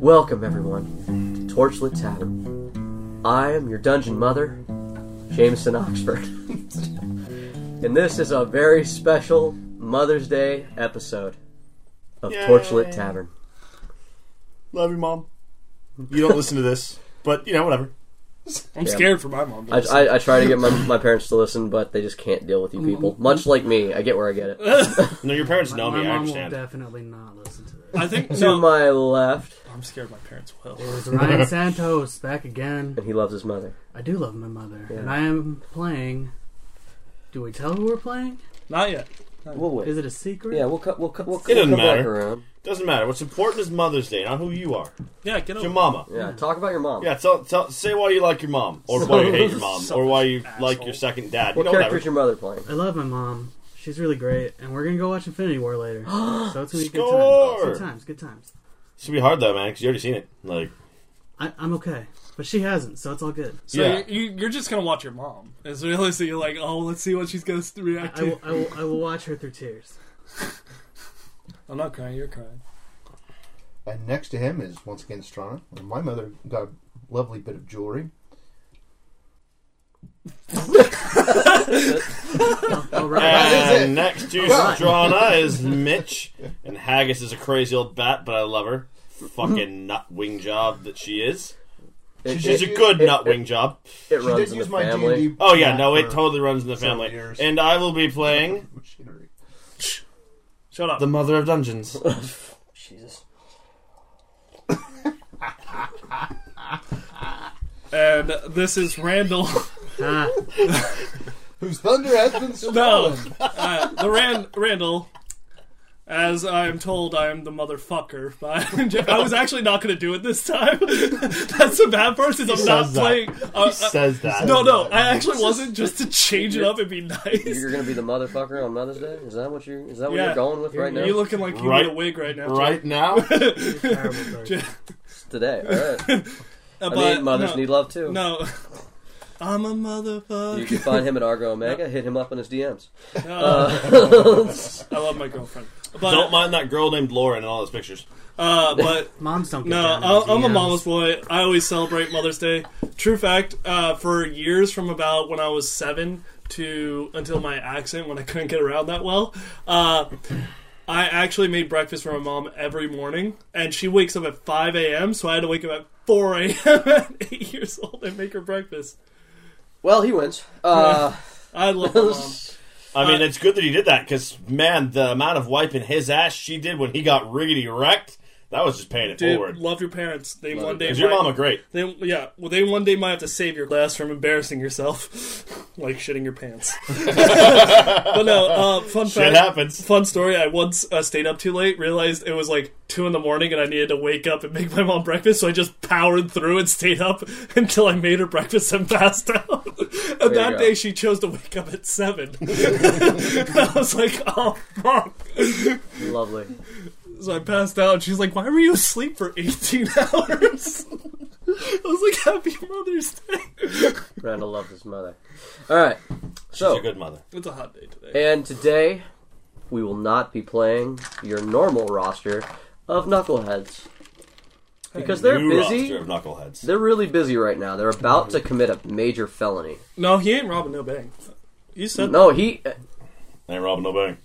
Welcome, everyone, to Torchlit Tavern. I am your dungeon mother, Jameson Oxford. and this is a very special Mother's Day episode of Yay. Torchlit Tavern. Love you, mom. You don't listen to this, but you know, whatever. I'm Yeah. scared for my mom. to I, listen. I, I try to get my, my parents to listen, but they just can't deal with you people. Much like me, I get where I get it. No, your parents know My me. I mom will understand. definitely not listen to this. I think To no. my left, I'm scared my parents will. It was Ryan Santos back again. and he loves his mother. I do love my mother, Yeah. and I am playing. Do we tell who we're playing? Not yet. We'll wait. Is it a secret? Yeah, we'll cut. We'll cut. We'll, It doesn't we'll come back matter. around. Doesn't matter. What's important is Mother's Day, not who you are. Yeah, get It's over. your it. mama. Yeah, talk about your mom. Yeah, tell, tell, say why you like your mom, or why you hate your mom, or why you like your second dad. You What know, character whatever. is your mother playing? I love my mom. She's really great, and we're gonna go watch Infinity War later. so it's gonna be Score! good times. Good times. Good times. Should be hard though, man, because you already seen it. Like, I, I'm okay, but she hasn't, so it's all good. So yeah. you, you, you're just gonna watch your mom. It's realistic. You're like, oh, let's see what she's gonna s- react I to. will, I will, I will watch her through tears. I'm not crying. You're crying. And next to him is once again Strana. And my mother got a lovely bit of jewelry. All right. And next to Alright. Strana is Mitch, and Haggis is a crazy old bat, but I love her. Fucking nut wing job that she is. It, She's it, a It- good it- nut it- wing job. it She runs did in the use my family. D&D Oh yeah, no, it for totally runs in the several family. years. And I will be playing machinery. Shut up. the mother of dungeons. Jesus. and this is Randall. Ah, Whose thunder has been no, stolen. uh, the Rand Randall. As I am told, I am the motherfucker. But I was actually not going to do it this time. That's the bad part. Is I'm not says that. playing. Uh, uh, Says that. no, no, I actually wasn't just to change it up and be nice. You're gonna be the motherfucker on Mother's Day? Is that what you? Is that what Yeah. you're going with right now? You looking like you Right- need a wig right now, Jeff. Right now, terrible story. Today, all right. Uh, I but mean, mothers no, need love too. No, I'm You a can motherfucker. find him at Argo Omega. Hit him up on his DMs. I love my girlfriend, don't but mind that girl named Lauren in all those pictures. uh, but Moms don't. Get no, down in I- I'm a DMs. mama's boy. I always celebrate Mother's Day. True fact, uh, for years from about when I was seven to until my accident when I couldn't get around that well. Uh, I actually made breakfast for my mom every morning, and she wakes up at 5 a.m., so I had to wake up at 4 a.m. at 8 years old and make her breakfast. Well, he wins. Uh, I love my mom. I mean, it's good that he did that because man, the amount of wiping his ass she did when he got riggedy wrecked, that was just paying it Dude, forward. love your parents. They Love one your day Is your might- mama great? They, yeah, well, they one day might have to save your glass from embarrassing yourself, like shitting your pants. but no, uh, fun Shit fact. happens. Fun story. I once uh, stayed up too late, realized it was like two in the morning, and I needed to wake up and make my mom breakfast. So I just powered through and stayed up until I made her breakfast and passed out. and you that go. day, she chose to wake up at seven. I was like, "Oh fuck!" lovely. So I passed out. and She's like, "Why were you asleep for 18 hours?" I was like, "Happy Mother's Day." Randall loves his mother. All right. She's So, a good mother. It's a hot day today. and today we will not be playing your normal roster of knuckleheads because they're New busy. roster of knuckleheads. They're really busy right now. They're about to commit a major felony. No, he ain't robbing no bank. You said No, he. Ain't robbing no bank.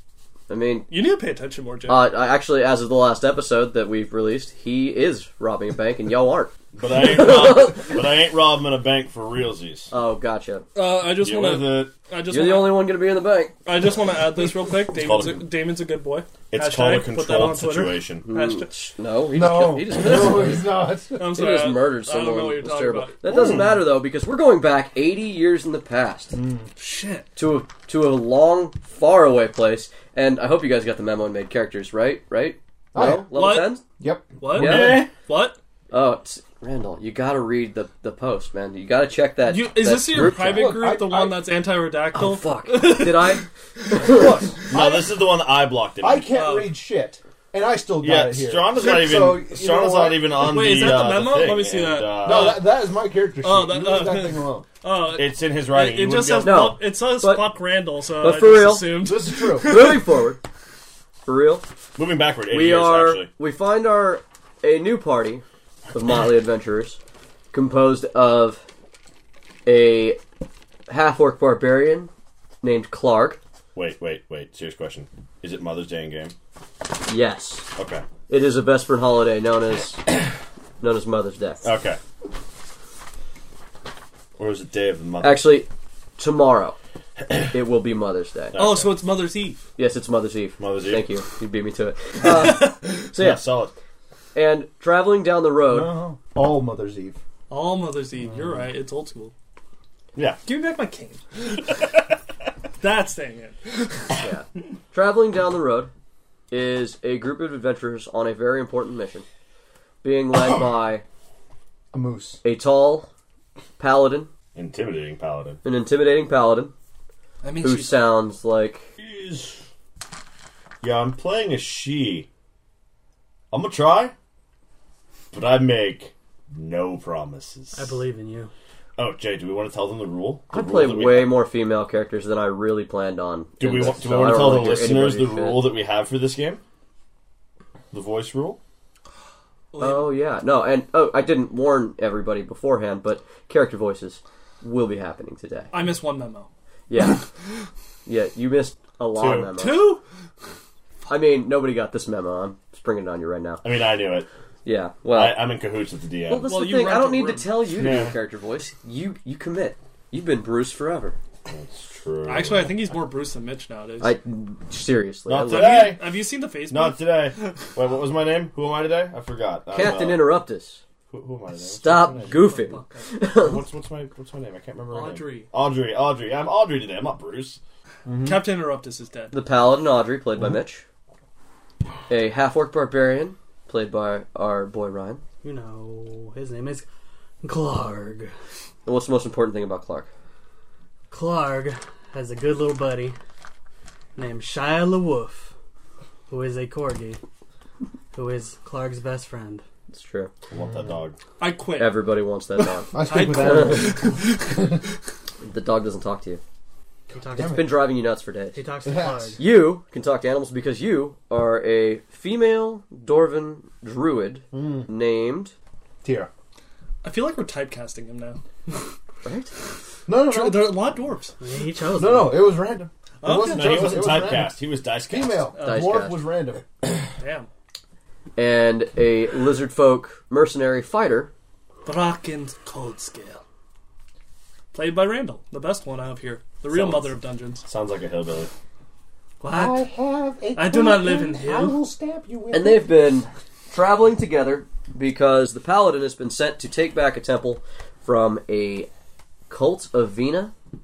I mean, you need to pay attention more, Jim. Uh, I- actually, as of the last episode that we've released, he is robbing a bank, and y'all aren't. But I ain't rob- but I ain't robbing a bank for realsies. Oh, gotcha. Uh, I just Get want with to. it. I just You're the wanna, only one going to be in the bank. I just want to add this real quick. Damon's, called a, a- Damon's a good boy. It's Hashtag, called a put that on controlled Twitter. situation. Hashtag, No, he just No, killed, he just killed no, someone. he's not. I'm He sorry. just I- murdered I someone. don't know what you're It's talking terrible. about. That doesn't matter though, because we're going back 80 years in the past Mm. Shit. to a to a long, faraway place. And I hope you guys got the memo and made characters right. Right? Oh, yeah. No, level What? ten. Yep. What? Yeah. Eh? What? Oh, it's, Randall, you got to read the the post, man. You got to check that. You, is that this your group chat. private Look, group? I- the one I- that's anti-redactyl? Oh fuck! Did I? Look, No, this is the one that I blocked him. I can't Oh. read shit, and I still got Yeah, it here. Strana's not even. So, you know Strana's what? not even on Wait, the. is that the uh, memo? thing, Let me see and, that. uh, No, that, that is my character sheet. Oh, that- you leave uh, that thing alone. Oh, it's in his writing. It, You it just says wouldn't be No. fuck, it says But- fuck Randall, so but I for just real- assumed. This is true. Moving forward, for real. able- moving backward. 80 we years, are Actually. we find our a new party of Motley Adventurers, composed of a half orc barbarian named Clark. Wait, wait, wait. Serious question. Is it Mother's Day in game? Yes, Okay. it is a Vesperin holiday known as known as Mother's Day. Okay. Or is it Day of the Mother? Actually, tomorrow it will be Mother's Day. Oh, so it's Mother's Eve. Yes, it's Mother's Eve. Mother's Eve. Thank you. You beat me to it. Uh, so yeah, yeah, solid. and traveling down the road. No, all Mother's Eve. All Mother's Eve. You're right. It's old school. Yeah. Give me back my cane. That's saying it. Traveling down the road is a group of adventurers on a very important mission, being led by A moose. a tall paladin, Intimidating paladin. an intimidating paladin, I mean, who she's sounds like Yeah, I'm playing a she. I'm gonna try, but I make no promises. I believe in you. Oh, Jay, do we want to tell them the rule? The I rule play that we- way more female characters than I really planned on. Do in we this, want, do we so I want to don't tell the really do listeners the anybody's shit. rule that we have for this game? The voice rule. Oh yeah, no, and oh, I didn't warn everybody beforehand, but character voices will be happening today. I missed one memo. Yeah, yeah, you missed a lot Two. of memos. Two? I mean, nobody got this memo. I'm springing it on you right now. I mean, I knew it. Yeah, well, Oh. I, I'm in cahoots with the DM. Well, that's Well, the you thing. I rent don't the need room. to tell you to do Yeah. a character voice. You you commit. You've been Bruce forever. That's true. Actually, I think he's more Bruce than Mitch nowadays. I seriously. Not I today. love- Hey! Have you seen the Facebook? Not today. Wait, what was my name? Who am I today? I forgot. I'm, Captain, uh, interrupt us. Who, who am I today? What's Stop my name? goofing. What's, what's my What's my name? I can't remember. her name. Audrey. Audrey. Audrey. I'm Audrey today. I'm not Bruce. Captain Interruptus is dead. The paladin Audrey, played by Mitch. A half orc barbarian, played by our boy Ryan. You know, his name is Clarg. And what's the most important thing about Clark? Clarg has a good little buddy named Shia LaWolf, who is a corgi, who is Clarg's best friend. It's true. I want that dog. I quit. Everybody wants that dog. I speak I- with animals. the dog doesn't talk to you. He talks, It's to, been driving you nuts for days. he talks to Yes. Clarg. You can talk to animals because you are a female Dwarven druid Hmm. named. Tira. I feel like we're typecasting him now. Right? No, no, Dr- no. There are a lot of dwarves. He chose No, him. no, it was random. It Okay. wasn't No, he chosen, wasn't it was typecast. random. He was dice cast. Female. Uh, Dice Dwarf cast. was random. Damn. and a lizard folk mercenary fighter. Bracken's Code Scale. Played by Randall, the best one out of here. The real Sounds- mother of dungeons. Sounds like a hillbilly. What? have a I do not live in here. I will stab you with And they've been traveling together because the paladin has been sent to take back a temple from a cult of Vina that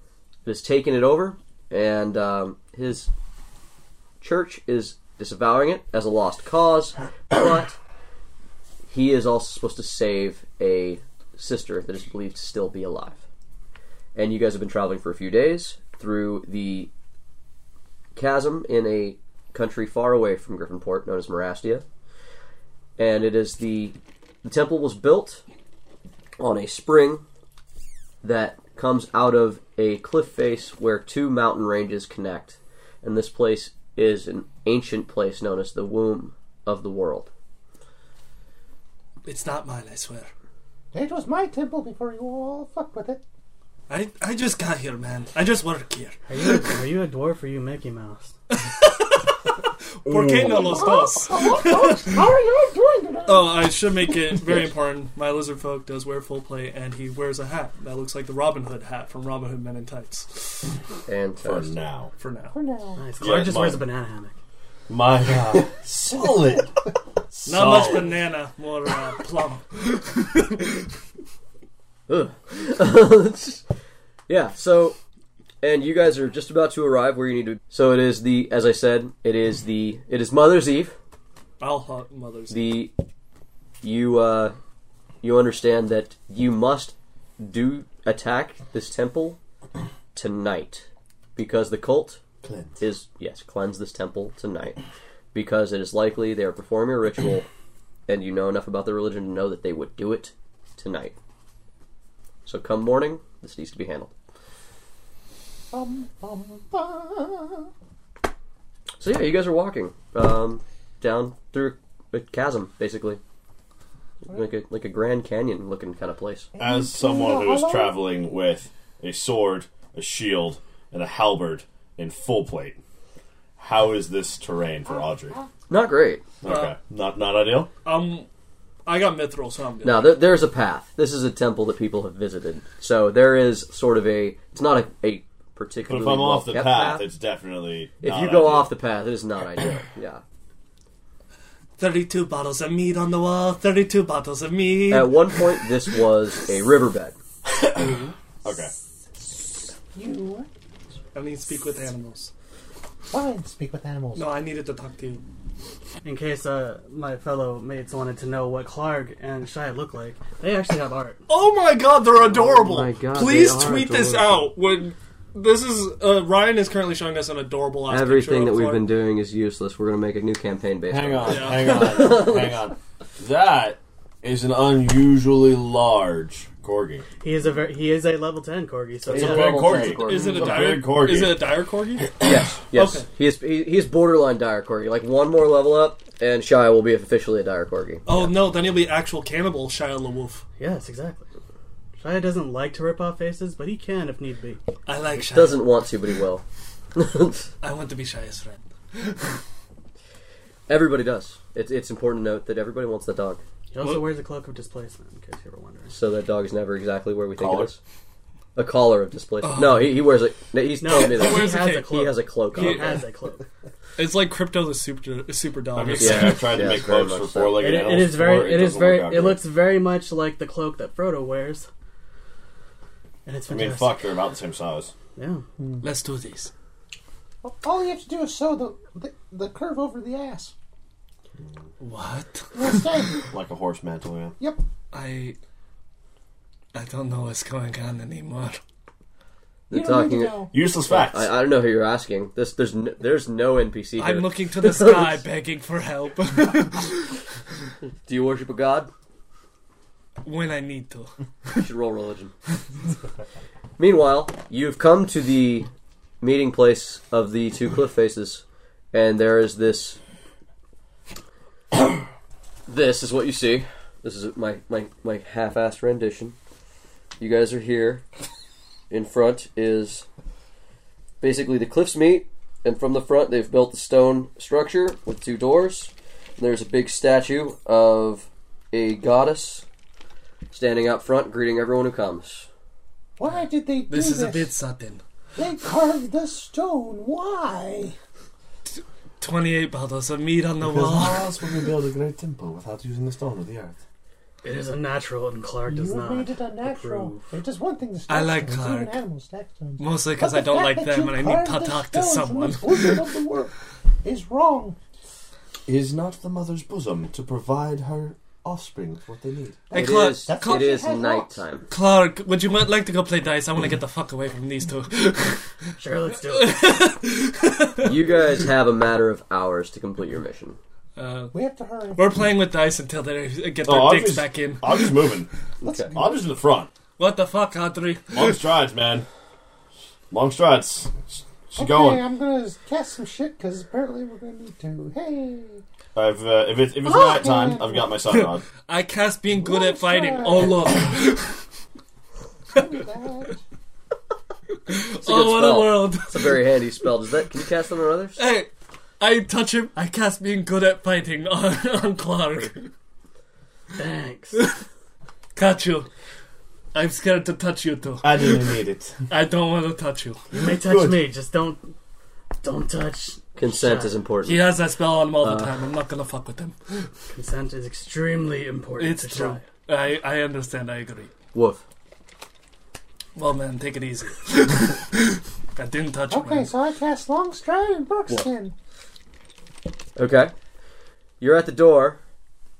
has taken it over, and um, his church is disavowing it as a lost cause, but he is also supposed to save a sister that is believed to still be alive. And you guys have been traveling for a few days through the chasm in a country far away from Griffinport, known as Morastia. And it is the the temple was built on a spring that comes out of a cliff face where two mountain ranges connect. And this place is an ancient place known as the womb of the world. It's not mine, I swear. It was my temple before you all fucked with it. I, I just got here, man. I just work here. Are you, a, are you a dwarf or are you Mickey Mouse? Por qué no los dos? How are you doing tonight? Oh, I should make it very important. My lizard folk does wear full plate, and he wears a hat that looks like the Robin Hood hat from Robin Hood Men in Tights. And uh, For now. For now. Nice. Clarg Yeah, just mine. wears a banana hammock. My uh, God. Solid. Not Solid. much banana, more uh, plum. yeah, so and you guys are just about to arrive where you need to So it is the as I said, it is the it is Mother's Eve. I'll hug mother's. the you uh you understand that you must do attack this temple tonight because the cult Clint. is yes cleanse this temple tonight because it is likely they are performing a ritual and you know enough about the religion to know that they would do it tonight so come morning this needs to be handled Bum, bum, bum. so yeah you guys are walking um down through a chasm basically like a like a Grand Canyon looking kind of place. As someone who is traveling with a sword, a shield, and a halberd in full plate, how is this terrain Oh, for Audrey? Not great. Okay, not not ideal. Um, I got mithril, so I'm good. Now, there, there's a path. This is a temple that people have visited. So there is sort of a. It's not a, a But particularly. if I'm off the well-kept path, it's definitely. if not you go ideal. off the path, it is not ideal. Yeah. Thirty-two bottles of mead on the wall. Thirty-two bottles of mead. At one point, this was a riverbed. okay, You I need to speak with animals. fine. Speak with animals. No, I needed to talk to you. In case uh, my fellow mates wanted to know what Clark and Shia look like, they actually have art. Oh my god, they're adorable. my God, Please they are tweet this adorable. out. When this is uh, Ryan is currently showing us an adorable ass Everything picture that of we've Clark. been doing is useless. We're going to make a new campaign based hang on on, Yeah. hang on, hang on. That is an unusually large corgi. He is a ver- he is a level ten corgi. So It's yeah. a big Corgi. corgi. Is it a It's a dire? big corgi. Is it a dire corgi? Yes, yes. Okay. He is he, he's borderline dire corgi. Like one more level up, and Shia will be officially a dire corgi. Oh no, then he'll be actual cannibal Shia LaWolf. Yes, exactly. Shia doesn't like to rip off faces, but he can if need be. I like Shia. Doesn't want to, but he will. I want to be Shia's friend. everybody does. It's it's important to note that everybody wants the dog, He also What? wears a cloak of displacement, in case you were wondering. so that dog's never exactly where we think Collar? it is. A collar of displacement. No, he, he wears a. no, He's Oh. No, telling me he that wears a cape. He has a cloak on. He has a cloak. It's like crypto the super super I'm dog. just Yeah. saying, I've tried to Yeah, make it's very clothes for much so. four-legged It, it animals. is very. before, It is doesn't work very. out It good. looks very much like the cloak that Frodo wears, and it's I mean, fantastic. fuck, they're about the same size. Yeah. Let's do this. All you have to do is sew the the, the curve over the ass. What? It'll stay. Like a horse mantle, yeah. yep. I I don't know what's going on anymore. They're You don't talking. need to know. Useless facts. I, I don't know who you're asking. This there's no, there's no NPC here. I'm looking to the sky begging for help Do you worship a god? when I need to. You should roll religion. Meanwhile, you've come to the meeting place of the two cliff faces, and there is this. this is what you see. This is my my my half-assed rendition. You guys are here. In front is basically the cliffs meet, and from the front they've built the stone structure with two doors. And there's a big statue of a goddess standing out front, greeting everyone who comes. Why did they do this? This is a bit sudden. They carved the stone. Why? 28 bottles of meat on the wall. else would we build a great temple without using the stone of the earth? It is unnatural, and Clark does you made not. it unnatural. There's just one thing to I stone. like There's even Clark. animals to stone. Mostly But because the I don't fact like that them you and I need to carved the talk to stones from someone. the bosom of the world is wrong. Is not the mother's bosom to provide her offspring with what they need? Hey, It Clark, is- That's it what is she has nighttime. Clark, would you want, like to go play dice? I want to get the fuck away from these two. Sure, let's do it. you guys have a matter of hours to complete your mission. Uh, We have to hurry. we're playing with dice until they get their Oh, I'm dicks just- back in. I'm just moving. Okay. I'm just in the front. What the fuck, Audrey? Long strides, man. Long strides. She's okay, going. I'm gonna cast some shit because apparently we're gonna need to. Hey, I've, uh, if, it, if it's night time, I've got my sun rod. I cast being good at fighting. Bullshit. Oh, look. do that. It's a good Oh, what a spell. world. It's a very handy spell. Does that? Can you cast that on others? Hey, I touch him. I cast being good at fighting on, on Clark. Thanks. Got you. I'm scared to touch you too. I didn't need it. I don't want to touch you. You may touch me, just don't. Don't touch. Consent Sure. is important. He has that spell on him all Uh. the time. I'm not gonna fuck with him. Consent is extremely important It's to true. Shia. I, I understand. I agree. Woof. Well, man, take it easy. I didn't touch him. Okay, so I cast long stride and buckskin. Okay. You're at the door,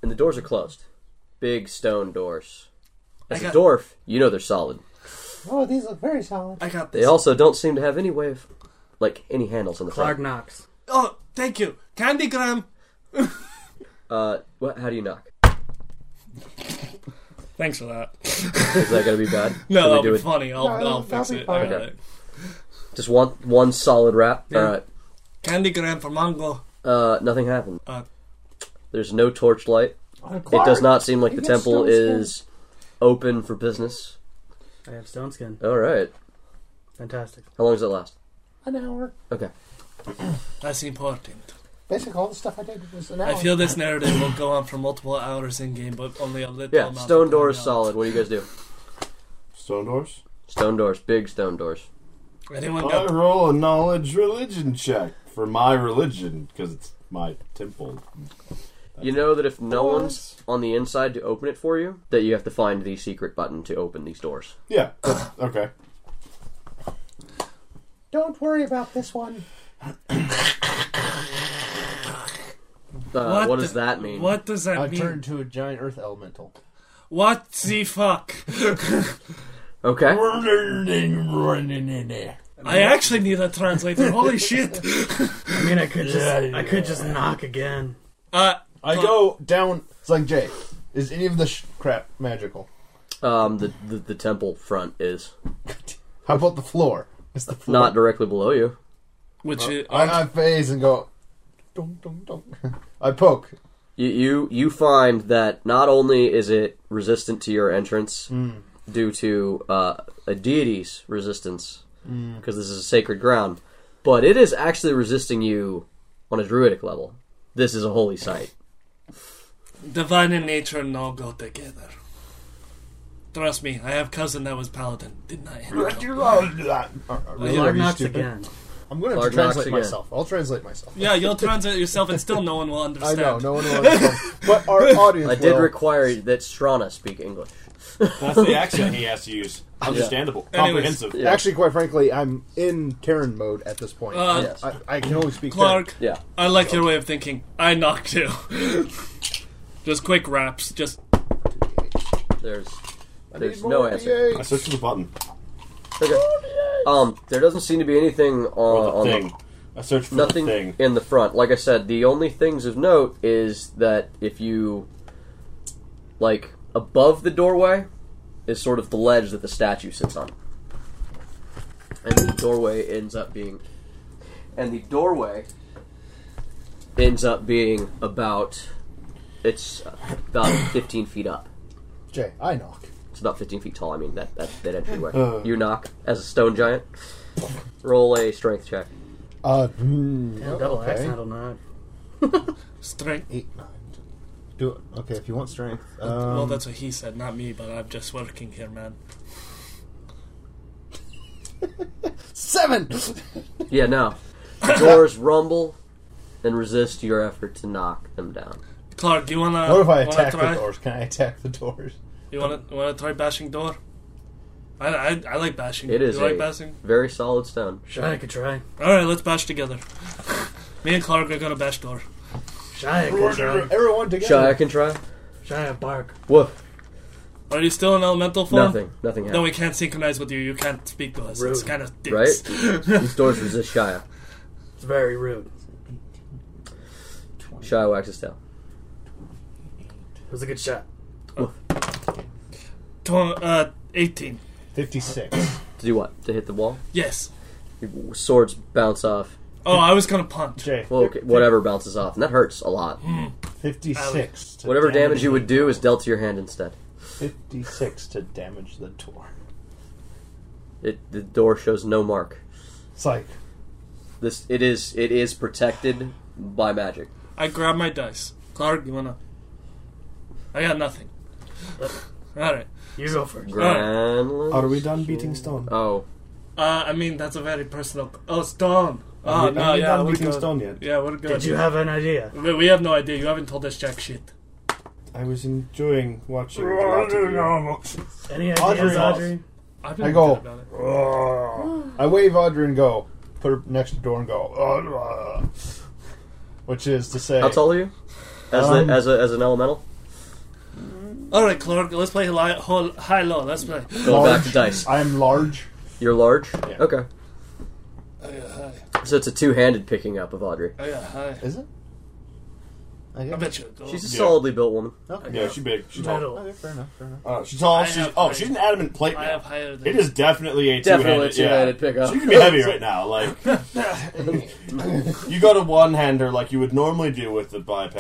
and the doors are closed. Big stone doors. As I got- a dwarf, you know they're solid. Oh, these look very solid. I got They this. also don't seem to have any way of, like, any handles on the Clark front. knocks. Oh, thank you, Candy Graham. Uh, what? How do you knock? Thanks for that. Is that gonna be bad? Should No, we that'll do be it- funny. I'll, No, I'll that'll- fix that'll be it. I fine. got Okay. it. Just one one solid wrap. Yeah. All right. Candy Graham for Mango. Uh, nothing happened. Uh, There's no torchlight. It does Clark, not seem like the get temple stone skin. is open for business. I have stone skin. All right. Fantastic. How long does it last? An hour. Okay. That's important. Basically, all the stuff I did was an hour. I feel this narrative will go on for multiple hours in game, but only a little. Yeah, amount stone of door is time. solid. What do you guys do? Stone doors. Stone doors, big stone doors. Anyone I got? roll a knowledge religion check for my religion because it's my temple. You know that if no one's on the inside to open it for you, that you have to find the secret button to open these doors. Yeah. okay. Don't worry about this one. Uh, what, does the- that mean? What does that Oh. I mean? turned to a giant earth elemental. What the fuck? Okay. I actually need a translator. Holy shit! I mean, I could just, I could just knock again. Uh, I go down. It's like Jay. Is any of this sh- crap magical? Um, the, the the temple front is How about the floor? Is the floor? not directly below you. which is, I, I phase and go. Dong, dong, dong. I poke. You you you find that not only is it resistant to your entrance due to uh, a deity's resistance because this is a sacred ground, but it is actually resisting you on a druidic level. This is a holy site. divine and nature no go together. Trust me, I have cousin that was paladin. Didn't I? Really? Are Clark you knocks stupid? again. I'm going to have Clark knocks to translate again. myself. I'll translate myself. yeah, you'll translate yourself, and still no one will I understand. know. No one will understand. but our audience I did will. require that Strana speak English. That's the accent he has to use. Understandable. Anyways. Comprehensive. Actually, quite frankly, I'm in Terran mode at this point. Uh, Yes. I, I can only speak Clark, Yeah. I like your way of thinking. I knocked you. just quick raps. Just There's Terran. there's Need more no answer. I DA. searched for the button. Okay. Um, there doesn't seem to be anything Or on the on the thing. I searched for nothing the thing. in the front. Like I said, the only things of note is that if you like above the doorway is sort of the ledge that the statue sits on. And the doorway ends up being and the doorway ends up being about it's about 15 feet up. Jay, I knock. It's about 15 feet tall. I mean that that, that entryway. you knock as a stone giant. Roll a strength check. Uh, mm, Damn, double okay. axe handle knock. strength. Eight, nine. Do it. Okay, if you want strength. Um, well, that's what he said, not me. But I'm just working here, man. seven. Yeah, no. The doors rumble and resist your effort to knock them down. Clark, do you wanna? What if I wanna attack try? the doors? Can I attack the doors? You wanna wanna try bashing door? I, I, I like bashing. It is you like a bashing. very solid stone. Shy, I could try. All right, let's bash together. Me and Clark are gonna bash door. Shy, I could try. Everyone Shy, I together. can try. Shy, I bark. Woof. Are you still in elemental form? Nothing. Nothing No, we happens. can't synchronize with you. You can't speak to us. It's Rude. kind of Right? dicks. These doors resist Shia. It's very rude. Shia waxes tail. It was a good shot. Tw- uh, 18. Fifty-six. To do what? To hit the wall? Yes. Your swords bounce off. Oh, I was gonna punch. Jay. Well, okay, whatever bounces off. And that hurts a lot. Fifty-six. To Whatever damage damage you would do is dealt to your hand instead. Fifty-six to damage the door. It, the door shows no mark. It's like This it is it is protected by magic. I grab my dice. Clark, you wanna? I got nothing. All right. You go first. Granlin. done beating stone? Oh, Uh, I mean that's a very personal. Oh, stone. Oh no, yeah, we're good. yet? Yeah, we're good. Did you have an idea? We, we have no idea. You haven't told us jack shit. I was enjoying watching. Any ideas, Audrey. Audrey? I've been I go. good about it. I wave Audrey and go. Put her next to the door and go. "Audra," Which is to say, how tall are you? As Um, a, as a, as an elemental. All right, Clark. Let's play high, hol- high low. Let's play. Go back to Large. dice. I'm large. You're large. Yeah. Okay, I got high. so it's a two-handed picking up of Audrey. I got high. Is it? Okay. I bet you. it'll go. She's a Yeah. solidly built woman. Okay. Yeah, she's big. She's tall. metal. Okay, fair enough. Fair enough. Uh, she's tall. I She's, have oh, height. she's an adamant plate. I now. have higher than It is definitely a two-handed. Definitely two-handed yeah. pickup. She can be heavy right now. Like you go to one-hander like you would normally do with the biped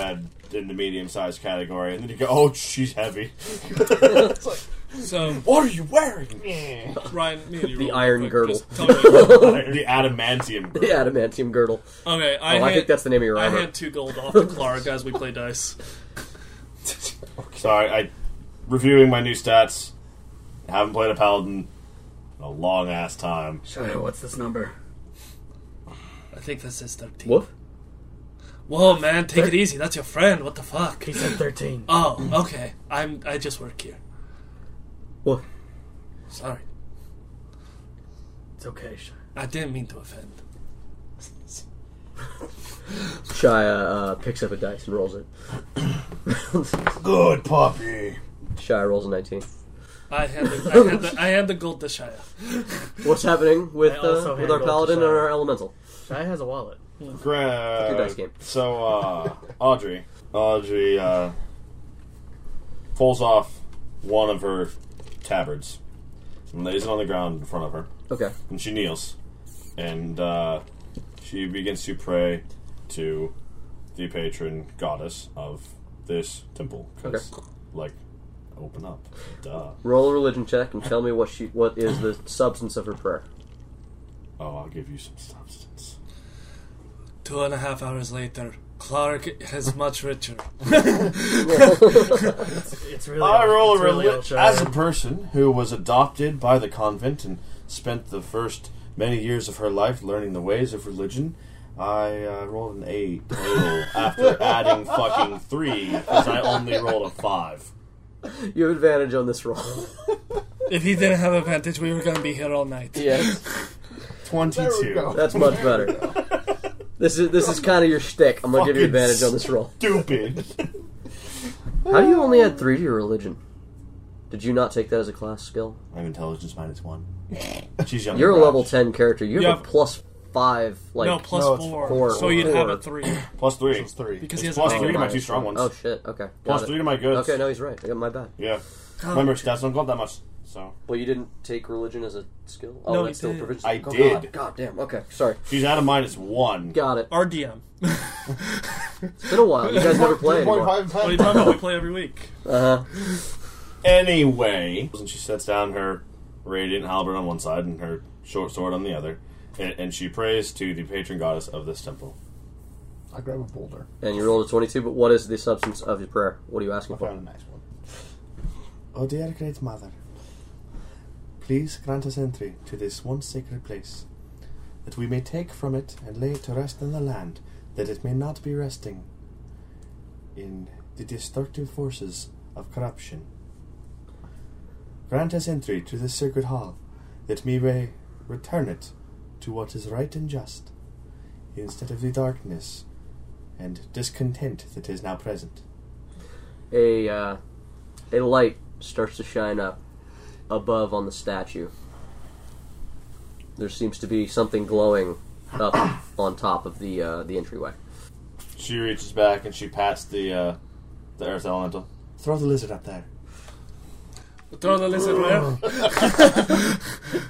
in the medium-sized category, and then you go, "Oh, she's heavy. So, What are you wearing?" Ryan, me and you The real iron quick, girdle. just tell me- the adamantium. The adamantium girdle. okay, Oh, I, I, had, think that's the name of your I armor. had two gold off of Clark as we play dice. Sorry, I reviewing my new stats. Haven't played a paladin in a long ass time. Shia, what's this number? I think this is 13. Woof. Whoa, man, take it easy. That's your friend. What the fuck? He said 13. Oh, okay. I'm. I just work here. Woof. Sorry, It's okay, Shia. I didn't mean to offend. Shia uh, picks up a dice and rolls it. Good puppy. Shia rolls a 19. I had the, I had the, I had the gold to Shia. What's happening with I uh, also with our handled paladin Shia. and our elemental? Shia has a wallet. Gra- Your dice game. So, uh, Audrey, Audrey uh, pulls off one of her tabards and lays it on the ground in front of her, Okay. and she kneels, and uh, she begins to pray to the patron goddess of this temple. 'cause, like, open up, duh. Roll a religion check and tell me what she what is the substance of her prayer. Oh, I'll give you some substance. Two and a half hours later, Clark is much richer. It's really. I old- roll a it's really reli- old, Shia. as a person who was adopted by the convent and spent the first many years of her life learning the ways of religion. I uh, rolled an eight total after adding fucking three because I only rolled a five. You have advantage on this roll. If he didn't have advantage, we were gonna be here all night. yes. Twenty-two. There we go. That's much better. This is this is kind of your shtick. I'm gonna give you Fucking advantage on this roll. Stupid. How do you only add three to your religion? Did you not take that as a class skill? I'm intelligence minus one. She's young. You're a and level rash. ten character. You have Yeah. a plus five. Like no, plus no, it's four. four. So you'd have a Four. three Plus three. It's three. because he has It's a plus negative three to my minus two strong ones. Oh shit. Okay. got Plus it. three to my goods. Okay. No, he's right. I got my bad. Yeah. Remember, stats don't go up that much. So Well, you didn't take religion as a skill. Oh, No, that's I still did. provisions. I oh, did. God, God damn. Okay. Sorry. she's at a minus one. Got it. RDM. what It's been a while. You guys never play anymore. 3.5 are you times. talking about? We play every week. Uh huh. Anyway, and she sets down her radiant halberd on one side and her short sword on the other, and, and she prays to the patron goddess of this temple. I grab a boulder. And you rolled a twenty-two. But what is the substance of your prayer? What are you asking I for? found a nice one. O Oh, dear great mother, please grant us entry to this one sacred place, that we may take from it and lay it to rest in the land, that it may not be resting in the destructive forces of corruption. Grant us entry to this sacred hall, that we may return it to what is right and just, instead of the darkness and discontent that is now present. a uh, a light starts to shine up above on the statue. There seems to be something glowing up on top of the uh, the entryway. She reaches back and she pats the uh, the earth elemental. Throw the lizard up there. Throw the lizard where?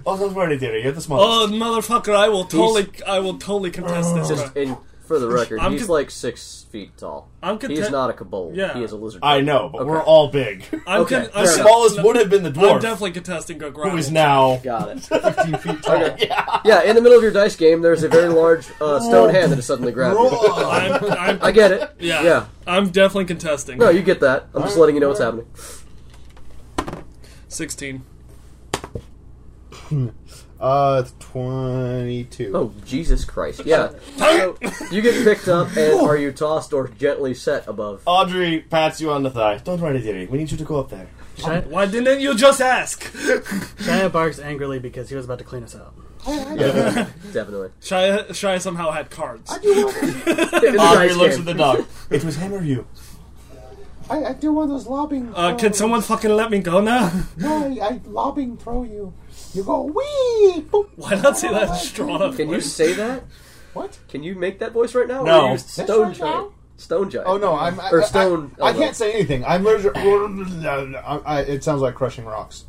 Oh, don't worry, dearie, you're the Oh, smallest. motherfucker! I will totally, I will totally contest this. Just bro. and for the record, I'm he's con- like six feet tall. I'm He is content. not a kobold. Yeah. He is a lizard. I know, but we're Okay. all big. I'm, okay, con- fair I'm, con- enough. smallest would have been the I'm dwarf, definitely contesting Greg who is Rouse. now. Got it. 15 feet tall. Yeah, in the middle of your dice game, there's a very large uh, stone hand that has suddenly grabbed you. I'm, I'm, I get it. yeah, Yeah. I'm definitely contesting. No, you get that. I'm just letting you know what's happening. Sixteen. Uh, it's 22. Oh, Jesus Christ. Yeah. So, you get picked up, and are you tossed or gently set above? Oh. Audrey pats you on the thigh. Don't worry, dearie, we need you to go up there. Shia, Why didn't you just ask? Shia barks angrily because he was about to clean us out. Definitely. Shia, Shia somehow had cards. In the Audrey dice looks game. at the dog. It was him or you. I, I do one of those lobbing. Uh, can someone fucking let me go now? No, I, I lobbing throw you. You go wee. Boop. Why not say that strong? Can you say that? What? Can you make that voice right now? Or No. are you This stone right now? Stone giant. Oh no, I'm I, or I- stone. I, I elbow. can't say anything. I'm. liter- I, I, it sounds like crushing rocks.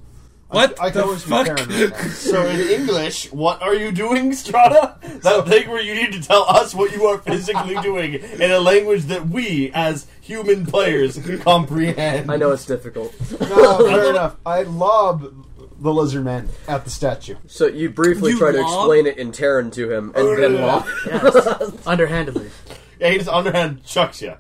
What I, I can the always be fuck? Karen right now. So in English, what are you doing, Strata? That thing where you need to tell us what you are physically doing in a language that we, as human players, comprehend. I know it's difficult. No, fair enough. I lob the lizard man at the statue. So you briefly You try to lob? Oh, explain it in Terran to him, and then lob. Yes. Underhandedly. Yeah, he just underhand chucks you.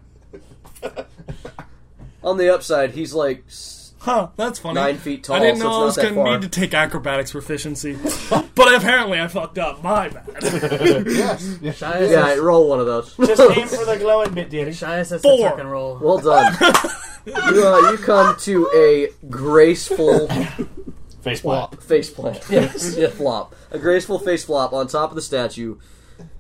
On the upside, he's like s- Huh, that's funny. Nine feet I didn't tall, so know I it's was not that going to far. need to take acrobatics proficiency, but apparently I fucked up. My bad. Yes. yes. Shia says, yeah. Roll one of those. Just aim for the glowing bit, dearie. Shia says Four. to tuck and roll. Well done. you, uh, you come to a graceful Face plant. flop, face plant. Yes, yeah, flop. A graceful face flop on top of the statue,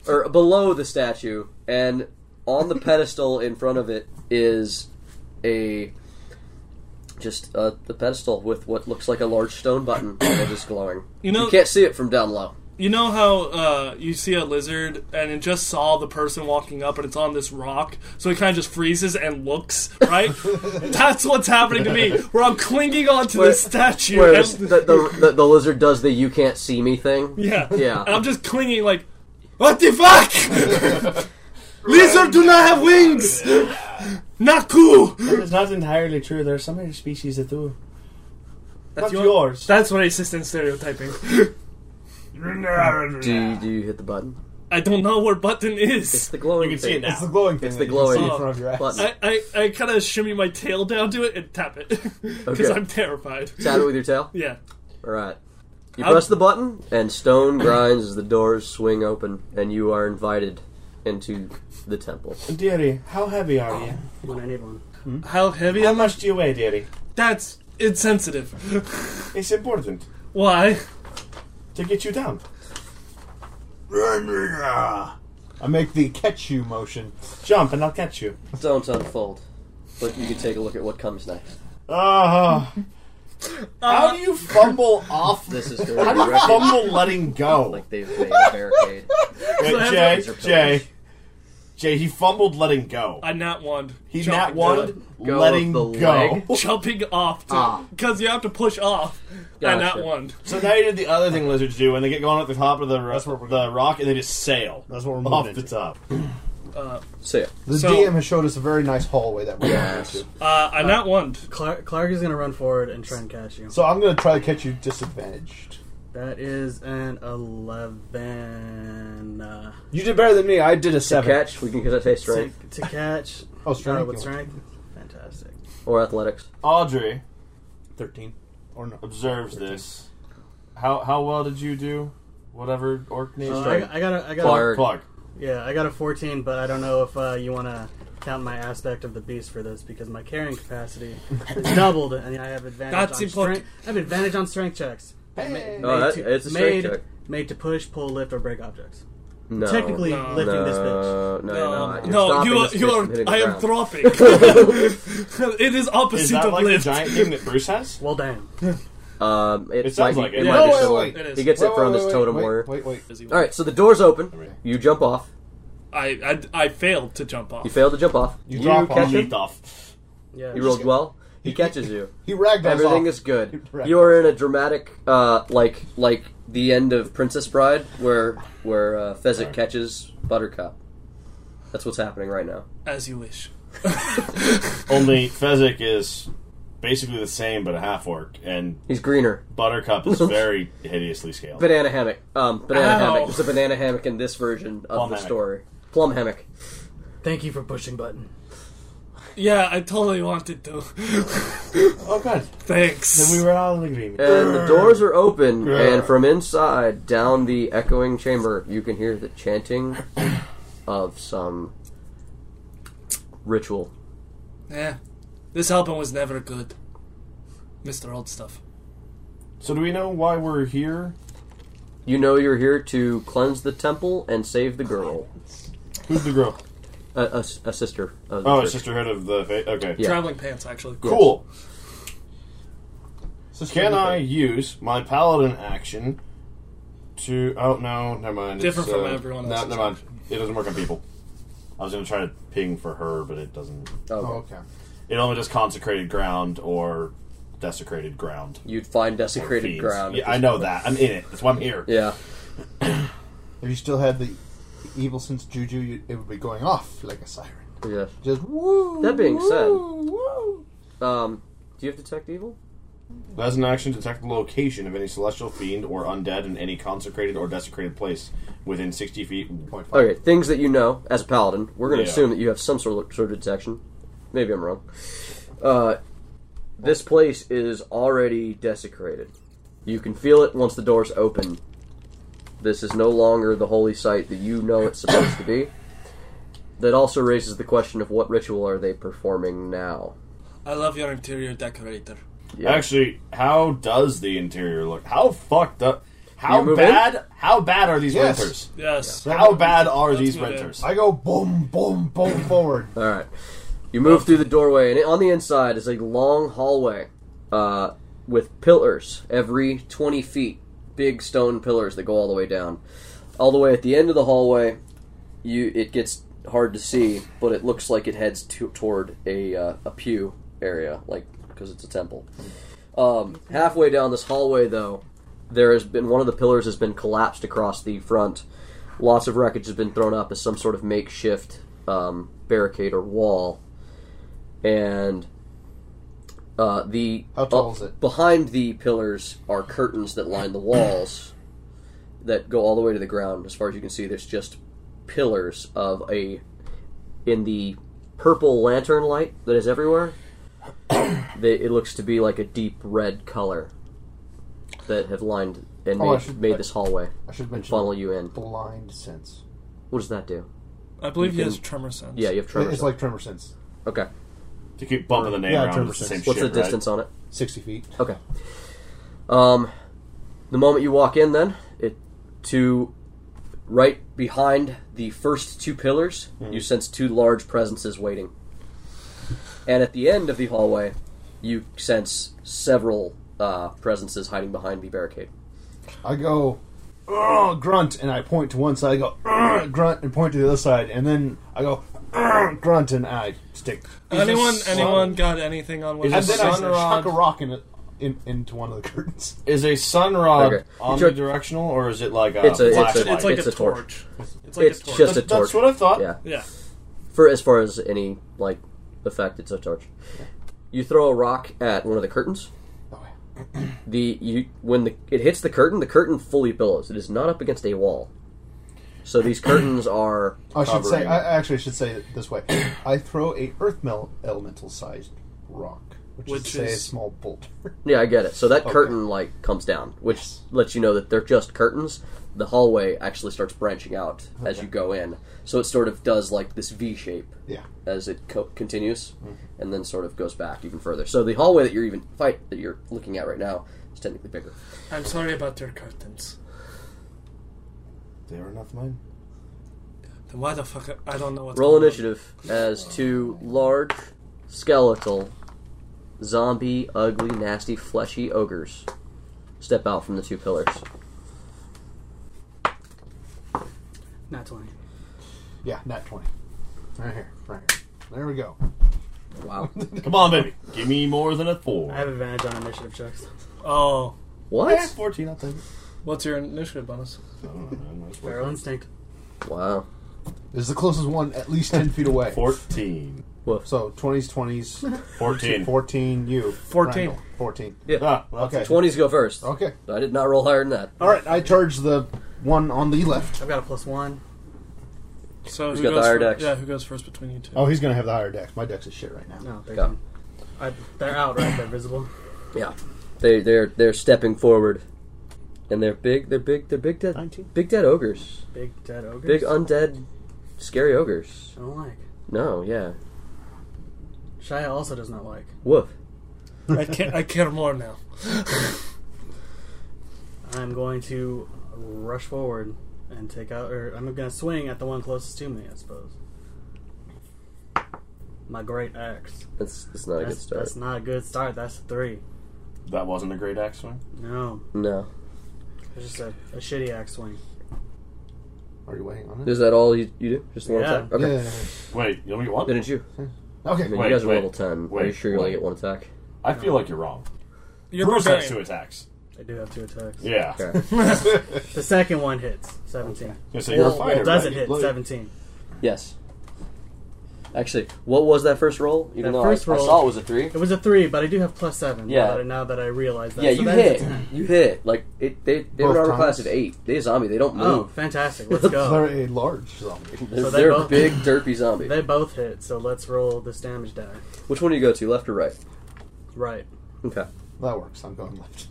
or below the statue, and on the pedestal in front of it is a just uh, the pedestal with what looks like a large stone button and it is glowing. You know- you can't see it from down low. You know how uh, you see a lizard and it just saw the person walking up and it's on this rock, so it kind of just freezes and looks, right? That's what's happening to me, where I'm clinging onto Where- this statue. Where and- the, the, the, the lizard does the "you can't see me" thing. yeah. Yeah. And I'm just clinging, like, what the fuck? lizard do not have wings! Not cool! It's not entirely true. There are some other species that do. That's That's yours. That's racist and stereotyping. Do you, do you hit the button? I don't know where button It's is. the glowing. You can see it now. It's the glowing thing. It's the that you can see glowing in front of your ass. button. I, I, I kind of shimmy my tail down to it and tap it. Because Okay. I'm terrified. Tap it with your tail. Yeah. All right. You I'll- press the button, and stone grinds as the doors swing open, and you are invited into the temple. Dearie, how heavy are you? When I need one. How heavy How am I? much do you weigh, dearie? That's insensitive. It's important Why? to get you down. I make the catch you motion. Jump and I'll catch you. Don't unfold, but you can take a look at what comes next. Ah. How do you fumble off the This is the How do you directed, fumble letting go? like they've made a barricade. Wait, Jay, Jay, Jay, he fumbled letting go. I not one. He Jumping not one go letting of go. the leg. Jumping off Ah. because you have to push off. I not Gotcha. one. So now you did the other thing lizards do, and they get going at the top of the, ro- That's what we're the rock, and they just sail That's what we're moving off into. the top. So yeah, The So- DM has showed us a very nice hallway that we're going Yes. into. Uh, I not one. Clark, Clark is going to run forward and try and catch you. So I'm going to try to catch you disadvantaged. That is an 11. Uh, You did better than me. I did a to seven. catch we can get a taste to, strength to catch. Oh, Uh, strength. with strength? Fantastic. or athletics. Audrey Thirteen or no? observes this. How how well did you do? Whatever orc name. Uh, Strength. I, I got a, I got Clark. a, Clark. yeah, I got a 14, but I don't know if uh, you want to count my aspect of the beast for this because my carrying capacity is doubled, and I have advantage That's on important. strength. I have advantage on strength checks. Hey. Oh, that, to- it's a strength made, check. made to push, pull, lift, or break objects. No, Technically, No. no, lifting this bitch. no, no, you're not. You're Um, no, stopping you are. this You bitch are. from hitting the I am ground. thropping. it is opposite Is that of like lift. the giant thing that Bruce has? Well, damn. Um, it, It sounds might, like be- it. it. might be No, wait, similar. wait. It is. He gets Wait, it from wait, his wait, totem wait, warrior. Wait, wait. All right, so the doors open. You jump off. I, I I failed to jump off. You failed to jump off. You, drop off. catch He him. Leaped off. Yeah. You rolled well. He catches you. He ragged us Everything off. is good. Right. You are in a dramatic, uh, like like the end of Princess Bride, where where uh, Fezzik catches Buttercup. That's what's happening right now. As you wish. Only Fezzik is basically the same, but a half orc, and He's greener. Buttercup is very hideously scaled. Banana hammock. Um, banana Ow. hammock. There's a banana hammock in this version of Plum the hammock. story. Plum hammock. Thank you for pushing button. Yeah, I totally wanted to. Oh, good. Thanks. Then we were all in agreement. And the doors are open, and from inside, down the echoing chamber, you can hear the chanting of some ritual. yeah, Eh, this album was never good, Mister Old Stuff. So do we know why we're here? You know you're here to cleanse the temple and save the girl. Who's the girl? A, a s- a sister. Of the Oh, church. it's Sisterhood of the Faith. Okay. Yeah. Traveling pants, actually. Cool. Sister Can of the I Faith. use my paladin action to? Oh no, never mind. Different It's, from uh, everyone No, else's never mind. It doesn't work on people. I was going to try to ping for her, but it doesn't. Oh, Oh, okay. It only does consecrated ground or desecrated ground. you'd find or desecrated fiends. ground. Yeah, I know that. I'm in it. That's why I'm here. Yeah. If you still had the evil sense juju, you, it would be going off like a siren. Yeah. Just woo. That being woo, said- woo. Um, do you have detect evil? As an action, detect the location of any celestial fiend or undead in any consecrated or desecrated place within 60 feet. Point five. Okay, things that you know as a paladin. We're going to Yeah. assume that you have some sort of, sort of detection. Maybe I'm wrong. Uh, this place is already desecrated. You can feel it once the doors open. This is no longer the holy site that you know it's supposed to be. That also raises the question of what ritual are they performing now? I love your interior decorator. Yeah. Actually, how does the interior look? How fucked up? How You move bad? How bad are these Yes. renters? Yes. How bad are these move in. renters? I go boom, boom, boom forward. All right. You move through the doorway, and on the inside is a long hallway uh, with pillars every 20 feet, big stone pillars that go all the way down. All the way at the end of the hallway, you it gets hard to see, but it looks like it heads to, toward a, uh, a pew area, like because it's a temple. Um, halfway down this hallway, though, there has been one of the pillars has been collapsed across the front. Lots of wreckage has been thrown up as some sort of makeshift um, barricade or wall, and uh, the How tall is it? behind the pillars are curtains that line the walls that go all the way to the ground. As far as you can see, there's just pillars of a in the purple lantern light that is everywhere. they, it looks to be like a deep red color that have lined and Oh, I made, should- made I- this hallway I should and mention funnel you in. blind sense. What does that do? I believe You he can- has tremor sense. Yeah, you have tremors. It's like tremor sense. okay, To keep bumping the name Yeah, around, it's the 10%. same what's shit. the distance on it? Sixty feet. Okay. Um, the moment you walk in, then it to right behind the first two pillars, Hmm. you sense two large presences waiting. And at the end of the hallway, you sense several uh, presences hiding behind the barricade. I go, "Ugh," grunt, and I point to one side. I go, "Ugh," grunt, and point to the other side, and then I go, "Ugh," grunt, and I stick. Anyone, Is a anyone sun- got anything on Is one? a And then I sun rod- chuck a rock in, it, in into one of the curtains. Is a sun rod Okay. You tried- omnidirectional, or is it like a It's a- it's a- flashlight? It's like It's a, a torch. torch. It's like it's a torch. just a That's- that's torch. what I thought. Yeah. yeah. For as far as any like effect, it's a torch. You throw a rock at one of the curtains. The you when the it hits the curtain, the curtain fully billows. It is not up against a wall. So these curtains are I should say, covering- I actually should say it this way: I throw a earth mel- elemental sized rock, which, Which is, to say, a is- small boulder. yeah, I get it. So that curtain like comes down, which lets you know that they're just curtains. The hallway actually starts branching out as you go in. So it sort of does like this V shape. yeah, as it co- continues, and then sort of goes back even further. So the hallway that you're even fight that you're looking at right now is technically bigger. I'm sorry about your curtains. They were not mine. Then why the fuck? I don't know what's Roll going on. initiative as two large, skeletal, zombie, ugly, nasty, fleshy ogres step out from the two pillars. Not 20. yeah, nat twenty, right here, right here. There we go. Wow. Come on, baby. Give me more than a four. I have advantage on initiative checks. Oh, Eh, what? 14, I'll take it. what's your initiative bonus? I don't know, man. That's what- Feral instinct. Wow. This is the closest one, at least ten feet away. 14. So twenties, twenties, 14. fourteen. You, 14. Randall, fourteen. Ah, well, Okay, Twenties go first. okay. I did not roll higher than that. All right, I charge the one on the left. I've got a plus one. So Who's who got the goes higher fir- dex? Yeah, who goes first between you two? Oh, he's gonna have the higher dex. My dex is shit right now. No, Go. 13. I, they're out, right? They're visible. Yeah. They they're they're stepping forward. And they're big they're big they're big dead 19. big dead ogres. Big dead ogres. Big undead scary ogres. I don't like. No, yeah. Shia also does not like. Woof. I care. I care more now. I'm going to rush forward and take out, or I'm going to swing at the one closest to me, I suppose. My great axe. That's that's not a good That's, start. that's not a good start. That's a three. That wasn't a great axe swing. No, No. it's just a, a shitty axe swing. Are you waiting on it? Is that all you, you do? Just the one Yeah. attack? Okay. Yeah, yeah, Wait, you only get Then one? it's you. yeah. Okay. I mean, Wait, you guys are wait, level 10. are you wait, sure you only wait. get one attack? I feel like you're wrong. You're Bruce has two barbarian. attacks. I do have two attacks. Yeah. Okay. The second one hits. 17. So you're a Well, fighter, well, Doesn't Right. hit. Bloody- 17. yes. Actually, what was that first roll? Even That though I, first I roll- saw it was a 3. It was a 3, but I do have plus 7. Yeah. now that- Now that I realize that. Yeah, So you that is a hit. 10. You hit. Like it. They they have an Both armor class of times? eight. They a zombie. They don't Oh, move. fantastic. Let's go. They're a large zombie. They're, so they they're both- big derpy zombie. They both hit, so let's roll this damage die. Which one do you go to? Left or right? Right. Okay. That works. I'm going left.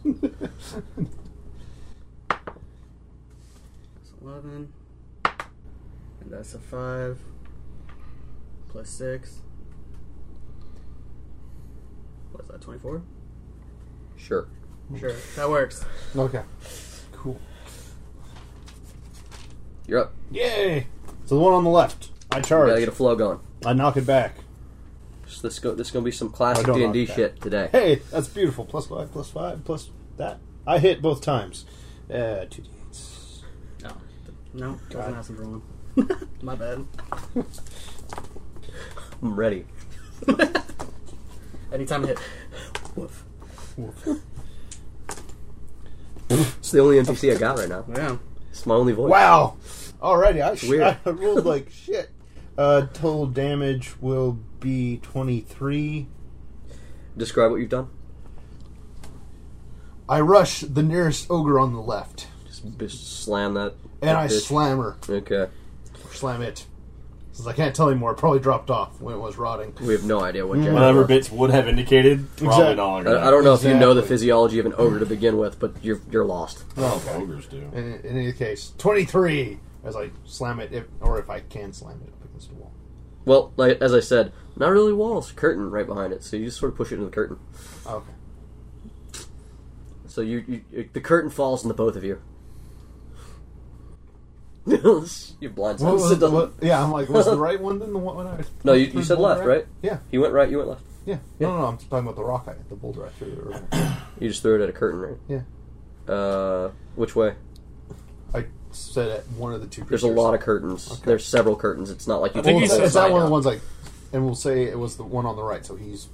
11. And that's a 5. Plus 6. What's that, 24? Sure. Sure, that works. okay. Cool. You're up. Yay! So the one on the left, I You gotta charge. get a flow going. I knock it back. So this go, this is gonna be some classic I don't D and D like that. shit today. Hey, that's beautiful. Plus five, plus five, plus that. I hit both times. Uh, two d eights. No. No, God. doesn't ask for one. My bad. I'm ready. Anytime I hit. Woof. It's the only NPC I got right now. Yeah. It's my only voice. Wow! Alrighty, I, sh- Weird. I rolled like shit. Uh, total damage will be twenty three. Describe what you've done. I rush the nearest ogre on the left, Just, just slam that. and that I bitch. slam her, Okay. or slam it. Since I can't tell anymore, it probably dropped off when it was rotting. We have no idea Mm, what. Whatever Jack does. bits would have indicated, probably Exact- not. I, I don't know if you know the Exactly. physiology of an ogre to begin with, but you're you're lost. know. Ogres do. In, in any case, twenty three as I slam it, if, or if I can slam it up against the wall. Well, like as I said, not really walls, curtain right behind it. So you just sort of push it into the curtain. Oh, Okay. So you, you- you the curtain falls into both of you. you blindsided. What was, It doesn't- what- yeah, I'm like, was the right one then the one when I? No, you- you said the left, boulder right? Yeah, You went right. You went left. yeah. No, no, no, I'm just talking about the rock I hit, the boulder I threw. earlier. You just threw it at a curtain, right? Yeah. Uh, which way? I said at one of the two. There's a lot of curtains. There's several curtains. It's not like you. I think can he Well, go it's said- that upside one of the down. ones like, and we'll say it was the one on the right. So he's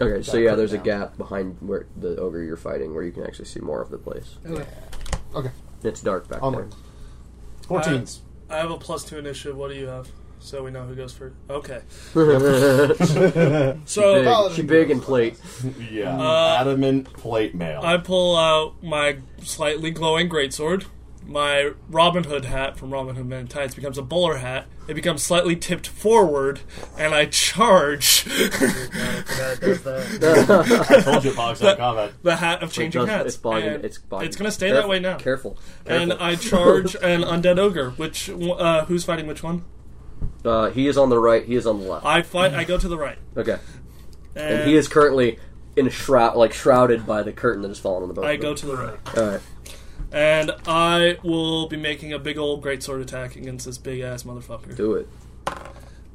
Okay, so that yeah, curtain there's a down. gap behind where the ogre you're fighting, where you can actually see more of the place. okay. It's dark back Onward. there. Fourteens. I have a plus two initiative. What do you have? So we know who goes first. Okay. So Big, she big and plate. Yeah. Adamant plate mail. I pull out my slightly glowing greatsword. My Robin Hood hat from Robin Hood Men in Tights becomes a bowler hat. It becomes slightly tipped forward, and I charge I forgot it does that. I told you, Boggs, that combat. the hat of changing Does- hats. It's bogging. and It's bogging. It's gonna stay Careful, that way now. Careful. And careful. I charge an undead ogre. Which uh, who's fighting which one? Uh, he is on the right. He is on the left. I fight. I go to the right, Okay. and, And he is currently in a shroud, like shrouded by the curtain that has fallen on the boat. I go to the right, All right. and I will be making a big old greatsword attack against this big ass motherfucker. Do it.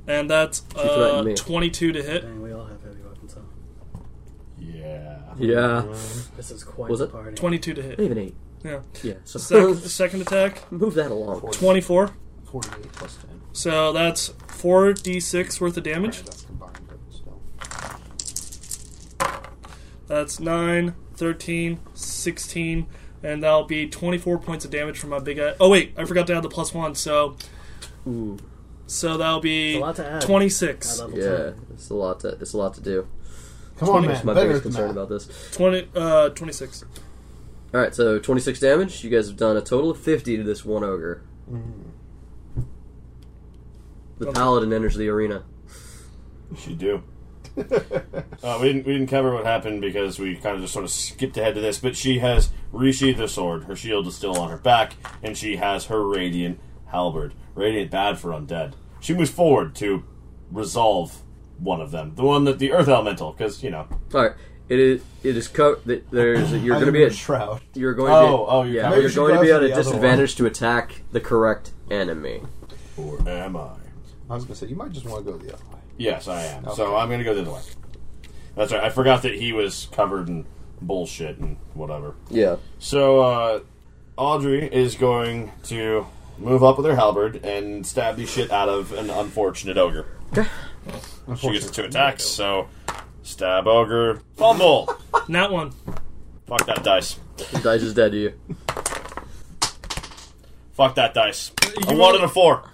And that's uh, threatened me. 22 to hit. Dang, we all have heavy weapons, huh? Yeah. Yeah. This is quite Was a it? party. 22 to hit. Even eight. Yeah. Yeah. So Sec- second attack, move that along. 24. Forty-eight plus ten. So that's 4d6 worth of damage. Alright, that's combined, but still. That's 9, 13, 16, and that'll be 24 points of damage from my big eye. Oh, wait, I forgot to add the plus one, so. Ooh. So that'll It's be a lot to add. I 26. level Yeah. 10. It's a lot to. It's a lot to do. Come on, That's man. my Better biggest than concern that. about this. 20, uh, 26. All right. So 26 damage. You guys have done a total of 50 to this one ogre. Mm-hmm. The paladin enters the arena. She do. uh, we didn't we didn't cover what happened because we kind of just sort of skipped ahead to this. But she has resheathed her sword. Her shield is still on her back, and she has her radiant halberd. Radiant bad for undead. She moves forward to resolve one of them, the one that the earth elemental, because you know. All right. It is. It is. Co- th- there's. You're going to be a at. shroud. You're going to. Oh, oh, you're yeah. covered. You're Maybe going to she be at a goes to the other one. disadvantage to attack the correct enemy. Or am I? I was gonna say you might just want to go the other way. Yes, I am. So Okay. I'm going to go the other way. That's right. I forgot that he was covered in bullshit and whatever. Yeah. So uh, Audrey is going to move up with her halberd and stab the shit out of an unfortunate ogre. She gets two attacks, so stab ogre, fumble. Not one. Fuck that dice. The dice is dead to you. Fuck that dice. I wanted a four.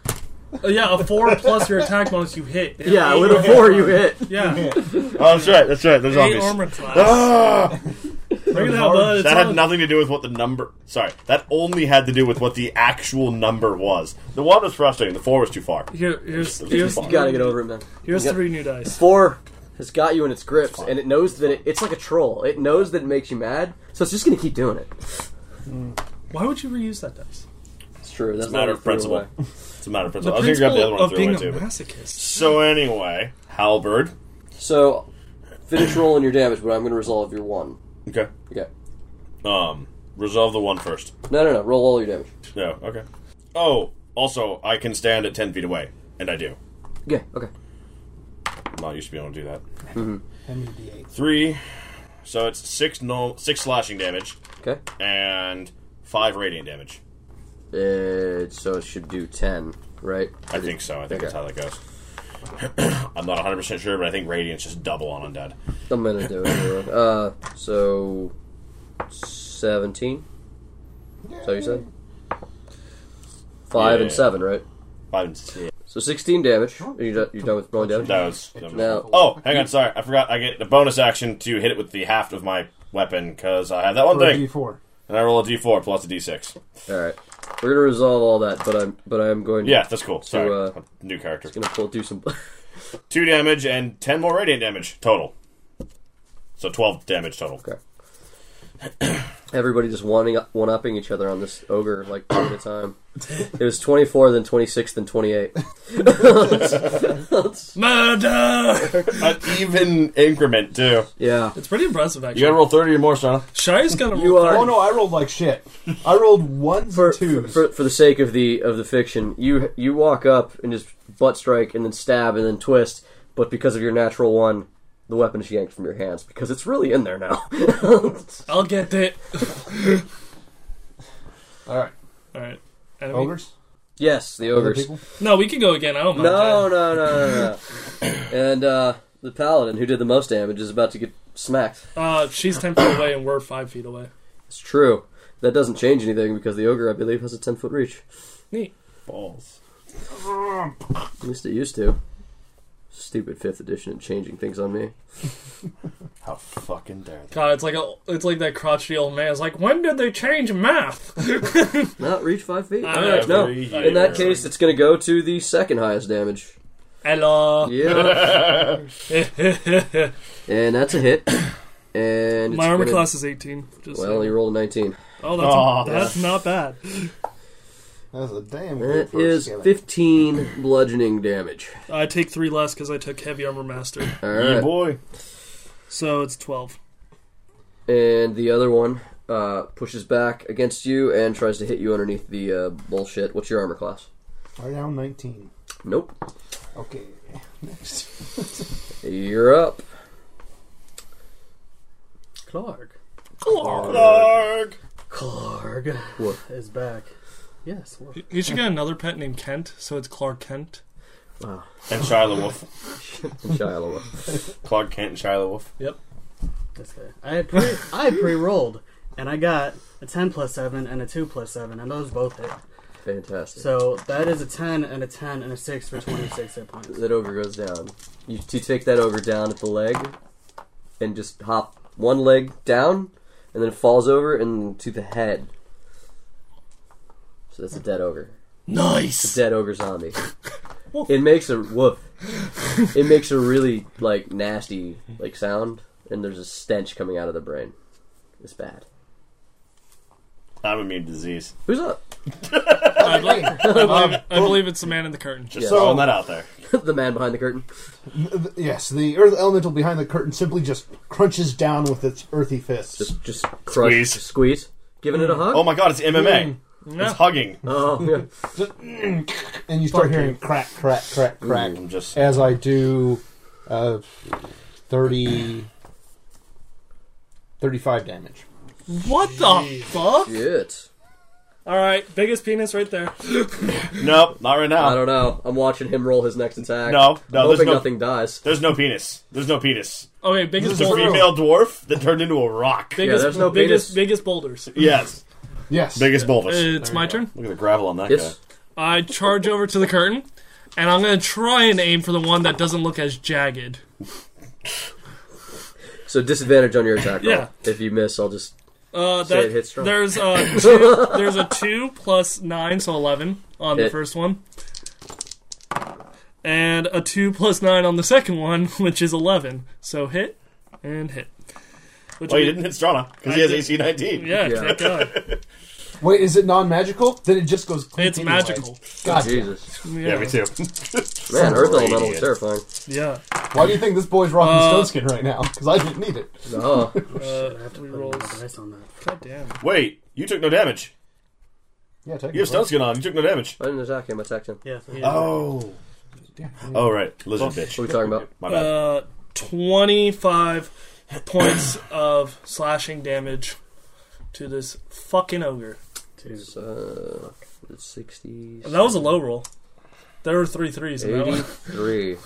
Uh, yeah, a four plus your attack bonus, you hit. Yeah, with a four you hit. Yeah, Oh, that's right. That's right. There's eight zombies. armor class. Ah! Look at how bad it's That had on. nothing to do with what the number. Sorry, that only had to do with what the actual number was. The one was frustrating. The four was too far. Here, here's Those are here's, fun. You gotta get over it, man. here's You got- three new dice. Four has got you in its grips, and it knows that it, it's like a troll. It knows that it makes you mad, so it's just gonna keep doing it. Why would you reuse that dice? It's true. That's It's a matter not of principle. It's a matter of principle. I was gonna Principle grab the other one and of throw it being away a too. but- masochist. So anyway, halberd. So, finish rolling your damage, but I'm gonna resolve your one. Okay. Okay. Um, resolve the one first. No, no, no. Roll all your damage. Yeah. Okay. Oh, also, I can stand at ten feet away, and I do. Yeah. Okay. I'm not used to being able to do that. I need E the eight. Three. So it's six no six slashing damage Okay. and five radiant damage. Uh, so it should do ten, right? I think so. I think that's Okay. how that goes. I'm not 100 percent sure, but I think radiant's just double on undead. I'm gonna do it. Anyway. Uh, so seventeen. So you said five Yeah. and seven, right? Five and six. So sixteen damage. Are you done, you done with rolling damage? That was. No. Oh, hang on. Sorry, I forgot. I get the bonus action to hit it with the haft of my weapon because I have that one thing, D4. and I roll a d4 plus a d6. All right. We're gonna resolve all that, but I'm but I'm going Yeah, that's cool. Sorry, uh, new character. gonna pull do some. Two damage and ten more radiant damage total. So twelve damage total. Okay. Everybody just wanting one upping each other on this ogre like two at a time. It was twenty four, then twenty six, then twenty eight. Murder. An even increment too. Yeah. It's pretty impressive, You gotta actually. roll thirty or more, son. Shai's gonna roll. You are- Oh no, I rolled like shit. I rolled ones For, and twos. for for the sake of the of the fiction, you you walk up and just butt strike and then stab and then twist, but because of your natural one, the weapon is yanked from your hands because it's really in there now. I'll get it. All right, All right. Enemy. ogres. yes, the Other ogres. people. No, we can go again. I don't mind. No, no, no, no, no. and uh, the paladin who did the most damage is about to get smacked. Uh, she's ten feet away, and we're five feet away. It's true. That doesn't change anything because the ogre, I believe, has a ten foot reach. Neat. Balls. At least it used to. Stupid fifth edition and changing things on me. How fucking dare they? God, it's like a, it's like that crotchety old man. It's like, when did they change math? Not reach five feet. Ah, Alright, no. Every In that year. case, it's going to go to the second highest damage. Hello. Yeah, and that's a hit. And it's My armor gonna- class is eighteen. Just Well, saying. you rolled a nineteen. oh, that's, Aw. that's not bad. That's a damn good That first is scaling. fifteen bludgeoning damage. I take three less because I took heavy armor master, All Yeah, right. boy. so it's twelve. and the other one uh, pushes back against you and tries to hit you underneath the uh, bullshit. What's your armor class? Right down nineteen. Nope. Okay, next. You're up. Clark. Clark. Clark is back. Yes. Woof. You should get another pet named Kent, so it's Clark Kent. And Shiloh Wolf. And Shia LaBeouf. Clark Kent and Shiloh Wolf. This guy. I had pre I had pre rolled and I got a ten plus seven and a two plus seven and those both hit. Fantastic. So that is a ten and a ten and a six for twenty six hit points. that ogre goes down. You, you take that ogre down at the leg, and just hop one leg down, and then it falls over and to the head. So that's a dead ogre. Nice. Dead ogre zombie. it makes a woof. It makes a really like nasty like sound, and there's a stench coming out of the brain. It's bad. I'm immune to disease. Who's up? I believe, I, Um, believe, I believe it's the man in the curtain. Just Yeah. throwing that out there. the man behind the curtain. Th- Yes, the earth elemental behind the curtain simply just crunches down with its earthy fists. Just just crush, Squeeze. just squeeze, giving it a hug. Oh my god, it's MMA. Mm. It's hugging. Oh, yeah. and you start hearing crack, crack, crack, crack. I'm just As I do uh, 30, 35 damage. What the fuck? Shit. All right, biggest penis right there. Nope, not right I now. don't know. I'm watching him roll his next attack. No, no, I'm there's hoping no- nothing dies. There's no penis. There's no penis. Okay, biggest It's a boulder. female dwarf that turned into a rock. Biggest, there's no biggest, penis. biggest boulders. yes, Yes. biggest bulbous. Uh, It's my turn. Look at the gravel on that Yes. I charge over to the curtain, and I'm gonna try and aim for the one that doesn't look as jagged. So disadvantage on your attack roll. Yeah. If you miss, I'll just Uh, Say that, it hits strong. There's a two, there's a two plus nine, so eleven on the Hit. first one, and a two plus nine on the second one, which is eleven. So hit and hit. Which guy. Well, Oh, you we- didn't hit Strana because he I has did- AC 19. Yeah, Yeah. thank God. Wait, is it non-magical? Then it just goes. clink It's anyway. magical. God, Jesus. Yeah, Yeah, me too. Man, Earth Elemental is Radiant. terrifying. yeah. why do you think this boy's rocking Uh, stone skin right now? Because I didn't need it. Oh, Uh, I have to we put rolls. another dice on that. God damn. Wait, you took no damage. Yeah, take You have stone skin on. You took no damage. I didn't attack him. I attacked him. Yeah. yeah. Oh. Oh, right. Lizard bitch. What are we talking about? My bad. Uh, twenty-five points of slashing damage to this fucking ogre. Two. It's, uh, it's 60. And that was a low roll. There were three threes in that one. 83.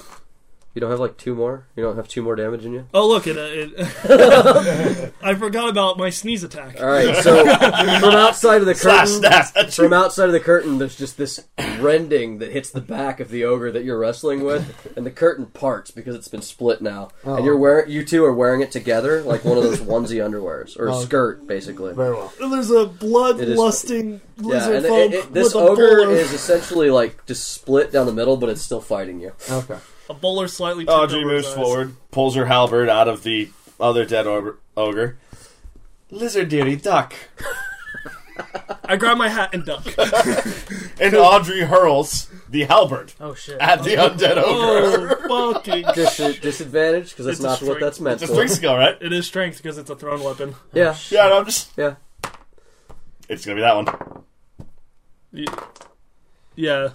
You don't have like two more? You don't have two more damage in you? Oh look, it, uh, it I forgot about my sneeze attack. Alright, so from outside of the Slash, curtain. slash, that's From outside of the curtain, there's just this rending that hits the back of the ogre that you're wrestling with, and the curtain parts because it's been split now. And you're wearing, you two are wearing it together like one of those onesie underwears or Oh. skirt, basically. Very well. There's a bloodlusting bloodlusting and it- it- it- this ogre is essentially like just split down the middle, but it's still fighting you. Okay. a bowler slightly. tipped Audrey over Oh, moves his eyes. forward, pulls her halberd out of the other dead ogre. ogre. Lizard dearie duck. I grab my hat and duck. And Audrey hurls the halberd Oh shit. at the undead ogre. oh fucking! Dis- disadvantage because that's It's a not what strength. that's meant It's a for. strength skill, right? It is strength because it's a thrown weapon. Yeah, Yeah, no, I'm just. yeah. It's gonna be that one. Y- Yeah,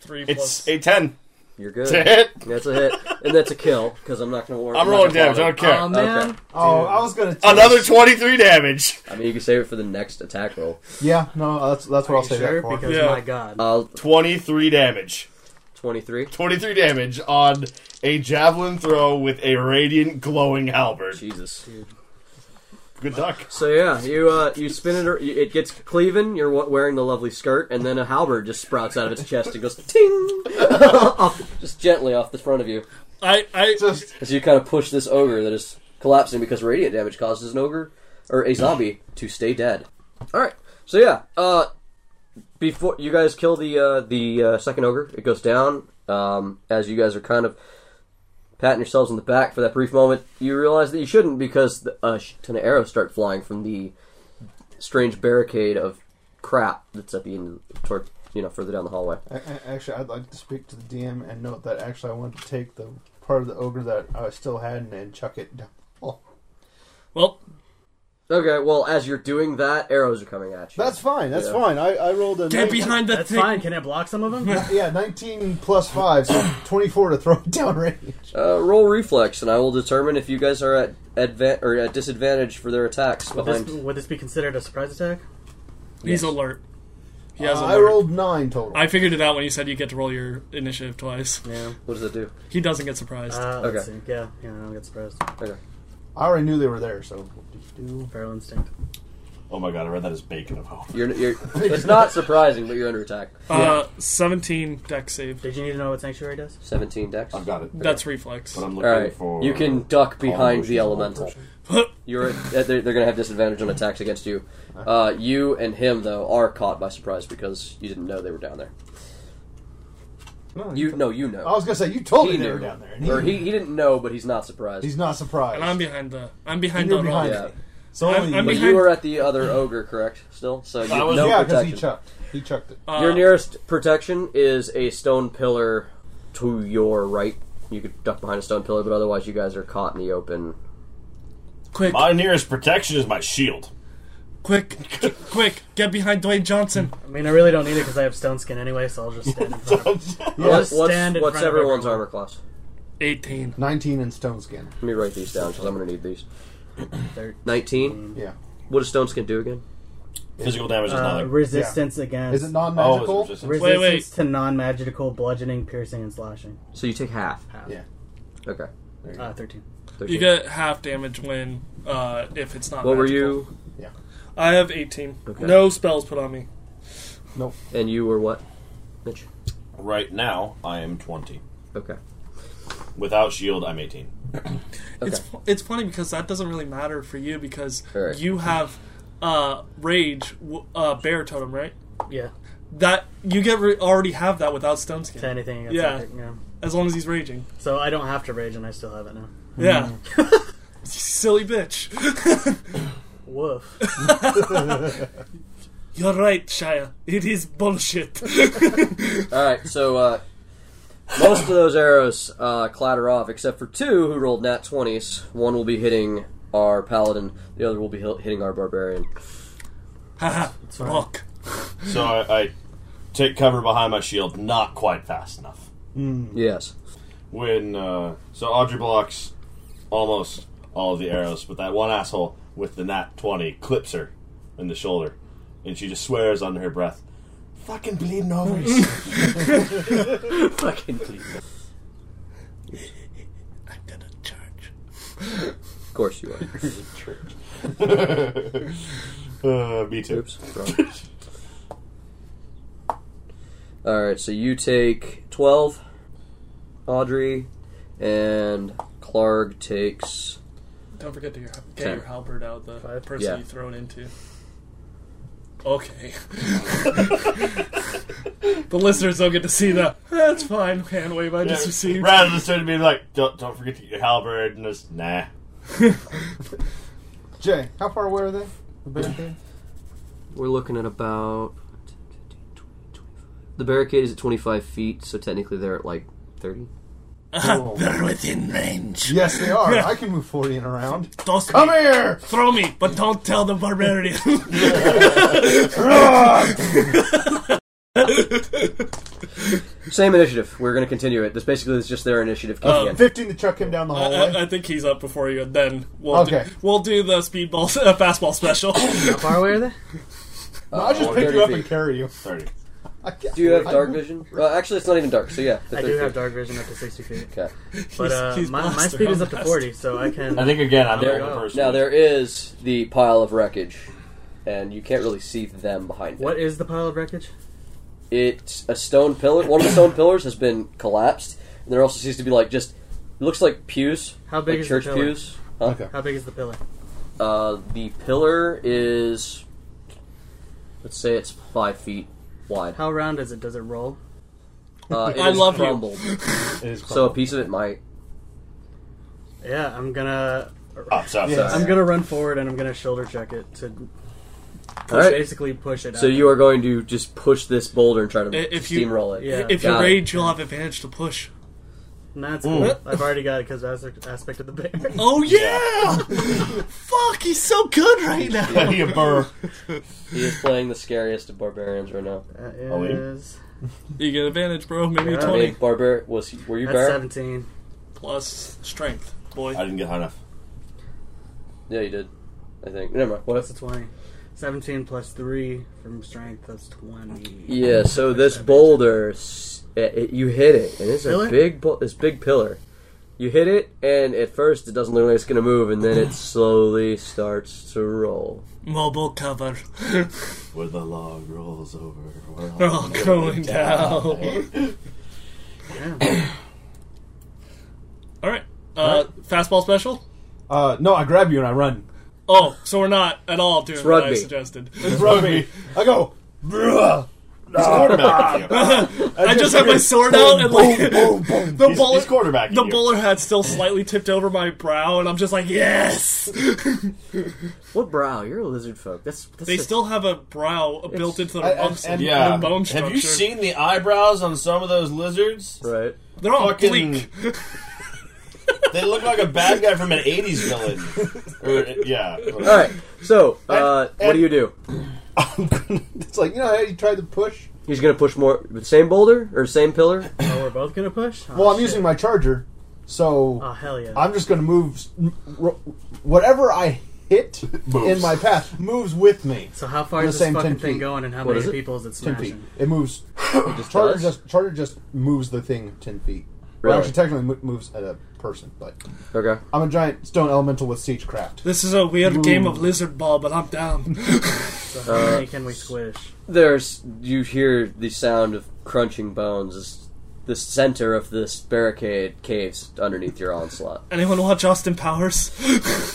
three It's plus. a ten You're good. to hit. That's a hit, and that's a kill because I'm not going to worry. I'm not rolling gonna damage. bother. I don't care. Oh man. Okay. Oh, I was gonna. tell Another you. twenty-three damage. I mean, you can save it for the next attack roll. Yeah. No, that's that's what I'll You say sure? that for. Because Yeah. my god. Uh, Twenty-three damage. 23. Twenty-three damage on a javelin throw with a radiant glowing halberd. Jesus. Good duck. So yeah, you uh, you spin it. ar- you- It gets cleaving. You're wa- wearing the lovely skirt, and then a halberd just sprouts out of its chest and goes ting, off, just gently off the front of you I I Just as you kind of push this ogre that is collapsing because radiant damage causes an ogre or a zombie to stay dead. All right. So yeah, uh, before you guys kill the uh, the uh, second ogre, it goes down. Um, as you guys are kind of patting yourselves on the back for that brief moment, you realize that you shouldn't because the, a sh- ton of arrows start flying from the strange barricade of crap that's at the end, toward you know further down the hallway. a- a- actually, I'd like to speak to the DM and note that actually I wanted to take the part of the ogre that I still had and, and chuck it down. Oh, well Okay. Well, as you're doing that, arrows are coming at you. that's fine. That's Yeah. fine. I, I rolled a get 19 behind that That's thing. fine. Can it block some of them? Yeah, nineteen plus five, so twenty-four to throw it down range. Uh, roll reflex, and I will determine if you guys are at adva- or at disadvantage for their attacks Would this, behind. would this be considered a surprise attack? He's alert. He has Uh, alert. I rolled nine total. I figured it out when you said you get to roll your initiative twice. Yeah. What does it do? He doesn't get surprised. Uh, let's Okay. see. Yeah, yeah, I don't get surprised. Okay. I already knew they were there, so do Feral instinct. Oh my god, I read that as bacon of hope. You're, you're, it's not surprising, but you're under attack. uh, Seventeen deck save. Did you need to know what sanctuary does? 17 dex. I've got it. That's reflex. But I'm looking Alright. for. You can duck behind the Convolution. elemental. You're at, at- they're, they're going to have disadvantage on attacks against you. Uh, you and him, though, are caught by surprise because you didn't know they were down there. You No, you I know. was gonna say you told He me Oh, they knew. were down there. and Or he, he didn't know, but he's not surprised. he's not surprised. and I'm behind the. I'm And behind you're the. behind Yeah. me. So I'm- only I'm you- but you behind- were at the other ogre, correct? Still? So you have no yeah, because he protection. chucked. He chucked it. Uh, Your nearest protection is a stone pillar to your right. You could duck behind a stone pillar, but otherwise you guys are caught in the open. quick, My nearest protection is my shield. quick, quick! Get behind Dwayne Johnson. I mean, I really don't need it because I have stone skin anyway, so I'll just stand in front of Yeah. What's, what's, stand in what's front of everyone's everyone. armor class? Eighteen. Nineteen in stone skin. Let me write these down because I'm going to need these. Thirteen. 19. Yeah. What does stone skin do again? Physical damage is Uh, not like. resistance against. Is it non Oh, it's magical? resistance. Resistance wait. to non-magical bludgeoning, piercing, and slashing. So you take half. Half. Yeah. Okay. Uh, Thirteen. 13. You get half damage when uh, if it's not. what were magical. you? I have 18. Okay. No spells put on me. And you were what? Mitch. Right now, I am 20. Okay. Without shield, I'm 18. It's fu- it's funny because that doesn't really matter for you because Alright. you have uh, rage w- uh, bear totem, right? Yeah. That you get re- already have that without stone skin To anything against Yeah. yeah. yeah. as long as he's raging. So I don't have to rage, and I still have it now. Yeah. Silly bitch. Woof. You're right, Shia. It is bullshit. All right. So uh, most of those arrows uh, clatter off, except for two who rolled nat twenties. One will be hitting our paladin. The other will be hit- hitting our barbarian. Haha. Rock. So I, I take cover behind my shield, not quite fast enough. Yes. When uh, so Audrey blocks almost all of the arrows, but that one asshole with the nat twenty clips her in the shoulder, and she just swears under her breath, "Fucking bleeding over." yourself." Fucking please. I'm gonna charge. Of course you are. uh, me too. Oops. Wrong. All right. So you take twelve, Audrey, and Clark takes. Don't forget to your, get Ten. your halberd out, the Five. person Yeah. you throw it into. Okay. the listeners don't get to see that. That's fine. Hand wave I just received. Rather than starting to be like, don't, don't forget to get your halberd and just nah. Jay, how far away are they? The barricade? We're looking at about. The barricade is at 25 feet, so technically they're at like 30. Cool. They're within range. yes, they are. I can move 40 in a round. Toss Come me. here! Throw me, but don't tell the barbarian. Same initiative. We're going to continue it. This basically is just their initiative Oh, kicking in. 15 to chuck him down the I, hallway. I, I think he's up before you. and Then we'll Okay. do, we'll do the speedball uh, fastball special. How far away are they? No, I'll just Uh, pick 30 you up feet. and carry you. Thirty. I can't- Do you have dark I- vision? Uh, actually, it's not even dark, so yeah. the I 30 do have feet. dark vision up to sixty feet, Okay. but uh, he's my, my blaster, speed is how up to fast? forty, so I can. I think again, I'm There the you only go. person. Now, there is the pile of wreckage, and you can't really see them behind What it. is the pile of wreckage? It's a stone pillar. One of the stone pillars has been collapsed, and there also seems to be like just. It looks like pews. How big like is the church pillar? pews. Huh? Okay. How big is the pillar? Uh, the pillar is, let's say it's five feet wide. How round is it? Does it roll? Uh, it I is love you. crumbled, It is so a crumbled. piece of it might. Yeah, I'm gonna Up, up, Yeah. up. I'm gonna run forward and I'm gonna shoulder check it to push, All right. basically push it. So out. you are going to just push this boulder and try to I- if you- steamroll it. Yeah. If you Got it. rage, you'll have advantage to push. Nah, that's cool. Mm. I've already got it because aspect, aspect of the bear. Oh yeah! Fuck, he's so good right now. Plenty of burr. He is playing the scariest of barbarians right now. That wait. is You get advantage, bro. Maybe Yeah. I twenty mean, barbar was he, were you that's bear? seventeen. plus strength, boy. I didn't get high enough. Yeah, you did. I think. Never mind. What? That's a twenty. Seventeen plus three from strength. That's twenty. Yeah. So this boulder, s- it, it- you hit it, and it's Really? a big, bu- this big pillar. You hit it, and at first it doesn't look like it's going to move, and then it slowly starts to roll. Mobile cover. Where the log rolls over. We're all They're all going down. all right. Uh, fastball special. Uh, no, I grab you and I run. Oh, so we're not at all doing what I rugby. suggested. Rugby. I go, bruh. He's quarterback. I just have my sword out and like boom, boom. the He's, bullet. he's quarterbacking the you. bowler hat still slightly tipped over my brow, and I'm just like, yes. What brow? You're a lizard folk. That's, that's They a- still have a brow built into their and- lumps. and- Yeah. bone Have you structure. seen the eyebrows on some of those lizards? right. They're all Fucking- bleak. They look like a bad guy from an '80s villain. Or, uh, yeah. All right. So, uh, what do you do? it's like, you know how you tried to push? He's gonna push more. Same boulder or same pillar? Oh, we're both gonna push. Oh, Well, I'm shit. using my charger, so Oh hell yeah! I'm just going to move s- m- ro- whatever I hit Moves. in my path moves with me. So how far The is this same fucking 10 thing feet. going, and how What many is it? people is it Ten feet. smashing? It moves. It just Charter does? just Charter just moves the thing ten feet. Really? Well, actually, technically mo- moves at a person, but okay. I'm a giant stone elemental with siege craft. This is a weird game of lizard ball, but I'm down. So Uh, how many can we squish? There's you hear the sound of crunching bones. as The center of this barricade caves underneath your onslaught. Anyone watch Austin Powers?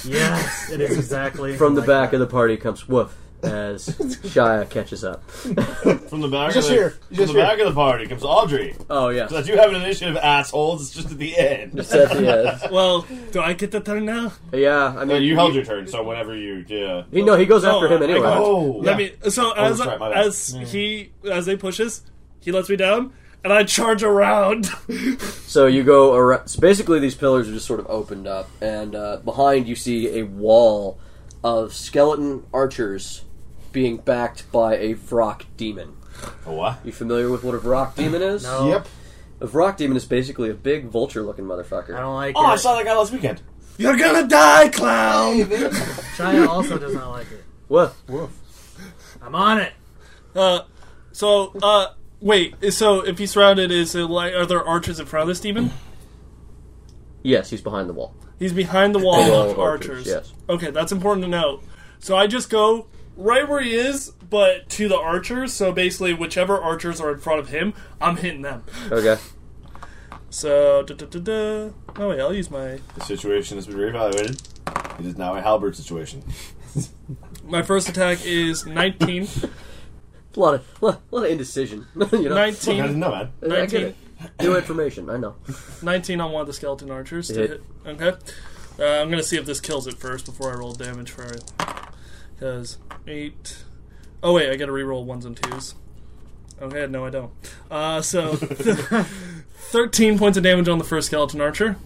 Yes, it is exactly From the like back that. of the party comes woof as Shia catches up. From the back Just of the, here. from Just the here. back of the party comes Audrey. Oh yeah, Because I do have an initiative, assholes. It's just at the end. Just at the end. well, do I get the turn now? Yeah, I No, mean you held your turn, so whenever you, yeah. He, no, he goes after Oh, him I anyway. got it. Oh, Let me. So as that's right, my bad. as he as they push us, he lets me down, and I charge around. So you go around. So basically, these pillars are just sort of opened up, and uh, behind you see a wall of skeleton archers being backed by a Vrock demon. A what? You familiar with what a Vrock demon is? No, Yep. A Vrock demon is basically a big vulture-looking motherfucker. I don't like Oh, I it. saw that guy last weekend. You're gonna die, clown. Shia also does not like it. What? I'm on it. Uh, so uh, wait. So if he's surrounded, is it like are there archers in front of this demon? Yes, he's behind the wall. He's behind the wall wall of of archers, archers. yes. Okay, that's important to know. So I just go right where he is, but to the archers. So basically, whichever archers are in front of him, I'm hitting them. Okay. So da da da da. Oh wait, I'll use my The situation has been reevaluated. It is now a halberd situation. my first attack is 19. A lot of, lot, lot of indecision. you know? I 19, didn't know, man. I get 19, it. New information, I know. 19 on one of the skeleton archers. To Hit. hit. Okay. Uh, I'm going to see if this kills it first before I roll damage for it. Because 8. Oh, wait, I got to reroll ones and twos. Okay, no, I don't. Uh, so 13 points of damage on the first skeleton archer.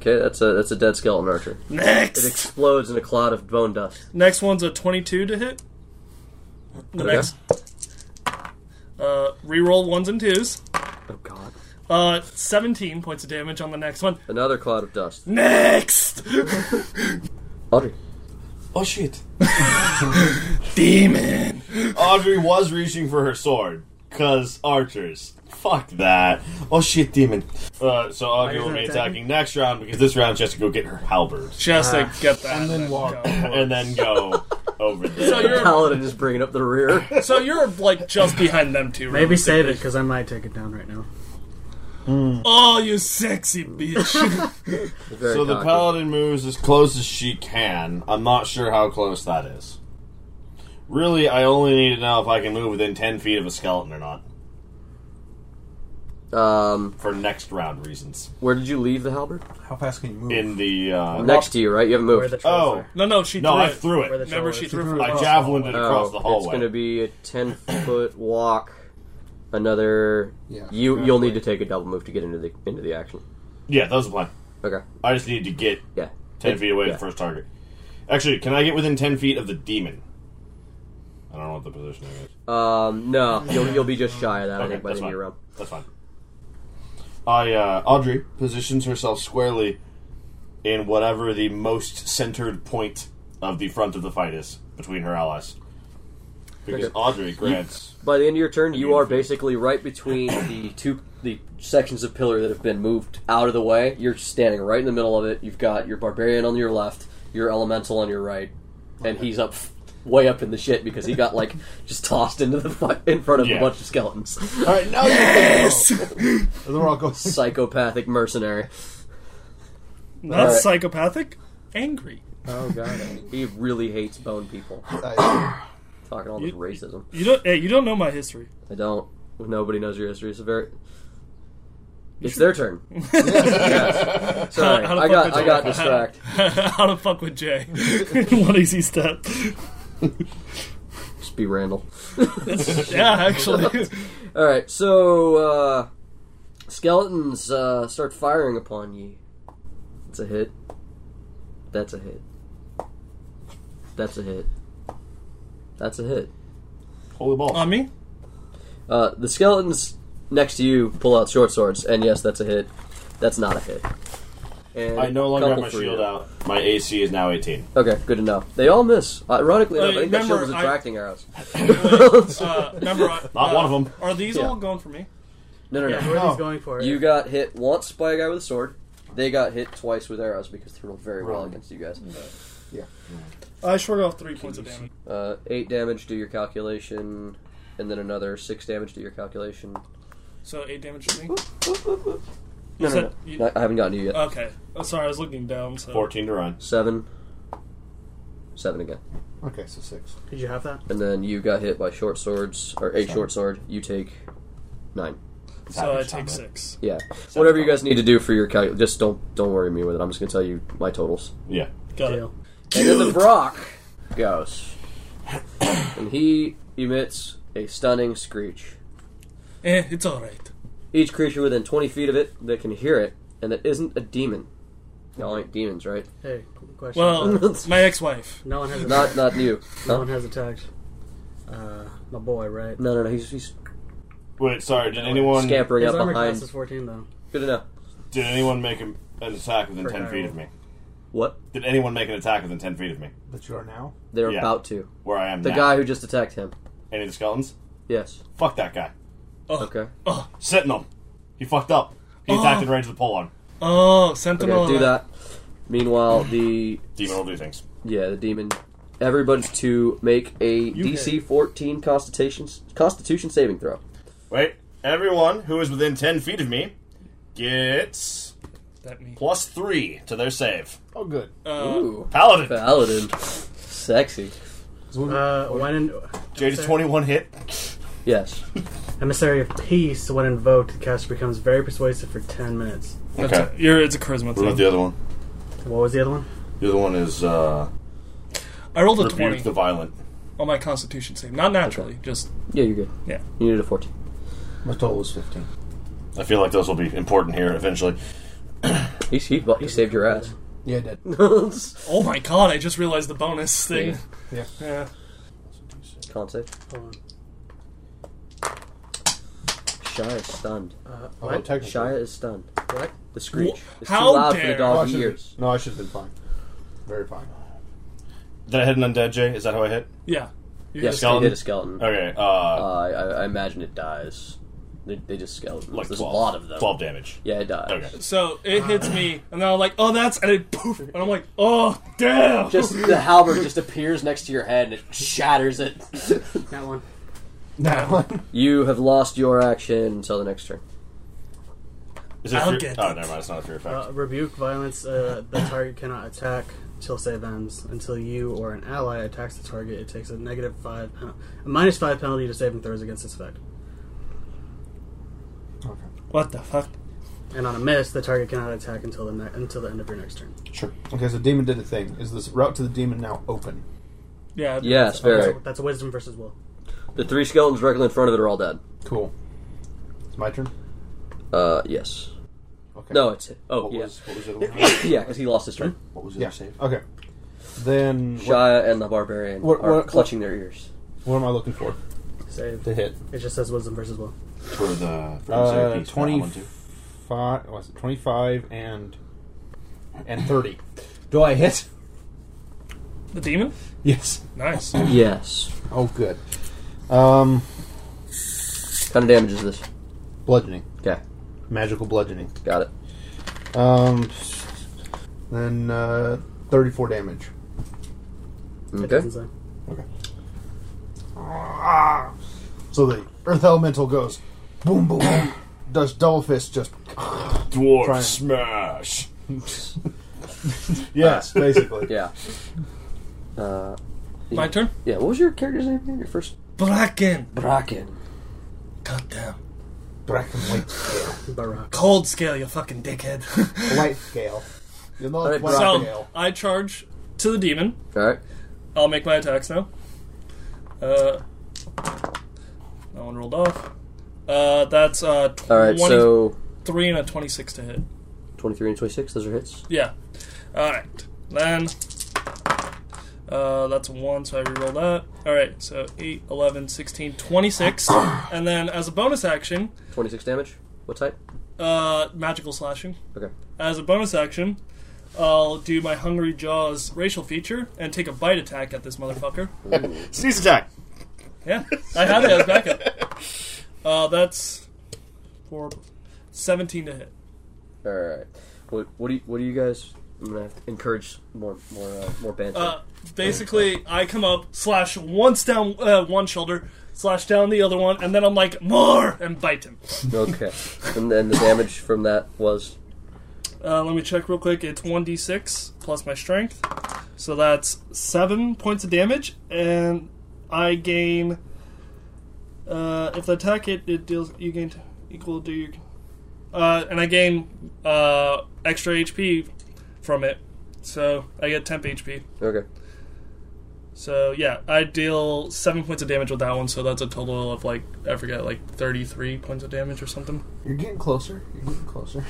Okay, that's a that's a dead skeleton archer. It Next! explodes in a cloud of bone dust. Next one's a 22 to hit. The Okay. next. Uh, reroll ones and twos. Oh god. Uh, 17 points of damage on the next one. Another cloud of dust. Next! Audrey. Oh shit! Demon! Audrey was reaching for her sword. Cause archers. Fuck that. Oh shit, demon! Uh, so Audrey Are you will be attacking? attacking next round because this round she has to go get her halberd. Just to get that. And then walk. and then go over there. So you're- Paladin is bringing up the rear. So you're like just behind them two. Maybe right? save it because I might take it down right now. Oh, you sexy bitch! Very So the cocky. paladin moves as close as she can. I'm not sure how close that is. Really, I only need to know if I can move within 10 feet of a skeleton or not. Um, For next round reasons. where did you leave the halberd? How fast can you move? In the. Uh, Next to you, right? You haven't Where moved. the trolls oh. are. no, no, she No, threw I it. threw Where the it. Remember, troll she is. threw it. She from threw the it. I wall. javelined it across Oh, the It's going to hallway. be a ten foot walk. Another. Yeah, you exactly. you'll need to take a double move to get into the into the action. Yeah, that was the plan. Okay. I just need to get Yeah. 10 feet away yeah. from the first target. Actually, can I get within 10 feet of the demon? I don't know what the positioning is. Um. No, you'll you'll be just shy of that. I Okay, think by the that's end of your fine. round. That's fine. I uh, Audrey positions herself squarely in whatever the most centered point of the front of the fight is between her allies. Because Okay. Audrey grants By the end of your turn, you Beautiful. are basically right between the two the sections of pillar that have been moved out of the way. You're standing right in the middle of it. You've got your barbarian on your left, your elemental on your right, and he's up way up in the shit because he got like just tossed into the fu- in front of Yeah. a bunch of skeletons. All right, now yes! you can go. They're all going. Psychopathic mercenary. Not Alright. psychopathic, angry. Oh god, he really hates bone people. I- Talking all this racism. You don't. Hey, you don't know my history. I don't. Nobody knows your history. It's a very. It's their turn. Yes. Sorry, How to I fuck got with I Jay. got distracted. How to fuck with Jay? One easy step. Just be Randall. Yeah, actually. All right, so uh, skeletons uh, start firing upon ye. It's a hit. That's a hit. That's a hit. That's a hit. holy balls. Um, On me. Uh, the skeletons next to you pull out short swords, and yes, that's a hit. That's not a hit. And I no longer have couple my for shield you. out. My AC is now 18. Okay, good enough. They all miss. Ironically enough, I Hey, think that shield was remember, I- attracting arrows. Uh, remember, I- Not uh, one of them. Are these Yeah. all going for me? No, no, no. Where he's going for it. You got hit once by a guy with a sword. They got hit twice with arrows because they rolled very well Wrong. against you guys. I shrugged off three points of damage. Uh, eight damage, do your calculation, and then another six damage, do your calculation. So eight damage to me. No, no, said no. you- No, I haven't gotten you yet. Okay. Oh, sorry, I was looking down. Oh. So 14 to run. Seven. Seven again. Okay, so six. Did you have that? And then you got hit by short swords, or a short sword. You take nine. so I Savage take combat. six. Yeah. Whatever you guys need to do for your calc. Just don't don't worry me with it. I'm just going to tell you my totals. Yeah. Got it. Deal. And then the Brock goes. and he emits a stunning screech. Eh, it's all right. Each creature within 20 feet of it that can hear it and that isn't a demon. Y'all ain't demons, right? Hey, question. Well, my ex-wife. no one has attacked. Not not you. no Huh? one has attacked. Uh, my boy, right? No, no, no. He's, he's Wait, sorry. Did anyone scampering His up armor class is behind. 14, though. Good enough. did anyone make an an attack within For 10 Hyrule. feet of me? What? Did anyone make an attack within 10 feet of me? That you are now? They're Yeah. about to. Where I am The now. guy who just attacked him. Any of the skeletons? Yes. Fuck that guy. Oh. Okay. Sentinel. He fucked up. Oh. He attacked in range of the pole arm. Oh, Okay. Sentinel. do that. Meanwhile, the Demon will do things. yeah, the demon. Everybody's to make a DC 14 Constitution Constitution saving throw. Wait. Everyone who is within 10 feet of me gets That me. plus 3 to their save. Oh, good. Uh, Ooh. Paladin. Paladin. Sexy. Uh, one in, JD 21 hit. Yes. emissary of peace. When invoked, the caster becomes very persuasive for 10 minutes. Okay. you're, it's a charisma What about thing. the other one? What was the other one? The other one is uh, I rolled a rebuke twenty the violent. on my Constitution save. Not naturally, just Yeah, you're good. Yeah. You needed a 14. My total was 15. I feel like those will be important here eventually. He, he, he saved your ass. Yeah, I did. Oh my god, I just realized the bonus thing. Yeah. Yeah. Can't save. Hold on. Shia is stunned. Although technically- Shia is stunned. What? The screech. Wha- is how too loud for dare- the Oh, I dog's should've- ears. No, I should have been fine. Very fine. Did I hit an undead, Jay? Is that how I hit? Yeah. You Yes, just- they skeleton? hit a skeleton. Okay, uh, Uh, I, I imagine it dies. They, they just skeletons. like There's 12, a lot of them. 12 damage. Yeah, it dies. Okay. So it hits me, and then I'm like, oh, that's, and it poof, and I'm like, oh, damn. Just the halberd just appears next to your head and it shatters it. That one. No. you have lost your action until the next turn. Is it I'll fear- get Oh, it. never mind. It's not a fear effect. Uh, rebuke violence. Uh, the target cannot attack till save ends. Until you or an ally attacks the target, it takes a negative five, pen- a minus five penalty to saving throws against this effect. okay. What the fuck? And on a miss, the target cannot attack until the ne- until the end of your next turn. Sure. Okay, so demon did a thing. Is this route to the demon now open? Yeah. I'd- Yes, very. That's a wisdom versus will. The three skeletons directly in front of it are all dead. Cool. It's my turn. Uh, yes. Okay. No, it's. Oh, what, yeah. was, Hmm? what was the other one? yeah, because he lost his turn. What was the Yeah. other save? Okay. Then what, Shia and the barbarian What- are what- clutching their ears. what am I looking for Save. to hit? It just says wisdom versus will. For the for Uh, the Five. What's it? Twenty-five and and thirty. Do I hit? The demon? Yes. Nice. Yes. Oh, good. Um, kind of damage is this? bludgeoning. Okay, Magical bludgeoning. got it. Um, then uh, thirty-four damage. It Okay. doesn't say. Ah! So the earth elemental goes, boom, boom, boom. Does double fist just? Dwarf Try- smash. Yes, basically. Yeah. Uh, My turn? yeah. What was your character's name again? Your first Bracken. Bracken. Goddamn. Black and white scale. Barak. Cold scale, you fucking dickhead. White scale. You love Alright, white so- scale. so I charge to the demon. All right. I'll make my attacks now. Uh, that one rolled off. Uh, that's uh, All right. 23 So and a 26 to hit. twenty-three and twenty-six. Those are hits. Yeah. Alright. Then. Uh, that's a 1, so I reroll that. Alright, so 8, 11, 16, 26. and then as a bonus action, Twenty-six damage. What type? Uh, magical slashing. Okay. As a bonus action, I'll do my Hungry Jaws racial feature and take a bite attack at this motherfucker. Sneeze attack. Yeah, I had it as backup. Uh, that's for 17 to hit. All right. What what do you, what do you guys? I'm gonna have to encourage more more uh, more banter. Uh, basically, I come up, slash once down uh, one shoulder, slash down the other one, and then I'm like, more! and bite him. okay. And then the damage from that was Uh, let me check real quick. It's 1d6 plus my strength. So that's 7 points of damage, and I gain. Uh, if the attack it, it deals. You gain t- equal to your. Uh, and I gain uh, extra HP from it. So I get temp HP. okay. So yeah, I deal 7 points of damage with that one, so that's a total of like, I forget, like 33 points of damage or something. You're getting closer. You're getting closer.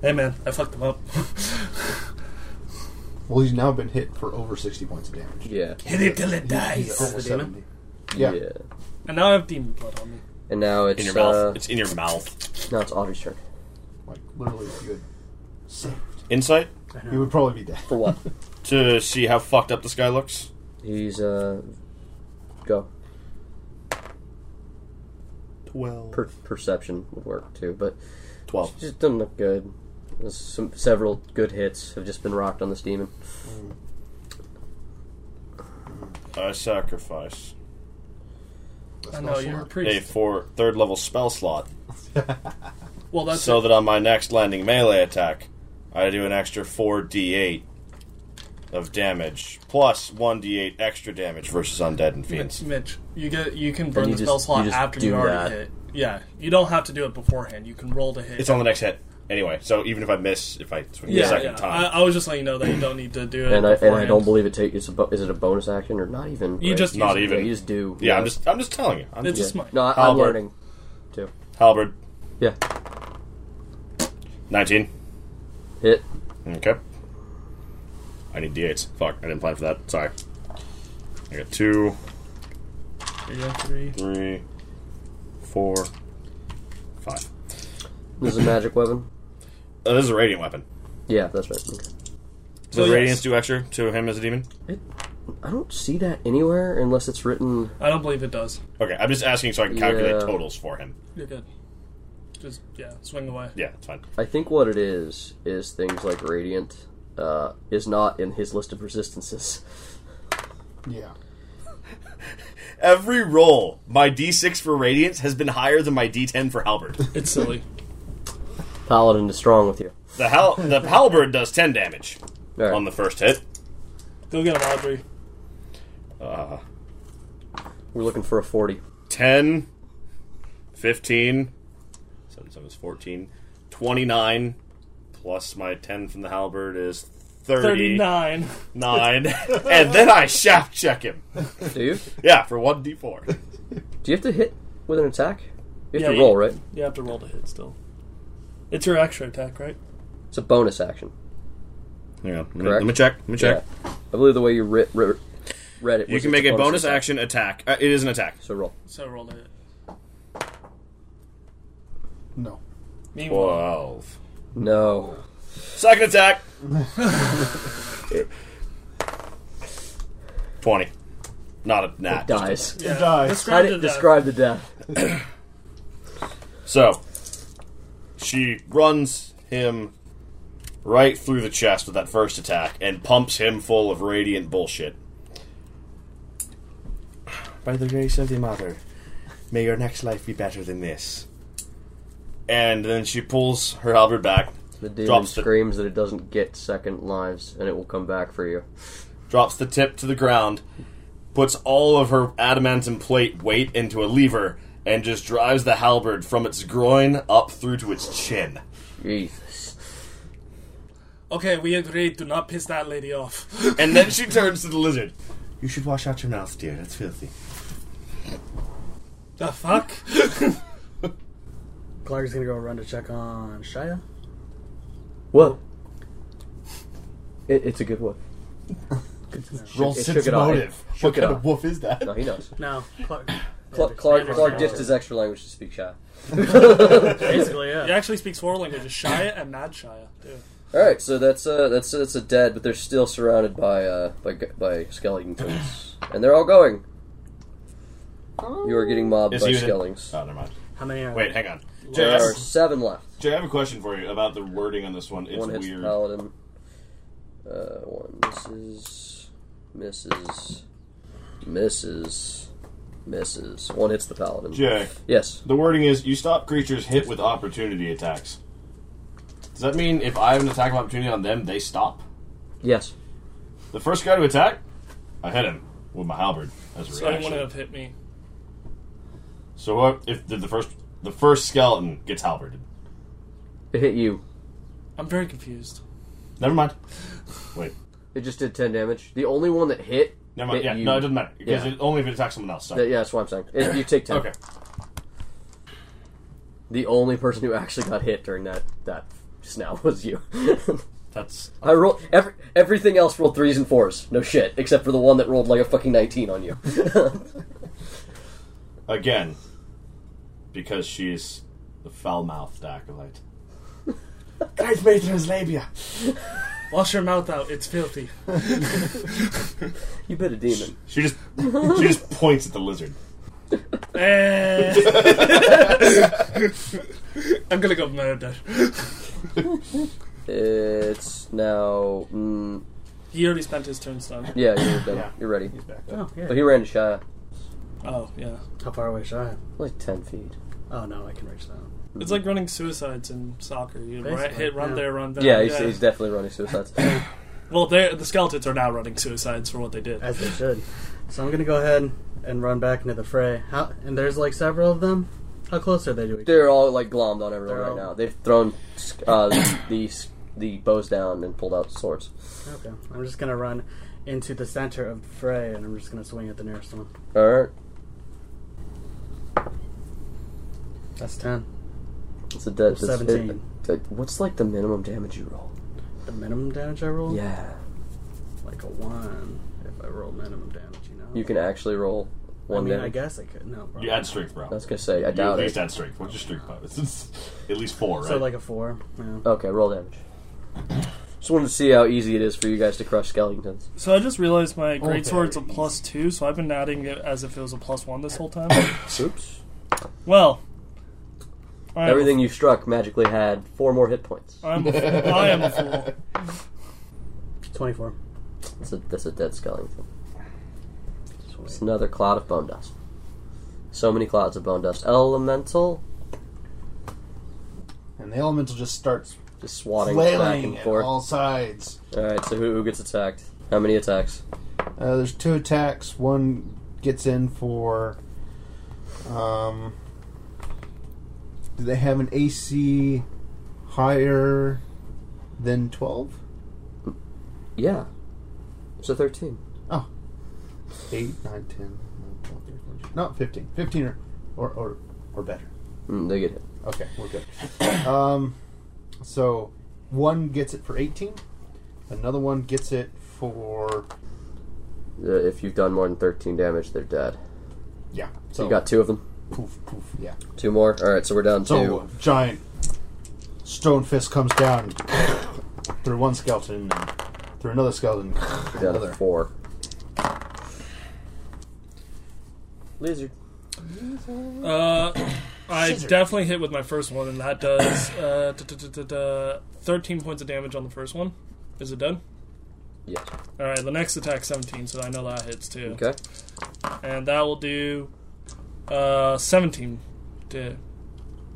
Hey man, I fucked them up. Well, he's now been hit for over 60 points of damage. Yeah. Hit it till it dies. He's almost Damon? 70. Yeah. And now I have demon blood on me. And now it's In your uh, mouth. It's in your mouth. now it's Audrey's turn. Like, literally, if you had saved, Insight he would probably be dead. For what? to see how fucked up this guy looks. He's uh, go. Twelve. Per- perception would work too, but Twelve. just doesn't look good. There's some several good hits have just been rocked on this demon. I sacrifice I know you're a priest. a four third level spell slot Well, that's so that on my next landing melee attack, I do an extra four d8 of damage plus one d8 extra damage versus undead and fiends. Mitch. You get you can burn you the just- spell slot you just after do you already that. hit. Yeah, you don't have to do it beforehand. You can roll to hit. It's on the next hit anyway. So even if I miss, if I swing the yeah, second yeah. time, I, I was just letting you know that you don't need to do it. And I and beforehand. I don't believe it takes. It's a bo- is it a bonus action or not even? you right? just not use it. yeah, even. you just do. yeah, I'm just I'm just telling you. I'm It's Yeah. just mine. No, I, I'm Halberd. learning. Halberd Yeah, nineteen. hit. Okay. I need d8s. Fuck, I didn't plan for that. Sorry. I got two, There you go, three. three, four, five. This is a magic weapon. Oh, this is a radiant weapon. Yeah, that's right. Okay. Does So, yes. radiance do extra to him as a demon? I don't see that anywhere unless it's written. I don't believe it does. Okay, I'm just asking so I can calculate Yeah. totals for him. You're good. Just yeah, swing away. Yeah, it's fine. I think what it is is things like radiant uh, is not in his list of resistances. Yeah. Every roll, my d6 for radiance has been higher than my d10 for halberd. It's silly. Paladin is strong with you. The hal- the halberd does 10 damage All right. on the first hit. Go get him, Audrey. We're looking for a forty. 10, 15, 7, 7 is 14, 29, plus my 10 from the halberd is 39. Thirty-nine. and then I shaft check him. Do you? Yeah, for 1d4. Do you have to hit with an attack? You have Yeah, to roll, you- right? You have to roll to hit still. It's your extra attack, right? It's a bonus action. Hang on. Let me, Correct. let me check. Let me check. Yeah. I believe the way you re- re- read it. You was can it's make a bonus attack. action attack. Uh, it is an attack. So roll. So roll to hit. No. Meanwhile, 12. No. Second attack. 20. Not a nat. just a- Dies. It dies. How describe did the it death. describe the death? So she runs him right through the chest with that first attack and pumps him full of radiant bullshit. By the grace of the mother, may your next life be better than this. And then she pulls her halberd back, The demon Drops the- screams that it doesn't get second lives, and it will come back for you. drops the tip to the ground, puts all of her adamantium plate weight into a lever, and just drives the halberd from its groin up through to its chin. Jesus. Okay, we agreed. Do not piss that lady off. And then she turns to the lizard. You should wash out your mouth, dear. That's filthy. the fuck? Clark's gonna go run to check on Shia. What? It, it's a good one. Roll It sense shook it off. motive. It What shook it kind of off. wolf is that? No, Oh, he knows. No, Clark. Cl- Yeah, Clark, there's Clark no- ditched his extra language to speak Shia. Basically, yeah. He actually speaks four languages: Shia and Nad Shia. Dude. All right, so that's uh, that's that's a dead, but they're still surrounded by uh, by g- by skeleton twins, and they're all going. You are getting mobbed Is by he within- skellings. Oh, never mind. How many are Wait, hang on. Jay, I There have, are seven left. Jay, I have a question for you about the wording on this one. It's one hits weird. the paladin. Uh, one misses, misses, misses, misses. One hits the paladin. Jay, Yes. the wording is you stop creatures hit with opportunity attacks. Does that mean if I have an attack of opportunity on them, they stop? Yes. The first guy to attack, I hit him with my halberd as a So reaction. anyone would have hit me. So what if the, the first the first skeleton gets halberded? It hit you. I'm very confused. Never mind. Wait. It just did ten damage. The only one that hit. Never hit mind. Yeah, you. no, it doesn't matter. Because Yeah. it, only if it attacks someone else. Sorry. That- yeah, that's what I'm saying. It, you take ten. Okay. The only person who actually got hit during that that snow was you. That's I rolled every, everything else rolled threes and fours. No shit, except for the one that rolled like a fucking nineteen on you. again because she's the foul mouthed acolyte. Great matron's labia. Wash your mouth out. It's filthy. you bit a demon. She just she just points at the lizard. Eh. I'm gonna go murder. It's now. Mm, He already spent his turn stun. yeah, you're done. You're ready. Oh, But yeah. he ran to Shia. Oh yeah. How far away should I? am? Like ten feet. Oh no, I can reach that. one. It's like running suicides in soccer. You right, Basically, hit, run yeah. there, run there. yeah, he's, he's definitely running suicides. well, they're- the skeletons are now running suicides for what they did. As they should. So I'm gonna go ahead and run back into the fray. How? And there's like several of them. How close are they to each? They're all like glommed on everyone They're right all- now. They've thrown uh, the the bows down and pulled out swords. Okay. I'm just gonna run into the center of the fray, and I'm just gonna swing at the nearest one. All right, That's ten. it's a dead. it's- it- 17. it- what's like the minimum damage you roll? The minimum damage I roll. Yeah, Like a one. If I roll minimum damage, you know. you can actually roll one I mean, damage. I guess I could. No. Probably. You add strength, bro. I was gonna say I you at doubt least it. add strength. What's your strength bonus? at least four, right? So like a four. Yeah. Okay, roll damage. Just wanted to see how easy it is for you guys to crush skeletons. So I just realized Oh, my very greatsword's a plus two, so I've been adding it as if it was a plus one this whole time. Oops. well, I am a- Everything you struck magically had four more hit points. I'm a fool. I am a fool. Twenty-four. That's a, that's a dead skeleton. It's Sweet. another cloud of bone dust. So many clouds of bone dust. Elemental And the elemental just starts just swatting Oh. back flailing and at forth. all sides. All right, so who, who gets attacked? How many attacks? Uh, there's two attacks. One gets in for. Um, do they have an AC higher than 12? Yeah, so thirteen. Oh. 8, 9, 10, 11, 12, 13, 14. No, 15. 15 or, or, or, or better. Mm, they get hit. Okay, we're good. Um, so one gets it for 18, another one gets it for. Uh, if you've done more than thirteen damage, they're dead. Yeah. So So you got two of them. poof, poof, yeah. Two more. All right, so we're down So to a giant stone fist comes down through one skeleton, and through another skeleton, down to another. four. Lizard. Uh, I definitely hit with my first one, and that does uh, duh, duh, duh, duh, duh, 13 points of damage on the first one. Is it done? Yes. All right, the next attack 17, so I know that hits too, Okay. and that will do uh, 17 to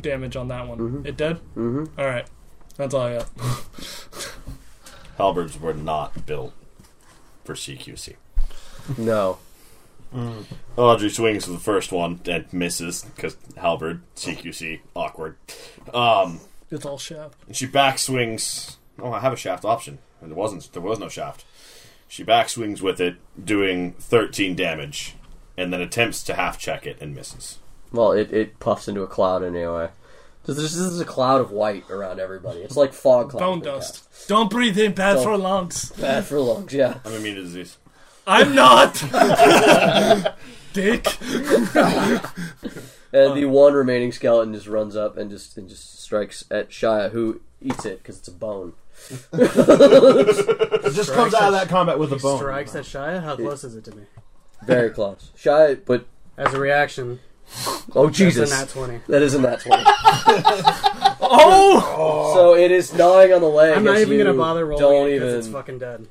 damage on that one. It dead. Mm-hmm. All right, that's all I got. Halberds were not built for CQC. No. Audrey swings for the first one and misses because halberd CQC awkward. Um, It's all shaft. and she backswings. Oh, I have a shaft option. And There wasn't. There was no shaft. She backswings with it, doing thirteen damage, and then attempts to half check it and misses. Well, it, it puffs into a cloud anyway. So This, this is a cloud of white around everybody. It's like fog cloud. Bone for cats. dust. Don't breathe in. Bad Don't- for lungs. Bad for lungs, yeah. I'm immune to disease. I'm not. dick. And the one remaining skeleton just runs up and just and just strikes at Shia, who eats it because it's a bone. It just comes out of that combat with a bone. Strikes at Shia. How close is it to me? Very close. Shia, but As a reaction, oh Jesus, Jesus. that's a nat 20. that isn't that twenty. oh, so it is gnawing on the leg. I'm not as even going to you bother Don't rolling it because even. it's fucking dead.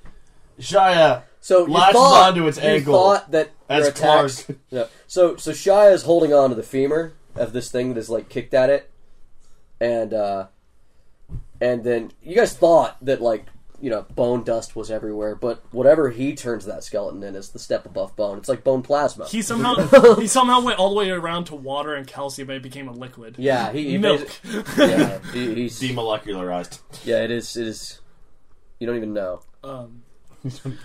Shia. So you Latches thought, onto its you ankle. thought that That's your attacks. Clark. Yeah. So so Shia is holding on to the femur of this thing that is like kicked at it, and uh, and then you guys thought that like you know bone dust was everywhere, but whatever he turns that skeleton in is the step above bone. It's like bone plasma. he somehow he somehow went all the way around to water and calcium, and it became a liquid. yeah, he, he Milk. basi- yeah, he- he's, Demolecularized. yeah, it is. It is. You don't even know. Um,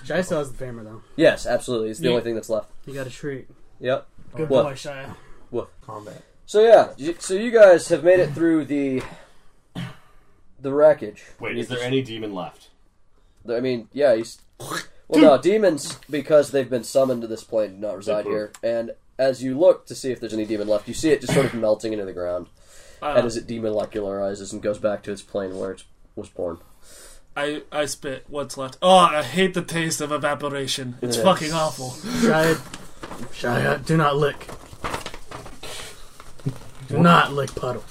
Shia still has the family though. Yes, absolutely. It's the You- only thing that's left. You got a treat. Yep. Good What? boy, Shia. Combat. So yeah, you- so you guys have made it through the the wreckage. Wait, You is there just- any demon left? I mean, yeah, he's. Well, no, demons, because they've been summoned to this plane, do not reside here. And as you look to see if there's any demon left, you see it just sort of melting into the ground. Uh. and as it demolecularizes and goes back to its plane where it was born. I I spit what's left. Oh, I hate the taste of evaporation. It's Yes. fucking awful. Shia, Shia, uh, do not lick. Do not lick puddle.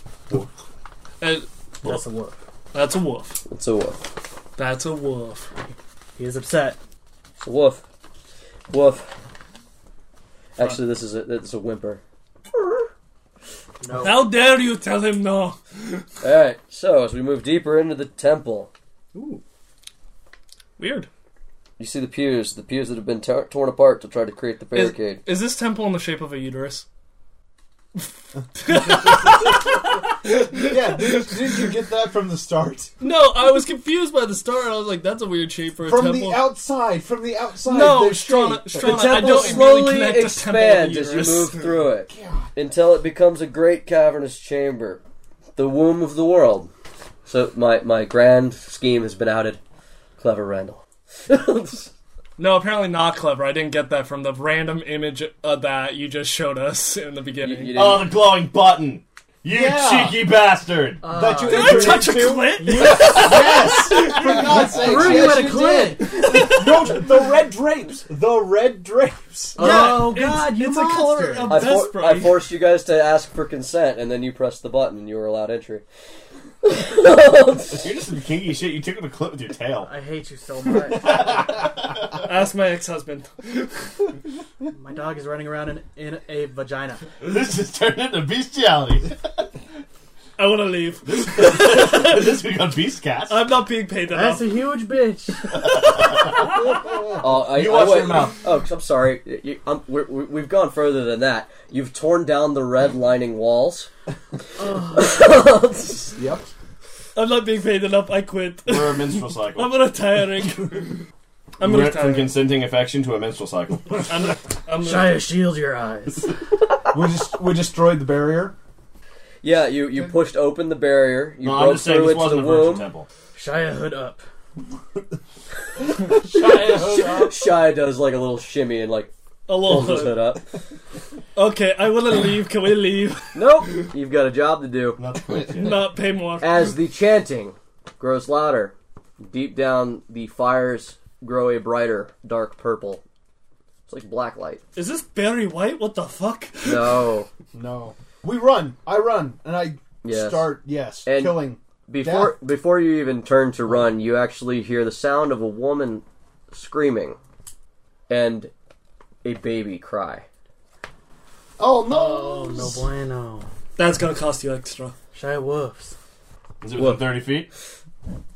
And That's a wolf. that's a wolf. It's a wolf. That's a wolf. He is upset. It's a wolf. Wolf. Actually, this is a, this is a whimper. No. How dare you tell him no? Alright, so as we move deeper into the temple, Weird. you see the pews, the pews that have been tor- torn apart to try to create the Is, barricade. is this temple in the shape of a uterus? Yeah, did, did you get that from the start? No, I was confused by the star. I was like, that's a weird shape for a From temple. the outside, from the outside. no, they're Strana, shaped. The Strana, I temple don't really slowly connect the temple and expands the as you uterus. move through it until it becomes a great cavernous chamber, the womb of the world. So my my grand scheme has been outed. Clever Randall. No, apparently not clever. I didn't get that from the random image uh, that you just showed us in the You- beginning. you didn't- Oh, the glowing button! You Yeah. cheeky bastard! Uh, That you Did I entered touch a into? clit? Yes! For God's sake, Threw you at yes, a you clip. did. No, the red drapes. The red drapes. Oh Yeah, God, it's, you it's a color monster! of I, for- Vesper. I forced you guys to ask for consent, and then you pressed the button, and you were allowed entry. You're just some kinky shit. You tickled a clip with your tail. I hate you so much. Ask my ex-husband. My dog is running around in, in a vagina. This just turned into bestiality. I want to leave. this week on Beastcast. I'm not being paid enough. That's a huge bitch. Oh, I, You I watch went- your mouth. Oh, I'm sorry. You, I'm, we're, we- we've gone further than that. You've torn down the red lining walls. Yep. I'm not being paid enough. I quit. We're a menstrual cycle. I'm retiring. I'm We went from retiring. consenting affection to a menstrual cycle. I'm, I'm Shia, shield your eyes. We just we destroyed the barrier. Yeah, you, you pushed open the barrier. You No, broke I'm just saying through this into wasn't the a virgin womb. temple. Shia, hood up. Shy does like a little shimmy and like a little pulls his head hood. up. Okay, I want to leave. Can we leave? Nope, you've got a job to do. Not quite yet. not pay more. As the chanting grows louder, deep down the fires grow a brighter dark purple. It's like black light. Is this Barry White? What the fuck? No. No. We run. I run, and I Yes. start. Yes. And- killing. Before before you even turn to run, you actually hear the sound of a woman screaming and a baby cry. Oh no. Oh no bueno. That's gonna cost you extra. Shia woofs. Is it within 30 feet?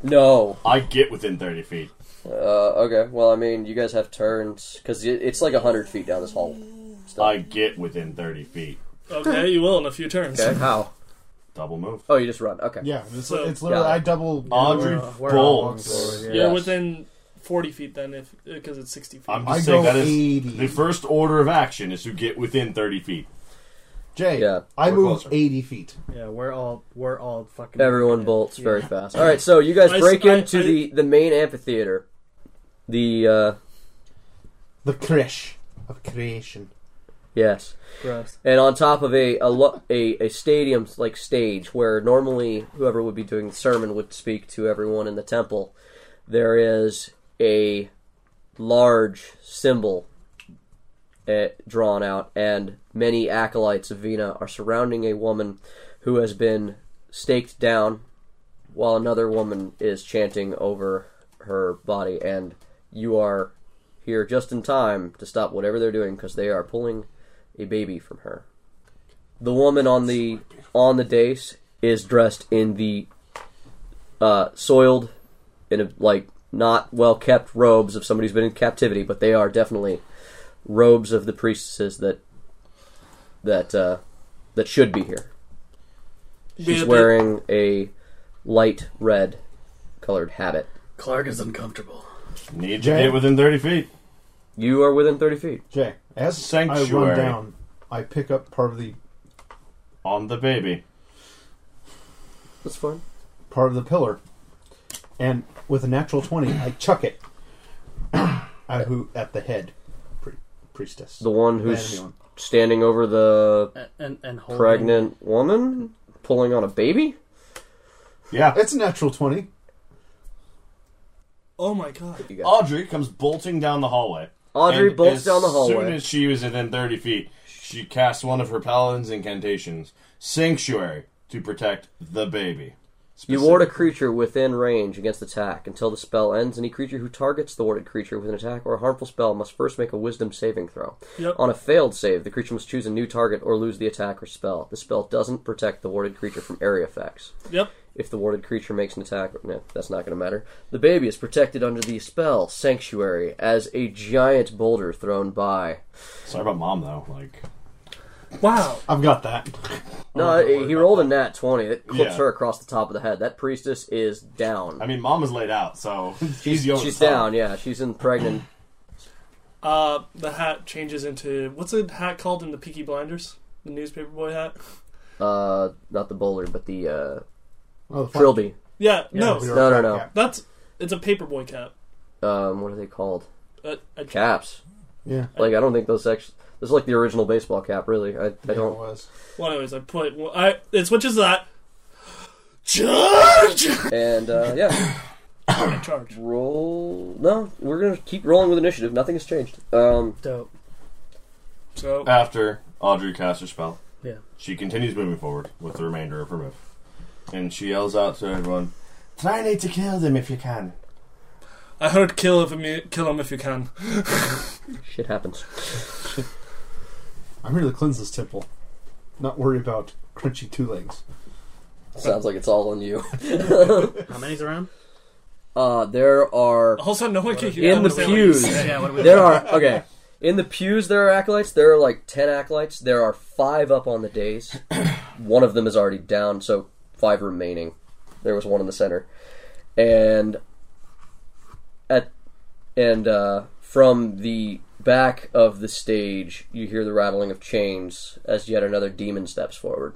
No. I get within 30 feet. Uh, okay. Well, I mean, you guys have turns because it, it's like hundred feet down this hall. I get within 30 feet. Okay, you will in a few turns. Okay. How? Double move. Oh, you just run. Okay. Yeah. It's, So- it's literally. Yeah. I double. Audrey we're- we're Bolts. all- You're Yes. within 40 feet then, if because it's 60 feet. I'm I just saying go that is 80. the first order of action is to get within 30 feet. Jay. Yeah. I We're move closer. eighty feet. Yeah, we're all we're all fucking. Everyone bolts very fast. All right, so you guys I s- break I- into I- the the main amphitheater. The uh, The crash of creation. Yes. Gross. And on top of a a, lo- a a stadium like stage where normally whoever would be doing the sermon would speak to everyone in the temple, there is a large symbol eh, drawn out, and many acolytes of Vina are surrounding a woman who has been staked down, while another woman is chanting over her body. And you are here just in time to stop whatever they're doing because they are pulling a baby from her. The woman on the on the dais is dressed in the uh, soiled, in a, like not well kept robes of somebody who's been in captivity, but they are definitely robes of the priestesses that that uh, that should be here. Be a She's bit- wearing a light red colored habit. Clark is uncomfortable. Need to Jay? get within 30 feet. You are within thirty feet. Jay, as I Sanctuary. run down, I pick up part of the On the baby. That's fine. part of the pillar, and with a natural twenty, I chuck it. I who at the head, pri- priestess. The one The who's enemy one. standing over the And and, and holding, pregnant woman pulling on a baby? Yeah. It's a natural twenty. Oh my god. You got Audrey comes bolting down the hallway. Audrey And bolts as down the soon hallway. as she was within 30 feet, she casts one of her paladin's incantations, Sanctuary, to protect the baby. You ward a creature within range against attack until the spell ends. Any creature who targets the warded creature with an attack or a harmful spell must first make a wisdom saving throw. Yep. On a failed save, the creature must choose a new target or lose the attack or spell. The spell doesn't protect the warded creature from area effects. Yep. If the warded creature makes an attack, no, that's not going to matter. The baby is protected under the spell Sanctuary as a giant boulder thrown by. Sorry about mom, though. Like, Wow. I've got that. Oh, No, he rolled a nat twenty. It clips Yeah. her across the top of the head. That priestess is down. I mean, mom is laid out, so she's over She's the top. down. Yeah, she's in pregnant. Uh, the hat changes into what's a hat called in the Peaky Blinders? The newspaper boy hat. Uh, not the bowler, but the uh, Oh, the fuck. trilby. Yeah. no. we were No, no, back no. at- That's it's a paper boy cap. Um, what are they called? Uh, I, Caps. Yeah. Like I don't think those actually. This is like the original baseball cap, really. I, I Yeah, it don't. was. well, anyways, I put. Well, I it switches that. Charge. And uh, yeah, I charge. roll. No, we're gonna keep rolling with initiative. Nothing has changed. Um, Dope. So After Audrey casts her spell, Yeah. she continues moving forward with the remainder of her move. And she yells out to everyone, Try not to kill them if you can. I heard kill if you, kill him if you can. shit happens. I'm here to cleanse this temple. Not worry about crunchy two legs. Sounds like it's all on you. How many's around? Uh, there are Also, no one can hear. in the what I'm saying. pews. Yeah, what do we There are okay. In the pews, there are acolytes. There are like ten acolytes. There are five up on the days. one of them is already down, so five remaining. There was one in the center, and at and uh, from the back of the stage, you hear the rattling of chains as yet another demon steps forward.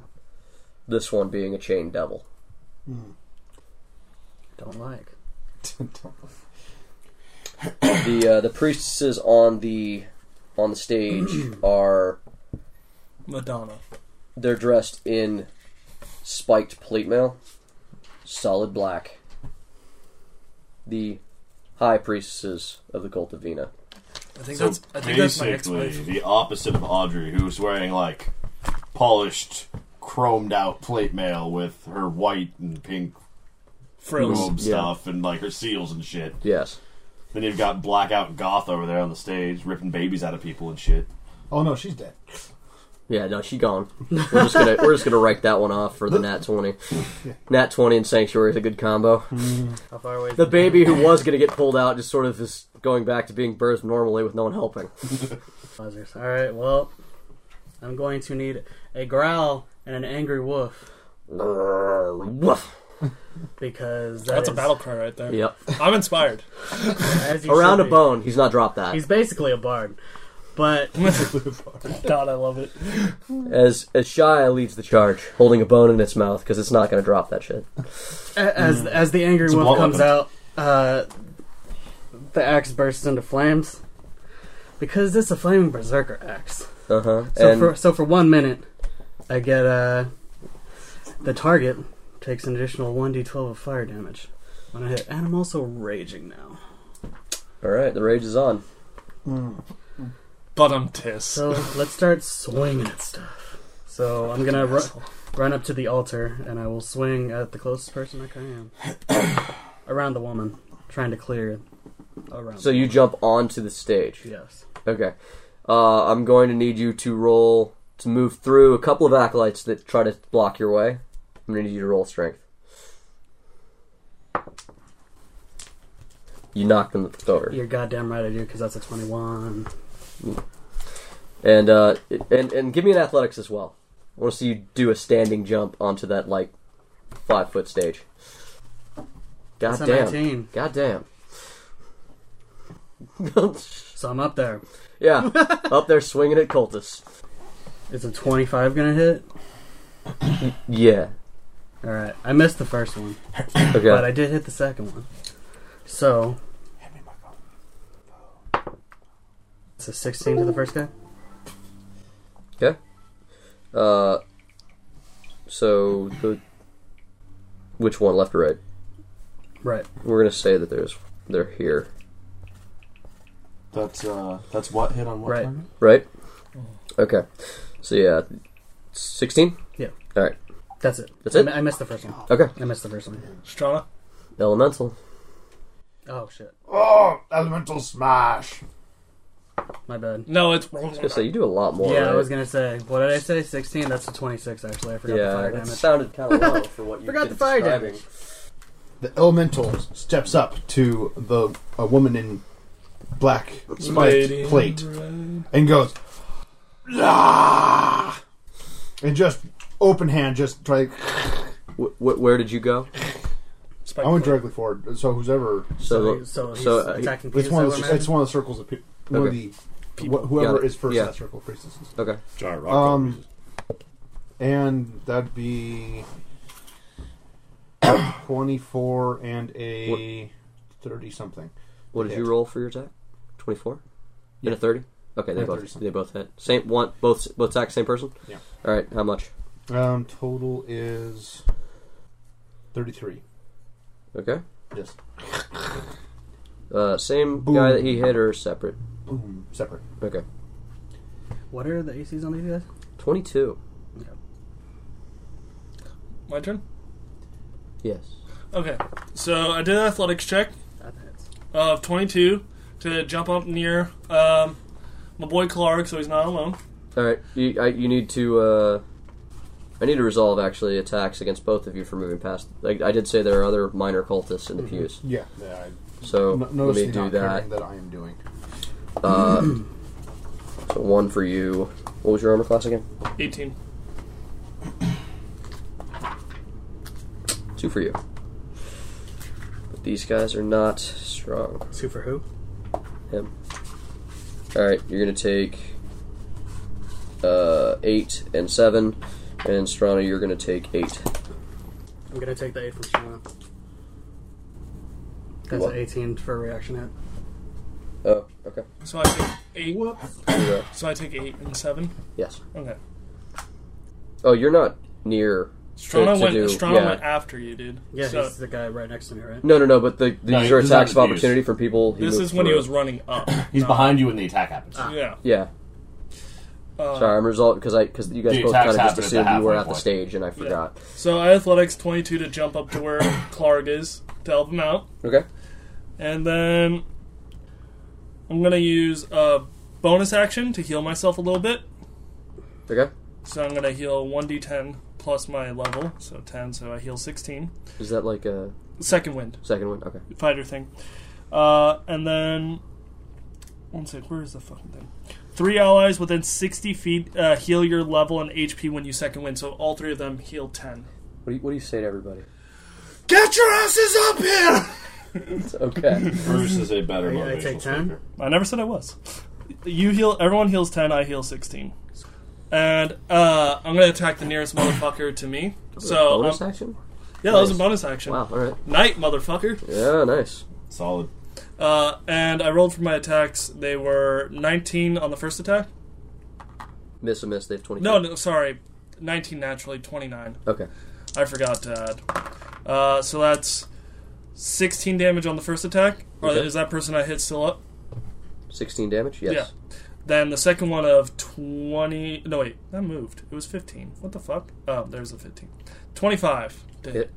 This one being a chain devil. Don't like. The uh, the priestesses on the on the stage are Madonna. They're dressed in spiked plate mail, solid black. The high priestesses of the cult of Vina. I think So that's. I think that's my basically ex-wife. the opposite of Audrey, who's wearing like polished, chromed out plate mail with her white and pink Frills. robe Yeah. stuff and like her seals and shit. Yes. Then you've got blackout goth over there on the stage ripping babies out of people and shit. Oh no, she's dead. Yeah, no, she gone. We're just gonna we're just gonna write that one off for the Nat twenty. Nat twenty and Sanctuary is a good combo. How far away? Is The baby who was gonna get pulled out just sort of is going back to being birthed normally with no one helping. buzzers? All right. Well, I'm going to need a growl and an angry woof Woof. because that That's a is- battle cry right there. Yep. I'm inspired. as you Around should a be. bone. He's not dropped that. He's basically a bard, but God, I love it. As as Shia leads the charge, holding a bone in its mouth because it's not going to drop that shit. A- as as the angry It's a wolf blunt comes weapon. out, uh, the axe bursts into flames because it's a flaming berserker axe. Uh huh. So and for so for one minute, I get uh, the target takes an additional one d12 of fire damage when I hit, and I'm also raging now. all right, the rage is on. Mm. But I'm tiss. So let's start swinging at stuff. So I'm gonna ru- run up to the altar, and I will swing at the closest person I can, around the woman, trying to clear around. So you jump onto the stage. yes, Okay. Uh, I'm going to need you to roll to move through a couple of acolytes that try to block your way. I'm going to need you to roll strength. You knock them over, you're goddamn right I do because that's a 21. and uh, and and give me an athletics as well. I want to see you do a standing jump onto that like five foot stage. God That's a damn! 19. God damn! So I'm up there. yeah, up there swinging at cultists. Is a 25 gonna hit? Yeah. All right, I missed the first one. Okay. But I did hit the second one. So. It's a 16 to the first guy? Uh, so the which one, left or right? Right. We're gonna say that there's they're here, That's uh, that's what hit on what Right. target? right? Okay. So yeah, sixteen. Mm-hmm. Yeah. All right. That's it. That's it? I, mi- I missed the first one. Okay. I missed the first one. Strana? Elemental. Oh, shit. Oh, elemental smash. My bad. No, it's. I was gonna say you do a lot more. yeah, I right? was going to say. What did I say? 16? That's a 26, actually. I forgot the Yeah, fire that damage. sounded kind of low for what you Forgot been the fire describing. damage. The elemental steps up to the a woman in black spiked plate and goes, "Ah!" and just open hand, just try. Wh- wh- where did you go? Spike I went plate. directly forward, so whoever So, he- so he's so, uh, attacking it's one, Peter of the, Silverman? it's one of the circles of people. One of Okay. the wh- whoever Got it. is first Yeah. in that circle of priestesses, okay. Giant rock. Um, pieces. and that'd be twenty-four and a thirty something. What did Hit. you roll for your attack? Twenty four. Yeah. And a thirty. Okay, they Yeah, both 30. they both hit. Same one. Both both attack same person. Yeah. All right. How much? Um, total is thirty-three. Okay. Yes, Uh, same Boom. guy that he hit or separate? boom, separate. Okay. What are the ACs on these guys? 22. My turn? Yes. Okay. So I did an athletics check That hits. of 22 to jump up near um, my boy Clark so he's not alone. Alright, you, I, you need to, uh... I need to resolve, actually, attacks against both of you for moving past... Like, I did say there are other minor cultists in the Mm-hmm. pews. Yeah, yeah I, So, Oh, no, let notice me the do not that. that. that I am doing. So, one for you. What was your armor class again? 18. Two for you. But these guys are not strong. Two for who? Him. Alright, you're gonna take... Uh, eight and seven. And Strana, you're gonna take eight. I'm going to take the 8 from Shana. That's What? an 18 for a reaction hit. Oh, okay. So I take 8. Zero. So I take 8 and 7. Yes. Okay. Oh, you're not near. Strana, to went, do- Strana yeah. went after you, dude. Yeah, So he's the guy right next to me, right? No, no, no. But the, these No, are he's not attacks of abused. opportunity from people. He this moved is when he through. was running up. He's behind you when the attack happens. Yeah. Yeah. Uh, Sorry, I'm result because I because you guys The both kind attacks of just happened at the assumed you were halfway at the point. stage, and I forgot. So I athletics 22 to jump up to where Clark is to help him out. Okay. And then I'm going to use a bonus action to heal myself a little bit. Okay. So I'm going to heal 1d10 plus my level, so 10, so I heal 16. Is that like a Second wind, second one? Okay. fighter thing. Uh, and then. One sec, where is the fucking thing? Three allies within 60 feet uh, heal your level and HP when you second wind, so all three of them heal What 10. do you, what do you say to everybody? Get your asses up here! It's okay. Bruce is a better I motivational take 10? speaker. I never said I was. You heal. Everyone heals ten. I heal sixteen. And uh, I'm gonna attack the nearest motherfucker to me. So bonus um, action. yeah, that was a Nice. bonus action. Wow. All right. Night, motherfucker. Yeah. Nice. Solid. Uh, and I rolled for my attacks. They were 19 on the first attack Miss a miss. They have twenty. No, no, sorry. 19 naturally, 29. Okay. I forgot to add. Uh, so that's 16 damage on the first attack. Or Okay. is that person I hit still up? Sixteen damage. Yes. Yeah. Then the second one of 20. No, wait. That moved. It was 15. What the fuck? Oh, there's the 15. 25. to Hit.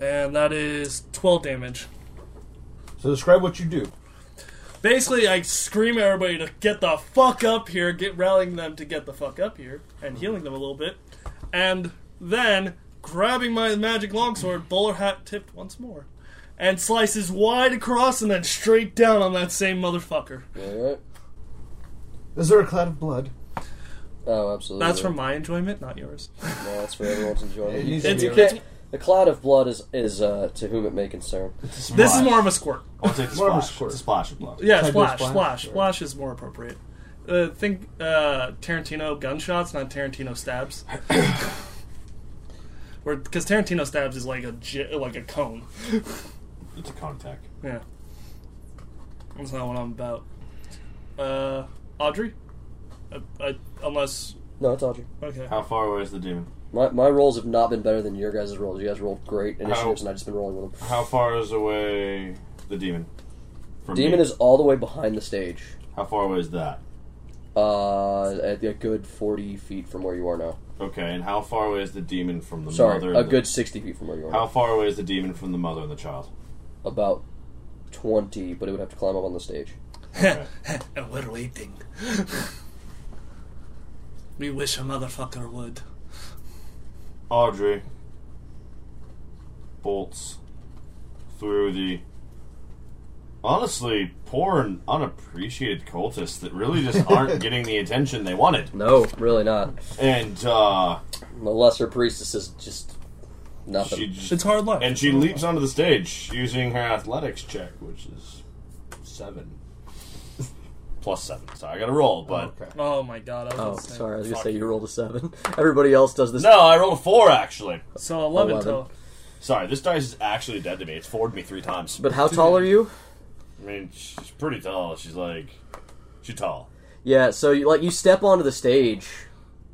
And that is 12 damage. So describe what you do. Basically, I scream at everybody to get the fuck up here, get rallying them to get the fuck up here, and healing them a little bit, and then grabbing my magic longsword, bowler hat tipped once more, and slices wide across and then straight down on that same motherfucker. All right. Is there a cloud of blood? Oh, absolutely. That's for my enjoyment, not yours. No, that's for everyone's It enjoyment. needs It's- to you be- can't- the cloud of blood is is uh, to whom it may concern. This is more of a squirt. I'll take the More of a splash. squirt. It's a splash of blood. Yeah, Can I do a splash, splash? splash, Sure. splash is more appropriate. Uh, think uh, Tarantino gunshots, not Tarantino stabs. Because Tarantino stabs is like a j- like a cone. It's a contact. Yeah, that's not what I'm about. Uh, Audrey, I, I, unless No, it's Audrey. okay, How far away is the demon? My, my rolls have not been better than your guys' rolls. You guys rolled great initiatives, How- and I've just been rolling with them. How far is away the demon? From Demon me? is all the way behind the stage, How far away is that? uh, at a good forty feet from where you are now. Okay, and how far away is the demon from the Sorry, mother? a and the- good sixty feet from where you are. How Now. far away is the demon from the mother and the child? About twenty, but it would have to climb up on the stage. and we're waiting. we wish a motherfucker would. Audrey bolts through the honestly poor and unappreciated cultists that really just aren't getting the attention they wanted. No, really not. And uh, The lesser priestess is just nothing. she just It's hard luck. and she leaps onto the stage using her athletics check, which is seven plus seven. Sorry, I got to roll, but Oh my god! I was oh, gonna say- sorry, I was gonna say you rolled a seven. Everybody else does this. no, I rolled a four actually. So eleven, Eleven. total. Sorry, this dice is actually dead to me. It's forwarded me three times. But how tall are you? I mean, she's pretty tall. She's like, she's tall. Yeah, so you, like you step onto the stage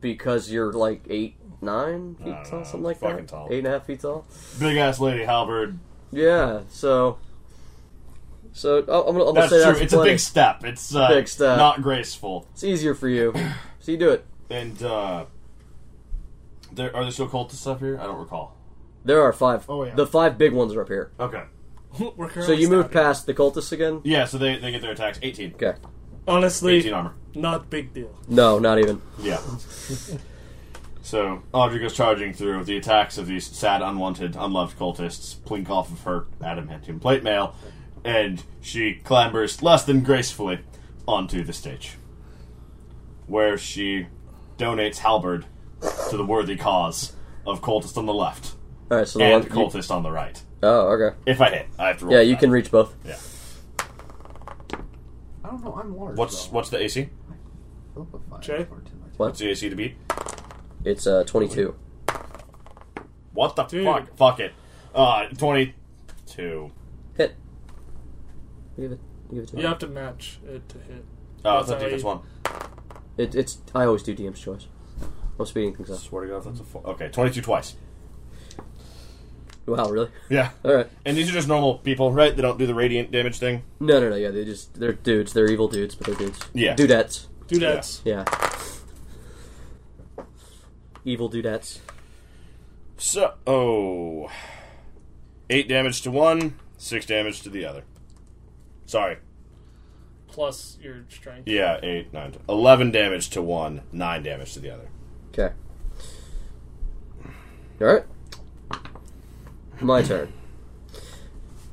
because you're like eight, nine feet don't tall, know, something like fucking that. tall. Eight and a half feet tall. Big ass lady halberd. Yeah, so so oh, I'm gonna, I'm gonna That's say true. that's it's plenty. a big step. It's uh, Big step. Not graceful. It's easier for you, so you do it. And uh, there are there still cultists up here? I don't recall. There are five. Oh, yeah. The five big ones are up here. Okay. We're So currently you move stabbing. past the cultists again. Yeah, so they, they get their attacks. 18. Okay. Honestly, 18 armor. not big deal. No, not even. Yeah. so Audrey goes charging through. The attacks of these sad, unwanted, unloved cultists plink off of her adamantium plate mail, and she clambers less than gracefully onto the stage, where she donates halberd to the worthy cause of cultist on the left All right, so the and one. you- cultist on the right. oh, okay. If I hit, I have to roll. Yeah, you that. can reach both. Yeah. I don't know. I'm large. What's what's the AC? Jay? What's the AC to beat? It's uh 22. What the Dude. fuck? Fuck it. Uh, twenty-two. Uh, Hit. Give it. Give it to me. You have to match it to hit. Oh, That's that's a how defense you- one. It, it's. I always do DM's choice. I'm speeding things up. Swear to God, that's a four. Okay, 22 twice. Wow, really? Yeah. All right. And these are just normal people, right? They don't do the radiant damage thing. No, no, no. Yeah, they just they're dudes. They're evil dudes, but they're dudes. Yeah. Dudettes. Dudettes. Yeah. Evil dudettes. So, oh. Eight damage to one, six damage to the other. Sorry. Plus your strength. Yeah, eight, nine, ten. Eleven damage to one, nine damage to the other. Okay. All right. My turn.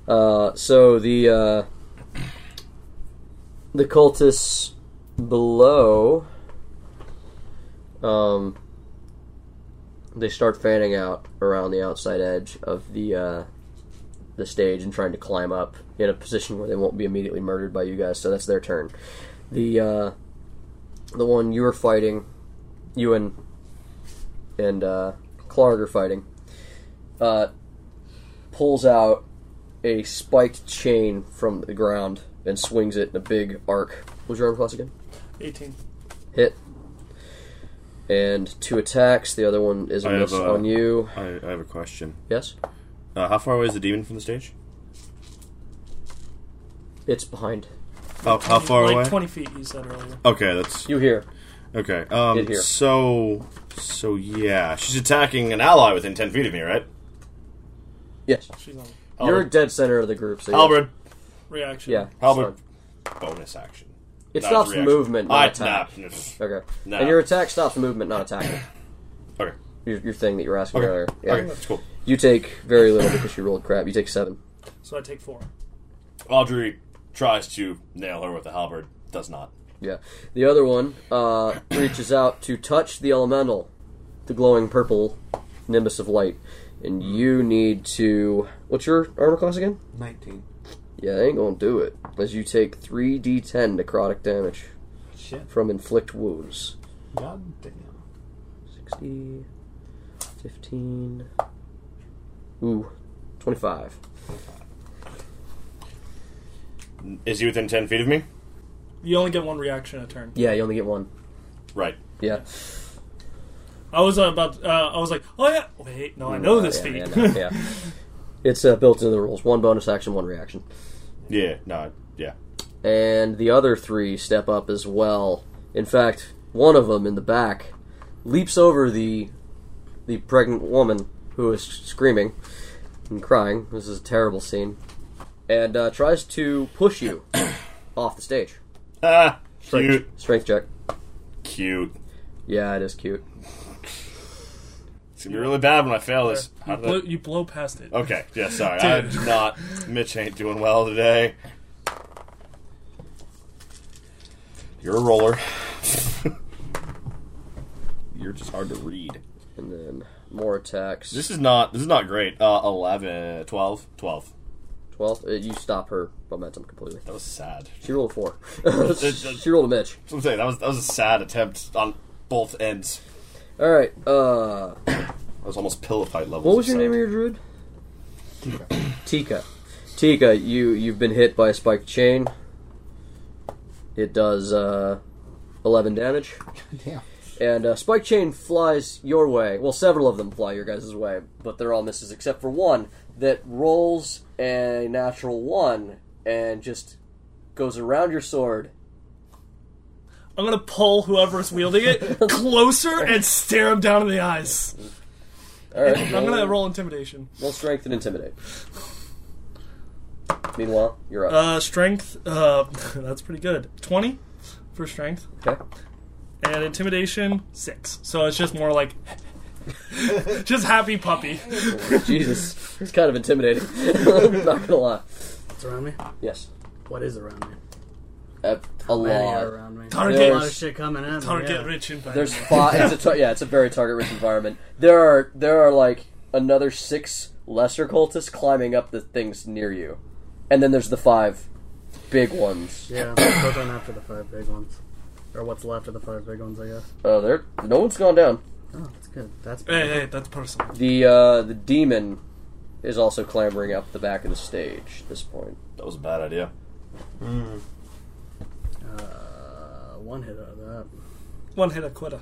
Uh, so the uh, the cultists below, um, they start fanning out around the outside edge of the uh, the stage and trying to climb up in a position where they won't be immediately murdered by you guys. So that's their turn. The uh, the one you were fighting you and and uh, Clark are fighting, uh, pulls out a spiked chain from the ground and swings it in a big arc. What was your arm class again? 18. Hit. And two attacks. The other one is a I have, miss uh, on you. I, I have a question. Yes? Uh, how far away is the demon from the stage? It's behind. How, how far like away? 20 feet, you said earlier. Okay, that's You here. okay. Um, Get here. so so yeah, she's attacking an ally within ten feet of me, right? Yes. She's on You're Albert. dead center of the group. So yeah. Halberd, reaction. Yeah. Halberd. sorry. bonus action. It Not stops reaction. movement, not I attack. nah, pff, Okay. Nah. And your attack stops movement, not attacking. Okay. Your, your thing that you were asking Okay. earlier. Yeah. Okay, that's cool. You take very little because you rolled crap. You take seven. So I take four. Audrey tries to nail her with the halberd, does not. Yeah. The other one uh, reaches out to touch the elemental, the glowing purple nimbus of light. And you need to. What's your armor class again? 19. Yeah, they ain't gonna do it. As you take 3d10 necrotic damage Shit. from inflict wounds. God damn. 60, 15. Ooh, 25. Is he within ten feet of me? You only get one reaction a turn. Yeah, you only get one. Right. Yeah. I was uh, about. Uh, I was like, oh yeah. Wait, no, I know this yeah, feat. yeah, no, yeah. It's uh, built into the rules one bonus action, one reaction. Yeah. No. Yeah. and the other three step up as well. In fact, one of them in the back leaps over the the pregnant woman who is screaming and crying. This is a terrible scene, and uh, tries to push you off the stage. Ah, Strength, cute. strength check. Cute. Yeah, it is cute. It's gonna be really bad when I fail this. How You, did I- blow, you blow past it. Okay, yeah, sorry. I'm not. Mitch ain't doing well today. You're a roller. You're just hard to read. And then more attacks. This is not. This is not great. Uh, 11, 12, 12. Twelve. Uh, you stop her momentum completely. That was sad. She rolled a four. that- she rolled a Mitch. That's what I'm saying. That was that was a sad attempt on both ends. All right. Uh, That was almost pillow fight levels. What was of your name of sad. your druid? Tika. Tika, you you've been hit by a spiked chain. It does uh, eleven damage, Damn. and uh, spiked chain flies your way. Well, several of them fly your guys' way, but they're all misses except for one that rolls a natural one and just goes around your sword. I'm gonna pull whoever's wielding it closer and stare him down in the eyes. All right, I'm gonna roll intimidation. roll strength and intimidate. Meanwhile, you're up. Uh, strength. Uh, that's pretty good. Twenty for strength okay. and intimidation six. So it's just more like. Just happy puppy. Jesus, it's kind of intimidating. I'm not gonna lie. What's around me? Yes. What is around me? A, a Many lot. are uh, around me. Target. There's a lot of There's- shit coming at me. Target yeah. rich in bad. There's five. it's a tar- yeah, it's a very target rich environment. There are there are like another six lesser cultists climbing up the things near you, and then there's the five big ones. Yeah, they're going after the five big ones. Or what's left of the five big ones, I guess. Oh, there. No one's gone down. Oh, that's good. That's Hey, hey, that's personal. The uh, the demon is also clambering up the back of the stage at this point. That was a bad idea. uh, one hit out of that. One hit a quitter.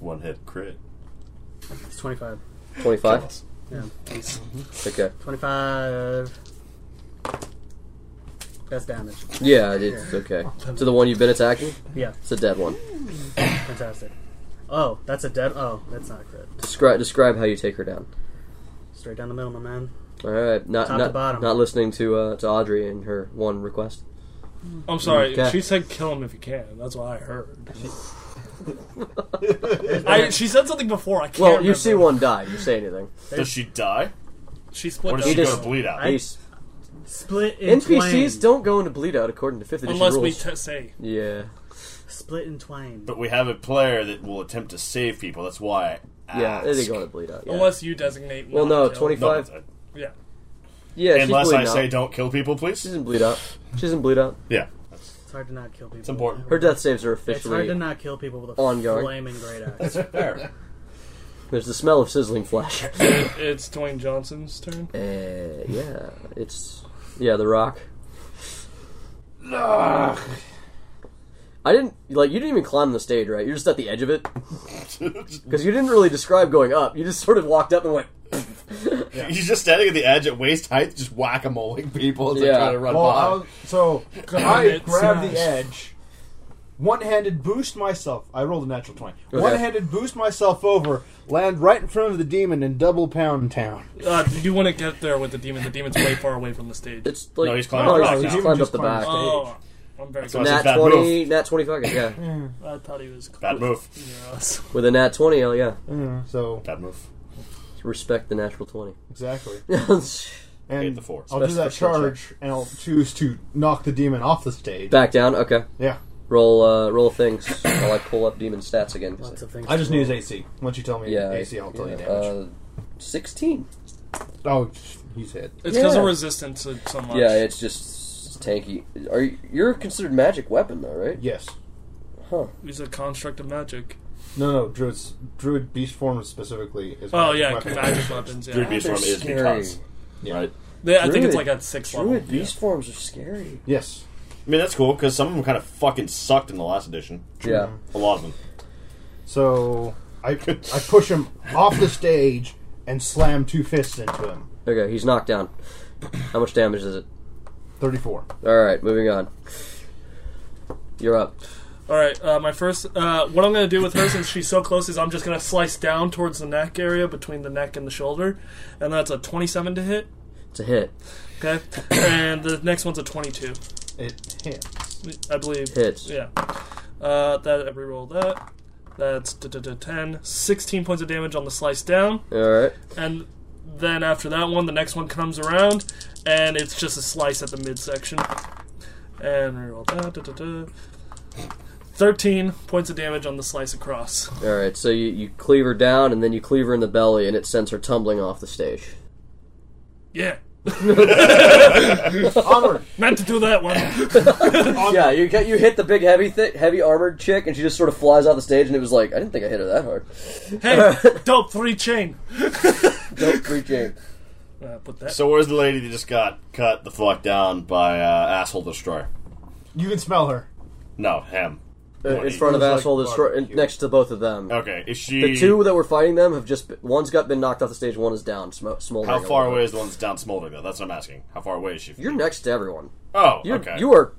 One hit crit. It's 25. Twenty five. Jealous. Yeah. Okay. 25. That's damage. Yeah, it's okay. To the one you've been attacking, Yeah, it's a dead one. fantastic. Oh, that's a dead. Oh, that's not a crit. Describe describe how you take her down. Straight down the middle, my man. All right, not Top to not, bottom. not listening to uh, to Audrey and her one request. I'm sorry. Okay. She said kill him if you can. That's what I heard. I, she said something before. I can't. Well, you remember. see one die. You say anything. Does she die? She Or split. does He she Up. go just- to bleed out? These Split in NPCs twain. don't go into bleed out according to fifth edition Unless we rules. t- say yeah, Split in twain. But we have a player that will attempt to save people. That's why. I yeah, ask. they go into bleed out. Yeah. unless you designate. well, not no, kill. twenty No, five. but- Yeah. Yeah, she's Unless bleeding I out. say don't kill people, She please. doesn't bleed out. She doesn't bleed out. Yeah. It's hard to not kill people. It's important. Her death saves are It's hard to officially. not kill people with a Ongoing. flaming great axe. Fair. There's the smell of sizzling flesh. uh, It's Dwayne Johnson's turn. yeah, it's yeah the Rock. I didn't like you didn't even climb the stage, right? You're just at the edge of it because you didn't really describe going up. You just sort of walked up and went. He's just standing at the edge at waist height, just whack a moling people as Yeah. they try to run Well, I by. was, so I it, grabbed the Smash. edge, one-handed boost myself. I rolled a natural twenty. Okay. One-handed boost myself over, land right in front of the demon, and double pound town. Uh, you want to get there with the demon. The demon's way far away from the stage. It's like Oh, No, he's climbed up he's the just back now. climbed up Just the climbed back. up. Oh, I'm very So close. it's a Nat bad twenty, move. nat twenty fucking yeah. I thought he was close. Bad move. Yes. With a nat twenty, oh yeah, So Bad move. respect the natural twenty. exactly, Hit and the four. I'll do that Special charge, and I'll choose to knock the demon off the stage. back down, okay. Yeah, Roll, uh, roll things while I pull up demon stats again. 'cause Lots of things. I to just need his AC. Once you tell me yeah, AC, I'll tell yeah, you damage. Uh, Sixteen. oh, he's hit. It's because Yeah. of resistance to so much. Yeah, it's just tanky. Are you, you're considered magic weapon though, right? Yes. Huh. He's a construct of magic. No, no, druids, druid beast form specifically is. Oh my yeah, weapon. magic weapons. Druid Yeah, beast form is scary. because. Right. They- I think Druid- it's like at six level. Druid beast forms are scary. Yes. I mean, that's cool because some of them kind of fucking sucked in the last edition. Yeah. A lot of them. So I I push him off the stage and slam two fists into him. Okay, he's knocked down. How much damage is it? Thirty-four. All right, moving on. You're up. All right, uh, my first. Uh, what I'm going to do with her since she's so close is I'm just going to slice down towards the neck area between the neck and the shoulder, and that's a 27 to hit. It's a hit. Okay, and the next one's a 22, It hit. I believe. Hits. Yeah. Uh, that I reroll that. That's da, da, da, 10, 16 points of damage on the slice down, All right. and then after that one, the next one comes around, and it's just a slice at the midsection. And reroll that. Da, da, da. 13 points of damage on the slice across. All right. So you, you cleave her down, and then you cleave her in the belly, and it sends her tumbling off the stage. Yeah. Onward. Meant to do that one. Um, Yeah, you get, you hit the big heavy thi- heavy armored chick, and she just sort of flies off the stage, and it was like I didn't think I hit her that hard. hey, dope three chain. Don't freak out. Uh, put that. So where's the lady that just got cut the fuck down by uh, asshole destroyer? You can smell her. No, him. Uh, in front of It was like asshole destroy barbecue. in- next to both of them. Okay, is she? The two that were fighting them have just been, one's got been knocked off the stage, one is down, sm- smoldering. How a far little away bit. is the one that's down smoldering though? That's what I'm asking. How far away is she? from You're you? next to everyone. Oh, You're, okay. You are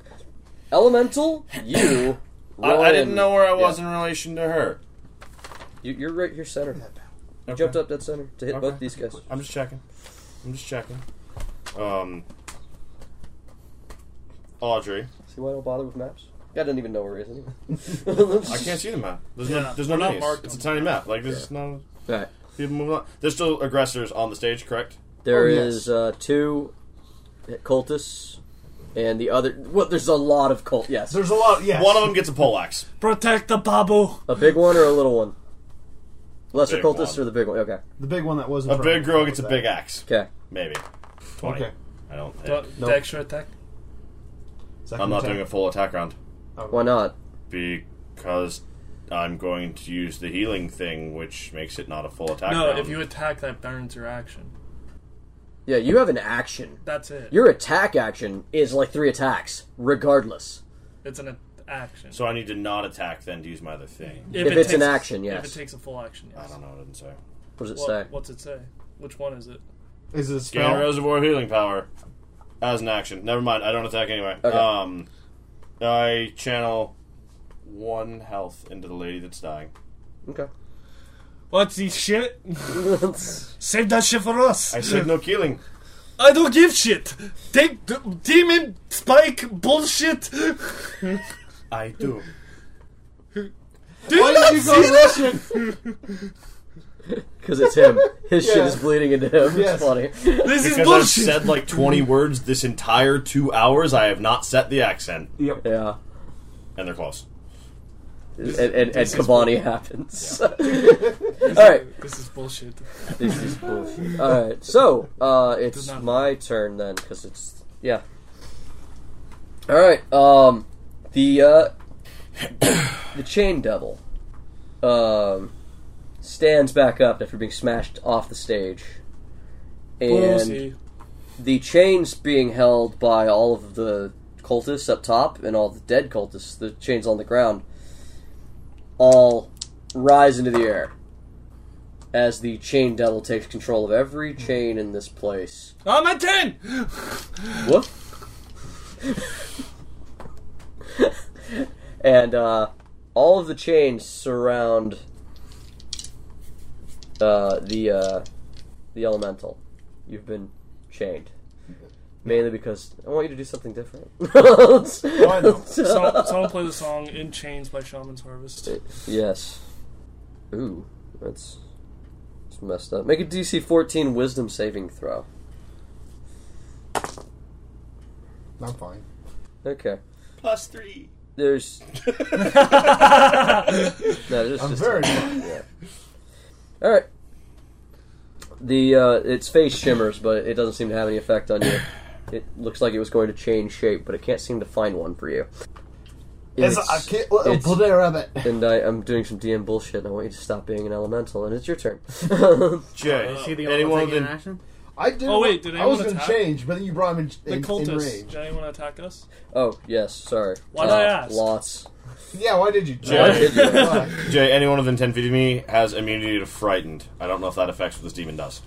elemental. You. I, I Ryan. didn't know where I was Yeah. in relation to her. You, you're right. You're center. You jumped up dead center to hit both Okay. these guys. I'm just checking. I'm just checking. Um, Audrey, See why I don't bother with maps? I didn't even know where he is anyway. I can't see the map. There's no, Yeah, there's no we're not minis. marked It's a on tiny map. Like this is no Alright. people moving on. There's still aggressors on the stage, correct? There Oh, is yes. uh, two cultists, and the other. Well, there's a lot of cult. Yes, There's a lot. Yes. One of them gets a poleaxe. Protect the babu. a big one or a little one. Lesser Big cultists one. or the big one? Okay, The big one that was in A front of big me. girl gets a That. big axe. okay. Maybe. 20. Okay. I don't. Do I- Nope. The extra attack? Second I'm not attack. doing a full attack round Why not? because I'm going to use the healing thing, which makes it not a full attack. No, round. if you attack, that burns your action. Yeah, you have an action. That's it. Your attack action is like three attacks, regardless. it's an a- action. So I need to not attack then to use my other thing. If it it's an takes- action, yes. If it takes a full action, yes. I don't know. What it didn't say. What does it What- say? What's it say? Which one is it? Is it a Gain a spell? reservoir healing power as an action. Never mind. I don't attack anyway. Okay. Um, I channel one health into the lady that's dying. What's this shit? Okay. Save that shit for us. I said no killing. I don't give shit. Take the demon spike bullshit. I do. Do you not see that? Because it's him. His shit Yeah. is bleeding into him. Yes. It's funny. This is Because I've bullshit. said like 20 words this entire two hours, I have not set the accent. Yep. Yeah. And they're close. And, and, and Cavani happens. All right. this is bullshit. This is bullshit. All right. So uh, it's Did not- my turn then, because it's yeah. All right. Um, the uh, the chain devil um, stands back up after being smashed off the stage, and Bullshit. the chains being held by all of the cultists up top and all the dead cultists, the chains on the ground, all rise into the air as the chain devil takes control of every chain in this place. I'm at ten. Whoop. and uh, all of the chains surround uh, the uh, the elemental. You've been chained. Mainly because I want you to do something different. I know. So, someone play the song "In Chains" by Shaman's Harvest. yes. Ooh, that's, that's messed up. Make a DC 14 Wisdom saving throw. I'm fine. Okay. Plus three. There's. no, there's I'm just very yeah. All right. The uh, its face shimmers, but it doesn't seem to have any effect on you. It looks like it was going to change shape, but it can't seem to find one for you. It's, It's- I can't. Well, it's- bloody rabbit. and I, I'm doing some DM bullshit. And I want you to stop being an elemental, and it's your turn. Jay, Oh, Is he the only uh, anyone one with taking an action? I did. Oh, wait, did I was anyone gonna attack? change, but then you brought him in, The in, in cultists. range. Did anyone attack us? oh yes, sorry. Uh, Why'd I ask? Lots. Yeah, why did you? Why did you? Why? Jay, anyone within ten feet of me has immunity to frightened. I don't know if that affects what this demon does.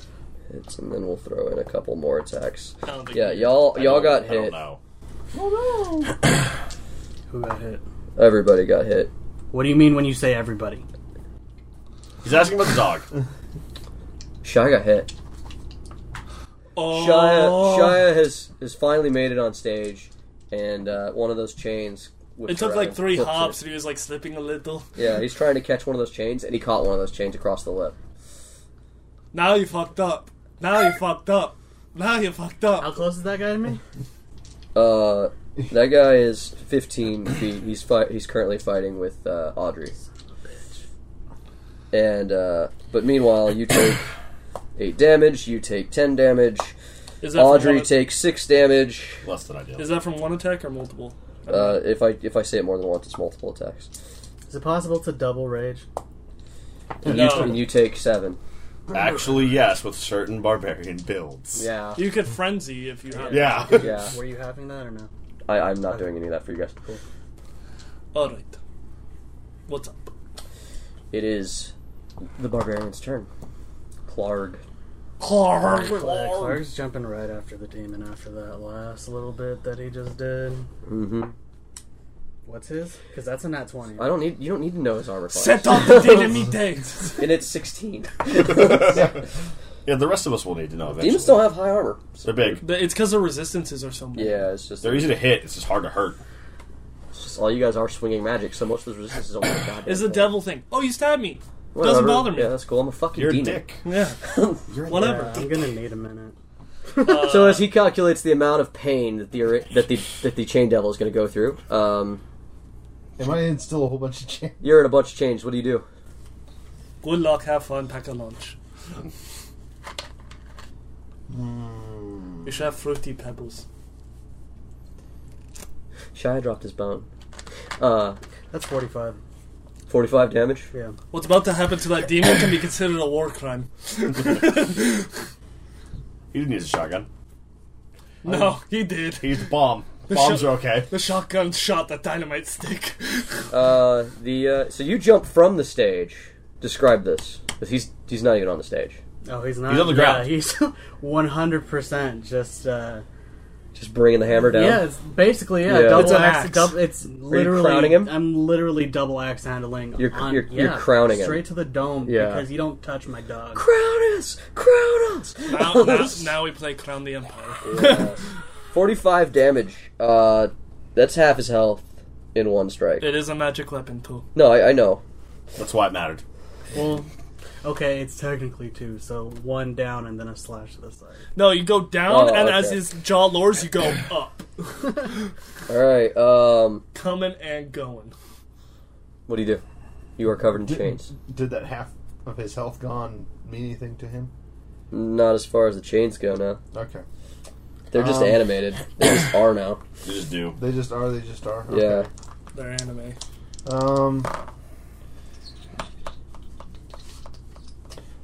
It's, and then we'll throw in a couple more attacks. I don't think Yeah, y'all I y'all don't- got I don't hit. know. Who got hit? Everybody got hit. What do you mean when you say everybody? He's asking about the dog. Shy got hit. Oh, Shia, Shia has has finally made it on stage, and uh, one of those chains. whipped it took around like and three clipped hops, it. and he was like slipping a little. Yeah, he's trying to catch one of those chains, and he caught one of those chains across the lip. Now you fucked up. Now you fucked up. Now you fucked How up. close is that guy to me? Uh, that guy is 15 feet. He's fight. He's currently fighting with uh, Audrey. And uh, but meanwhile, you take eight damage. You take ten damage. Is that from Audrey one, takes six damage. Less than ideal. Is that from one attack or multiple? Uh, if I if I say it more than once, it's multiple attacks. Is it possible to double rage? And No. you, and you take seven. Actually, yes, with certain barbarian builds. Yeah. You could frenzy if you had. Yeah. Yeah. Were you having that or no? I, I'm not doing any of that for you guys. All right. What's up? It is the barbarian's turn. Clarg. Yeah, Uh, Clark's jumping right after the demon after that last little bit that he just did. Mm-hmm. What's his? Because that's a nat 20. I don't need you don't need to know his armor class. Set up the dynamite. And it's sixteen. Yeah, the rest of us will need to know eventually. Demons don't have high armor. They're big. The- It's because the resistances are so much. Yeah, it's just, They're easy to hit. It's just hard to hurt. it's just all you guys are swinging magic, so most of the resistance is only a goddamn. Is the thing. devil thing? Oh, you stabbed me. Whatever. Doesn't bother me. Yeah, that's cool. I'm a fucking You're a demon. dick. Yeah. Yeah, Whatever. I'm gonna need a minute. Uh, So as he calculates the amount of pain that the that the that the chain devil is going to go through, um, Am I in still a whole bunch of change? you're in a bunch of chains. What do you do? Good luck. Have fun. Pack a lunch. You should have fruity pebbles. Shia dropped his bone. Uh, That's 45. forty-five damage. Yeah. What's about to happen to that demon can be considered a war crime. He didn't use a shotgun. No, he did. He used a bomb. Bombs are okay. The shotgun shot the dynamite stick. Uh, the uh, so you jump from the stage. Describe this. 'Cause He's he's not even on the stage. Oh, he's not. He's on the ground. Yeah, he's 100% just, uh. Just bringing the hammer down. Yeah, it's basically, yeah. Yeah. Double It's an axe. axe. Double, it's literally. crowning him? I'm literally double axe handling. You're- on, you're- yeah, you're crowning him. Straight to the dome Yeah. because you don't touch my dog. Crown us, crown us. now, now, now we play Crown the Empire. Forty-five damage. Uh, that's half his health in one strike. It is a magic weapon too. No, I, I know. That's why it mattered. Well, okay, it's technically two, so one down and then a slash to the side. No, you go down, Oh, and as okay. his jaw lowers, you go up, All right. Um, coming and going. what do you do? You are covered in chains. Did, did that half of his health gone mean anything to him? Not as far as the chains go now. Okay, They're just Um. animated. They just are now. You just do. they just are. They just are. Okay. Yeah. They're anime. Um.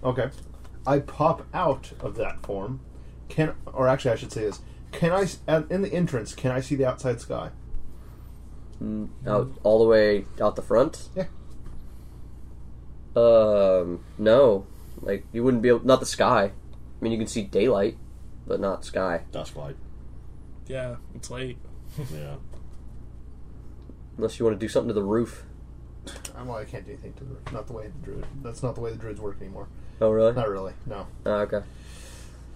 Okay, I pop out of that form. Can or actually, I should say is Can I s- at- in the entrance? Can I see the outside sky? Out all the way out the front. Yeah. Um, no, like you wouldn't be able. Not the sky. I mean, you can see daylight, but not sky. Dusk light. Yeah, it's late. Yeah. Unless you want to do something to the roof. I'm like, I can't do anything to the not the way the druid. That's not the way the druids work anymore. Oh, really? Not really. No. Oh, okay.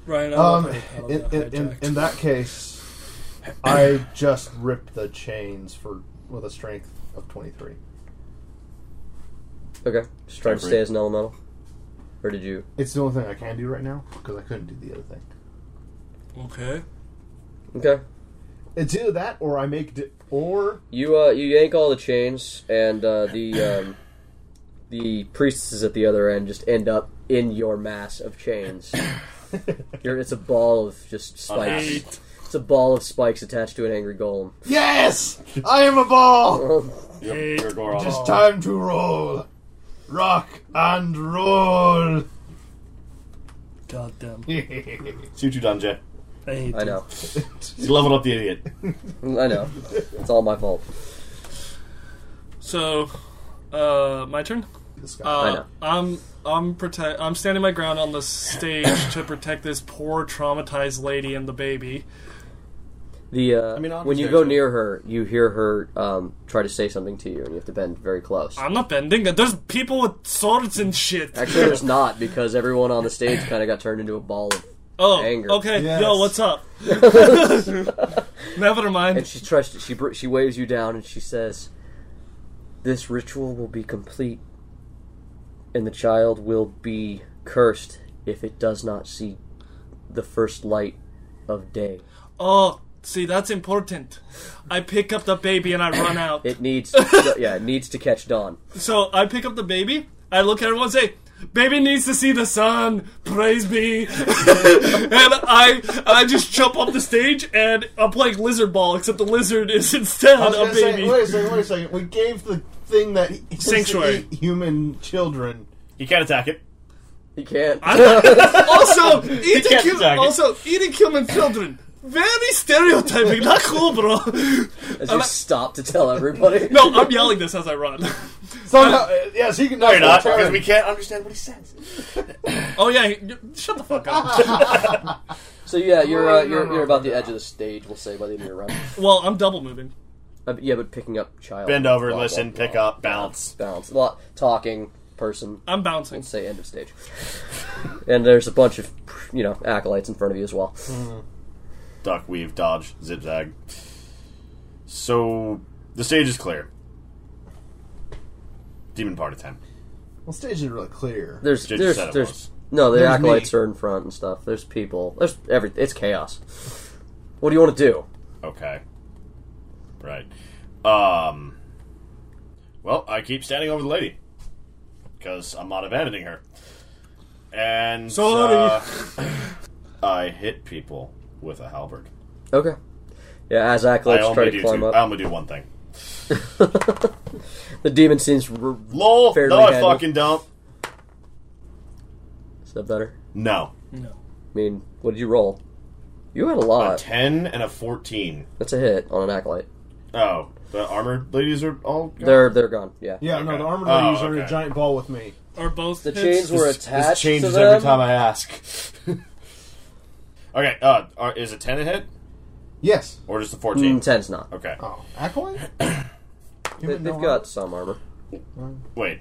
Ryan, I love how Um, you in, paddled in, that in, Oh, hijacked. in that case, I just ripped the chains for with a strength of 23. Okay. Just trying to Temporary. stay as an elemental. Or did you? It's the only thing I can do right now because I couldn't do the other thing. Okay. Okay. It's either that or I make di- or You uh, you yank all the chains, and uh, the um, the priestesses at the other end just end up in your mass of chains. You're, it's a ball of just Unhappy. spikes. It's a ball of spikes attached to an angry golem. yes, I am a ball. Your, your Goron. It's time to roll, rock and roll. God damn. Shoot you, Dungeon. I hate I know, He's leveled up the idiot. I know. It's all my fault. So, uh, my turn. I Uh, know. I'm I'm protect. I'm standing my ground on the stage to protect this poor traumatized lady and the baby. The uh, mean, I'll when just you say go it's- near her, you hear her um, try to say something to you, and you have to bend very close. I'm not bending. There's people with swords and shit. Actually, there's not because everyone on the stage kind of got turned into a ball of oh, anger. okay. Yes. Yo, what's up? Never mind. And she tries to, she br- she waves you down and she says, "This ritual will be complete, and the child will be cursed if it does not see the first light of day. Oh, see, that's important. I pick up the baby and I run out. It needs, to, yeah, it needs to catch dawn." So I pick up the baby. I look at everyone and say, "Baby needs to see the sun. Praise be." and I I just jump off the stage and I'm playing lizard ball, except the lizard is instead I was a gonna say, baby. wait a second, wait a second. We gave the thing that he- Sanctuary. eat human children. You can't attack it. You can't. also, eating can't human, attack it. also eating human children. Very stereotyping. Not cool, bro. As you stop to tell everybody. No, I'm yelling this as I run. So no, uh, yes, he can. No, You're not, because we can't understand what he says. Oh yeah, shut the fuck up. So yeah, you're uh, you're, you're about the edge of the stage. We'll say by the end of your run. Well, I'm double moving. Uh, yeah, but picking up child. Bend over, blah, blah, listen, blah. pick up, bounce. Balance. A lot talking person. I'm bouncing. say end of stage. and there's a bunch of you know acolytes in front of you as well. Mm-hmm. Duck, weave, dodge, zigzag. So, the stage is clear. Demon party time. Well, stage isn't really clear. There's Judge there's said it there's was. no the There's acolytes me. are in front and stuff. There's people. There's every it's chaos. What do you want to do? Okay. Right. Um. Well, I keep standing over the lady because I'm not abandoning her. And Sorry. uh, I hit people with a halberd. Okay. Yeah, as I acolytes try only to do climb two, Oh. I up, only do one thing. the demon seems. R- is Lol. Fairly no, I handled. fucking don't. that better? No. I mean, what did you roll? You had a A lot. ten and a fourteen. That's a hit on an acolyte. Oh, the armored ladies are all. gone? They're they're gone. Yeah. yeah, no, okay. the armored Oh, ladies are in a okay. giant ball with me. Are both The hits? chains were This- attached This changes to them. every time I ask. okay. Uh, are- is a ten a hit Yes. or just a Mm, fourteen? ten's not. Okay. Oh, acolyte. They, they've Human, no armor? got some armor. Wait.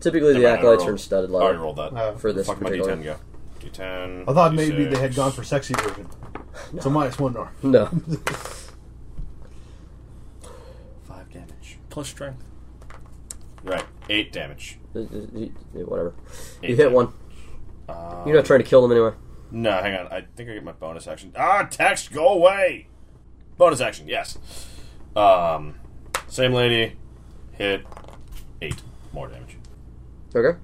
Typically, the Never mind, I acolytes rolled- are in studded I already leather rolled that. Uh, for this Fuck my particular. D10 go. D10. I thought D6. maybe they had gone for sexy version. So minus one door. No. five damage. plus strength. Right, eight damage. Uh, uh, uh, Whatever. Eight You hit one. You're not trying to kill them anyway. No, hang on. I think I get my bonus action. Ah, text, go away. Bonus action, yes. Um, same lady, hit eight more damage. Okay.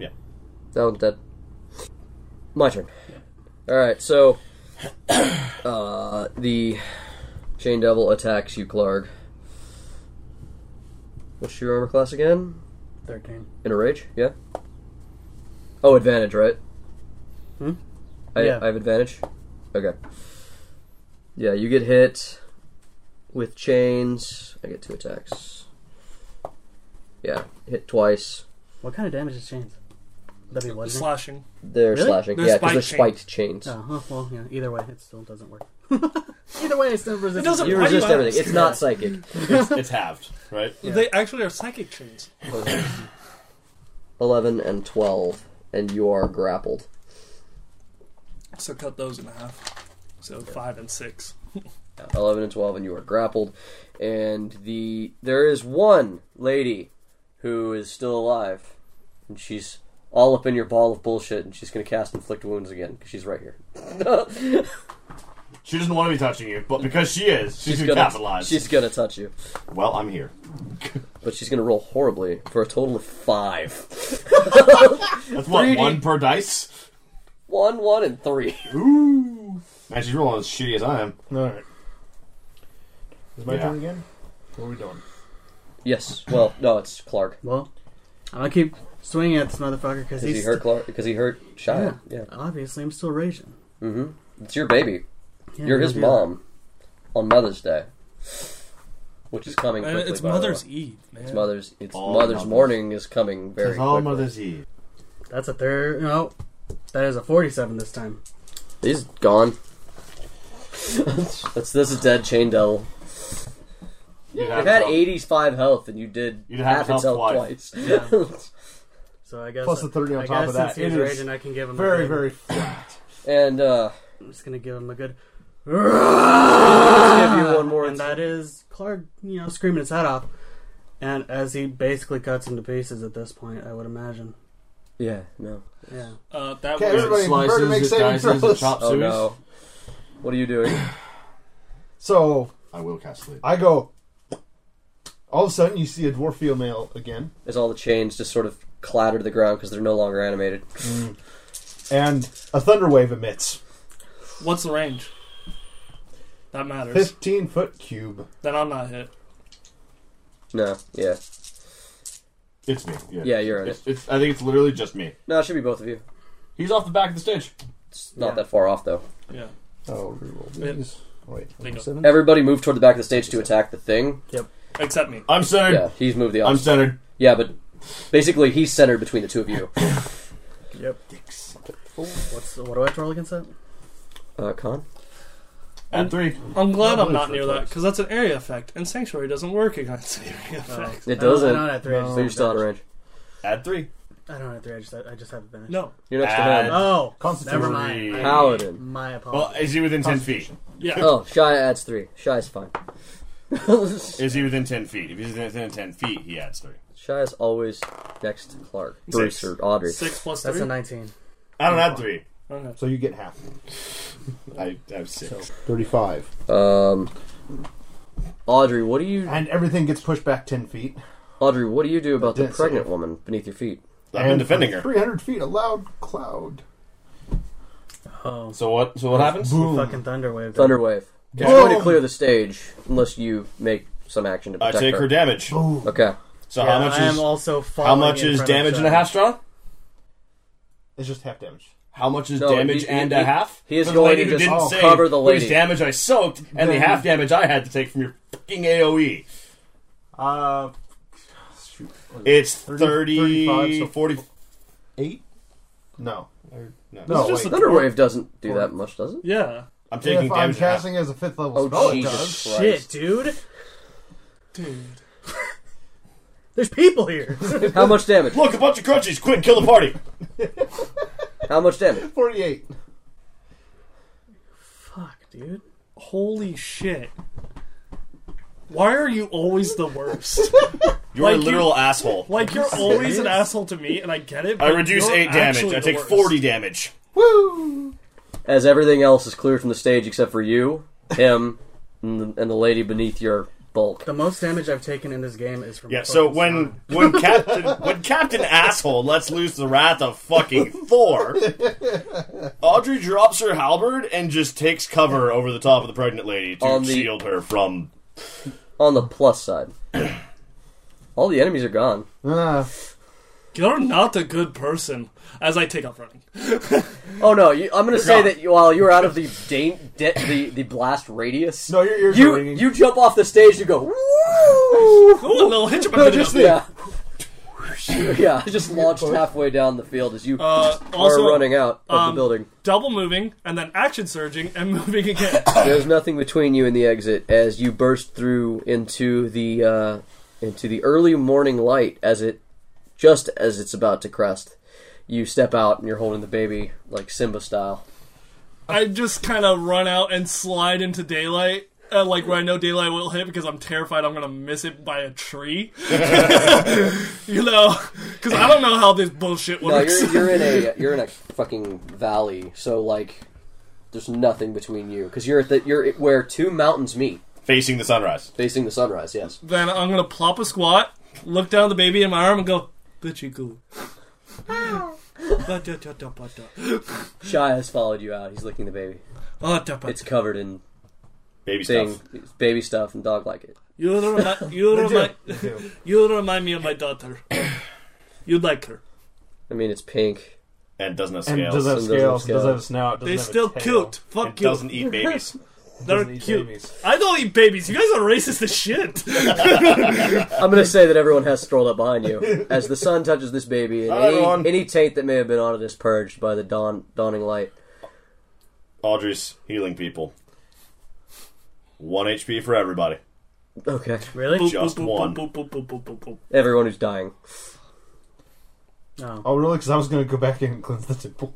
Yeah. That one's dead. My turn. All right. So, uh, the chain devil attacks you, Clark. What's your armor class again? 13. In a rage? Yeah. Oh, advantage, right? Hmm? I, Yeah. I have advantage. Okay. Yeah, you get hit with chains. I get two attacks. Yeah, hit twice. What kind of damage is chains? Would that be bludgeoning? Slashing. They're Really? slashing. They're yeah, because they're spiked spiked chains. Oh, huh, well, yeah. Either way, it still doesn't work. either way, it's still resistant. doesn't You Why do you resist ask? everything. It's not psychic. It's, it's halved, right? They actually are psychic chains. 11 and 12, and you are grappled. So cut those in half. So five and six. 11 and 12 and you are grappled and the there is one lady who is still alive and she's all up in your ball of bullshit and she's going to cast inflict wounds again because she's right here She doesn't want to be touching you, but because she is, she's, gonna, capitalize. she's going to touch you Well, I'm here. but she's going to roll horribly for a total of five That's what one per dice. one one and three Ooh, man, she's rolling as shitty as I am. All right. Is my Yeah. turn again? What are we doing? yes well no it's clark Well, I'm gonna keep swinging at this motherfucker because because he's he hurt clark because he hurt st- Shia. yeah, Mm-hmm. yeah. Obviously, I'm still raging. it's your baby Yeah, you're his maybe I'll- mom on mother's day which is coming And quickly, Uh, it's by the way. Mother's Eve, man. It's Mother's it's All Mother's mothers. morning is coming very It's all quickly. Mother's Eve. That's a third. No, that is a 47 this time. He's gone. That's this is dead chain devil. You'd It have had to- 85 health and you did You'd half have health its health twice. twice. So I guess Plus the 30 on I top guess of that. Since It he's is raging, I can give him a Very, good- very. and uh I'm just gonna give him a good. give you one more and that is Clark, you know, screaming his head off. And as he basically cuts into pieces at this point, I would imagine. Yeah, no. Yeah. Uh, that Okay, was everybody, Slices, Burger makes it saving dices, it throws. chops Oh it. no. What are you doing? So I will cast sleep. I go. All of a sudden, you see a dwarf female again, As all the chains just sort of clatter to the ground because they're no longer animated. and a thunder wave emits. What's the range? That matters. 15 foot cube. then I'm not hit. No, yeah. It's me. Yeah, Yeah, you're in it. It's, it's, I think it's literally just me. No, it should be both of you. He's off the back of the stage. It's not Yeah. that far off though. Yeah. Oh, reroll Yep. these. Oh, Wait, Bingo. seven? Everybody move toward the back of the stage to attack the thing. Except me. I'm centered. Yeah, he's moved the I'm opposite. centered. Yeah, but basically he's centered between the two of you. What's what do I have to roll against that? Uh, Con? At three. I'm glad I'm not near that because that's an area effect, and sanctuary doesn't work against Oh, area effects. It I doesn't. don't have three. I So just you're still out have of advantage. range. At three. Oh, I don't have three. I just I just have advantage. No. You're next Add- to him. Oh, Constitution. never mind. I- Paladin. My Well, apologies. is he within ten feet? Yeah. Oh, Shia adds three. Shia's fine. Is he within ten feet? If he's within ten feet, he adds three. Shia's always next to Clark, Bruce, Six. or Audrey. Six plus That's three. a 19. I don't add three. Okay. So you get half. I I have six. 35. Um, Audrey, what do you? And everything gets pushed back 10 feet. Audrey, what do you do about the Didn't pregnant save. woman beneath your feet? I've been And defending from her. 300 feet, a loud cloud. Oh, So what? So what happens? you fucking thunder wave. Thunderwave. It's Oh! Boom. going to clear the stage unless you make some action to I protect take her damage. Boom. okay. So Yeah, how much I am is also falling how much in is front of damage and a Shia. half strong? It's just half damage. How much is No, damage he- and he- a half? he is For going lady to who just didn't oh, cover save, the whose lady. damage I soaked and the half damage I had to take from your fucking E. AOE. Uh, shoot. It's 30, 30, 35, 40, so- 48? No. Or- no. No, just wait. a- Thunderwave doesn't do that much, does it? Yeah. I'm taking if I'm damage. and a half. casting as a fifth level Oh, spell, it does. Jesus Shit, Christ! dude. Dude. There's people here. How much damage? Look, a bunch of crunchies. Quick, kill the party. How much damage? 48. Fuck, dude. Holy shit. Why are you always the worst? You're a Like you- literal asshole. like you're always an asshole to me, and I get it. I but reduce you're 8 damage. actually I the take worst. 40 damage. as everything else is cleared from the stage except for you, him, and the, and the lady beneath your bulk. The most damage I've taken in this game is from. Yeah, so fucking when when Captain when Captain Asshole lets loose the wrath of fucking Thor, Audrey drops her halberd and just takes cover over the top of the pregnant lady to On the- shield her from On the plus side, all the enemies are gone. Uh, You're not a good person. As I take off running. Oh no! You, I'm going to say that you, while you're out of the da- de- the the blast radius, No, your ears are you ringing. you jump off the stage. You go woo! Ooh, a little hitch in my No, video. just yeah, yeah. Just launched halfway down the field as you Uh, are also, running out of um, the building. double moving and then action surging and moving again. There's nothing between you and the exit as you burst through into the uh, into the early morning light as it just as it's about to crest. You step out and you're holding the baby like Simba style. I just kind of run out and slide into daylight. Uh, like where I know daylight will hit because I'm terrified I'm gonna miss it by a tree, you know? Because I don't know how this bullshit No, works. you're, you're in a you're in a fucking valley, so like there's nothing between you because you're at the you're at where two mountains meet, Facing the sunrise. facing the sunrise. Yes, then I'm gonna plop a squat, look down at the baby in my arm, and go, "Bitchy goo." Shia has followed you out. He's licking the baby. It's covered in Baby thing, stuff. baby stuff, and dog like it. You remind you remind do. you remind me of my daughter. You like her. I mean, it's pink. And doesn't have And scales. does have Doesn't have scales? Does scales. have a snout? Doesn't They have a still tail, cute. Fuck it you. doesn't eat babies. They're doesn't eat cute. babies. I don't eat babies. You guys are racist as shit. I'm gonna say that everyone has strolled up behind you as the sun touches this baby, and Hi, everyone. any, any taint that may have been on it is purged by the dawn dawning light. Audrey's healing people. One HP for everybody. Okay, Really? Just one. everyone who's dying. No. Oh, really? Because I was going to go back in and cleanse the temple.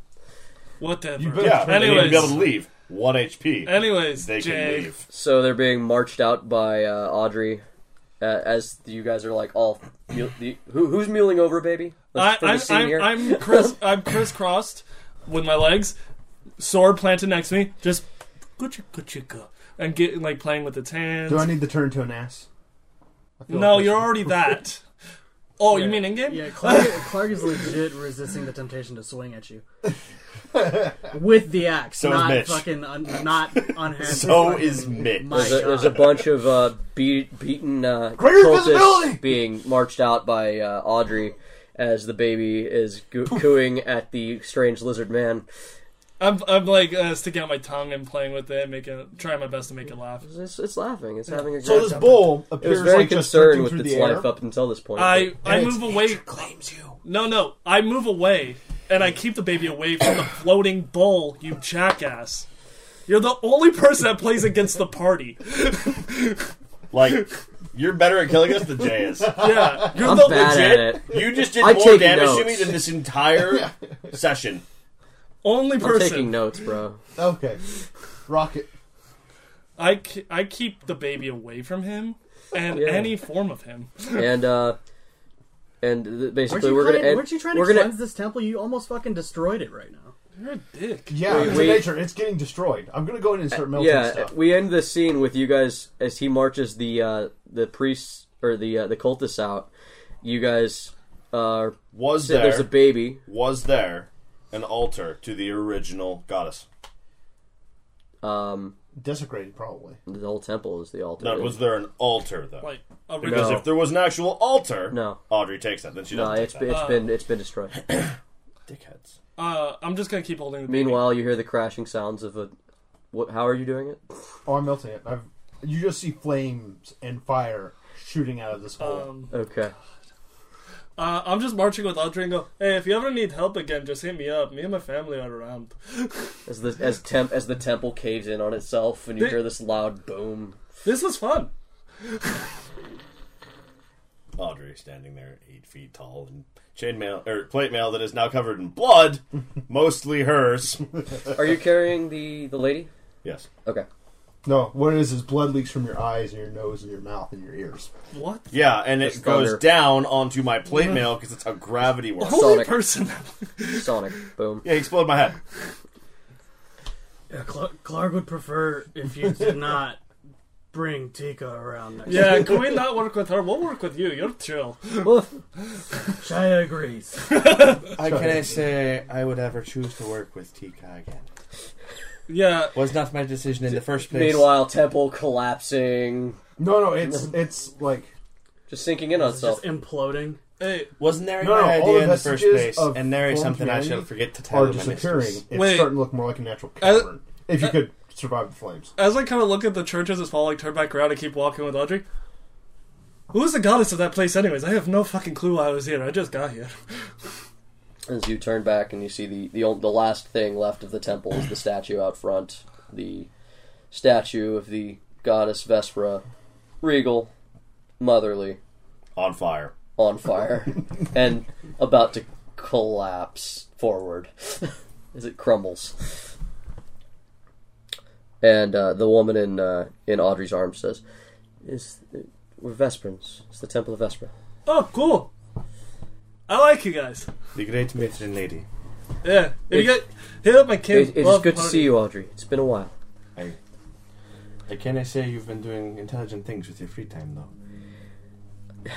Whatever. You better- Yeah, they need to Anyways, be able to leave. One HP. anyways, they Jay. can leave. So they're being marched out by uh, Audrey, uh, as you guys are like all. mule- the, who, who's muling over, baby? I, For the I'm, scene I'm, here. I'm criss I'm crisscrossed with my legs, sword planted next to me, just gucci gucci go, and get like playing with its hands. Do I need to turn to an ass? I feel no, like you're already that. Oh, you Yeah. mean in game? Yeah, Clark, Clark is legit resisting the temptation to swing at you with the axe, So is not Mitch. fucking un, not unhandsome. So is Mitch. Oh My there's, a, God. there's a bunch of uh, be- beaten uh, Greater cultists visibility! being marched out by uh, Audrey as the baby is goo cooing at the strange lizard man. I'm, I'm like uh, sticking out my tongue and playing with it, making it, trying my best to make it laugh. It's, it's laughing. It's having a So good this time. bull It appears was very like just concerned drifting with through its the life air. up until this point. I I it's move away. claims you. No, no, I move away and I keep the baby away from the floating bull. You jackass! You're the only person that plays against the party. Like, you're better at killing us than Jay is. Yeah, you're I'm the bad legit at it. You just did I'm more taking damage to notes. me than this entire session. only I'm taking person. notes, bro. Okay. Rocket. I, ke- I keep the baby away from him and Yeah. any form of him. And uh, and th- Weren't basically you, we're trying, gonna end, weren't you trying to we're gonna cleanse this temple? You almost fucking destroyed it right now. You're a dick. Yeah, it's wait. Uh, in nature. It's getting destroyed. I'm going to go in and start melting yeah, stuff. we end the scene with you guys as he marches the uh, the priests or the uh, the cultists out. You guys uh, Was there. there's there, a baby. was there an altar to the original goddess? Um, Desecrated, probably. the whole temple is the altar. No, was there an altar, though? Like, a Because No. if there was an actual altar, No. Audrey takes that. Then she No, doesn't. it's Take that. been, it's been it's been destroyed. Dickheads. uh, I'm just going to keep holding the baby. Meanwhile, you hear the crashing sounds of a. What, how are you doing it? Oh, I'm melting it. I've, you just see flames and fire shooting out of this hole. Um, Okay. uh, I'm just marching with Audrey and go, hey, if you ever need help again, just hit me up. Me and my family are around. As the as temp as the temple caves in on itself, and you They- hear this loud boom. This was fun. Audrey standing there, eight feet tall, and chainmail or plate mail that is now covered in blood, mostly hers. Are you carrying the the lady? yes. Okay. No, what it is is blood leaks from your eyes and your nose and your mouth and your ears. What? Yeah, and it Just goes thunder. down onto my plate mail because that's how gravity works. Holy Sonic. person. Sonic. Boom. Yeah, he exploded my head. Yeah, Clark, Clark would prefer if you did not bring Tika around. Next yeah, can we not work with her? We'll work with you. You're chill. Shia agrees. How can I say I would ever choose to work with Tika again? Yeah, Was not my decision in the first place. Meanwhile, temple collapsing, No, no, it's it's like just sinking in on It's just itself. imploding. Hey, Wasn't there No, my no, all idea the in the first vestiges place? of And there is foreign something I shall humanity forget to tell Are you. my disappearing. mistress. It's Wait. starting to look more like a natural As- cavern. if you could survive the flames. as I kind of look at the church as it's falling, turn back around and keep walking with Audrey. Who is the goddess of that place, anyways? I have no fucking clue why I was here. I just got here. As you turn back and you see the the, old, the last thing left of the temple is the statue out front, the statue of the goddess Vespera, regal, motherly, On fire. on fire, and about to collapse forward as it crumbles. And uh, the woman in uh, in Audrey's arms says, "Is we're Vesperans? It's the temple of Vesper." Oh, cool. I like you guys. The great matron lady. Yeah. If you It- get hit up my kid. It, it is love good to party. see you, Audrey. It's been a while. Uh, Can I say you've been doing intelligent things with your free time, though?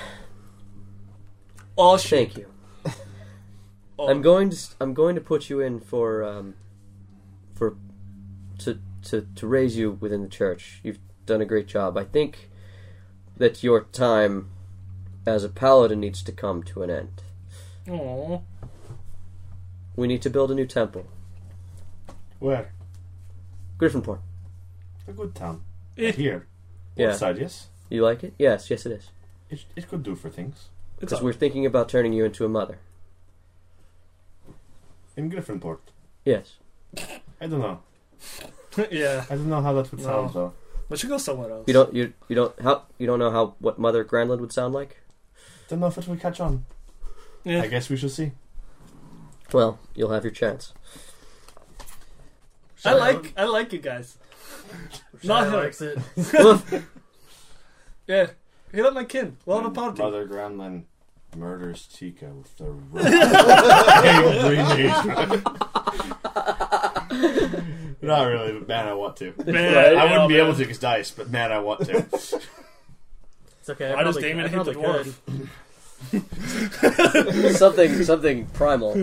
All shit. Thank you. Oh. I'm going to s- I'm going to put you in for um, for to to to raise you within the church. You've done a great job. I think that your time as a paladin needs to come to an end. Aw. We need to build a new temple. Where? Griffinport. A good town. Eh. Here. Yeah. Outside, yes? You like it? Yes, yes it is. It, it could do for things. It's Because we're thinking about turning you into a mother. In Griffinport. Yes. I don't know. yeah. I don't know how that would No. sound, though. We should go somewhere else. You don't you you don't how you don't know how what Mother Granlund would sound like? Don't know if it will catch on. Yeah. I guess we shall see. Well, you'll have your chance. I like I like you guys. Not Shia him. likes it. Yeah. Hit up my kin. We'll have a party. Mother Gremlin murders Tika with the rock. Not really, but man, I want to. Man, I wouldn't be yeah, able to because dice, but man, I want to. It's okay. I Why does probably- Damon I hate the probably dwarf? could. something something primal.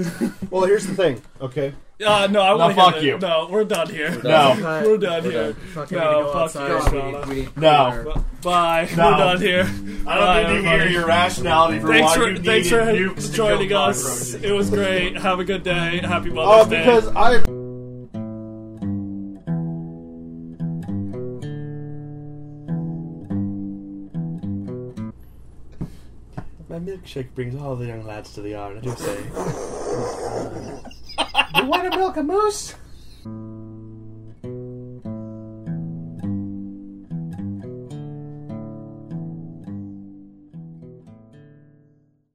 Well, here's the thing, okay? Uh, no, I want to fuck hear you. The, no, we're done here. no, But- We're done here. Fuck, No, we need to go fuck outside. you, We need- Shauna. we need No. cleaner- Bye. No. We're done here. I don't need to hear your rationality for Thanks why for you thanks needed for nukes to joining kill us. cockroaches. It was great. Have a good day. Oh, Happy Uh, Mother's Day. because I My milkshake brings all the young lads to the yard. I do say. You want to milk a moose?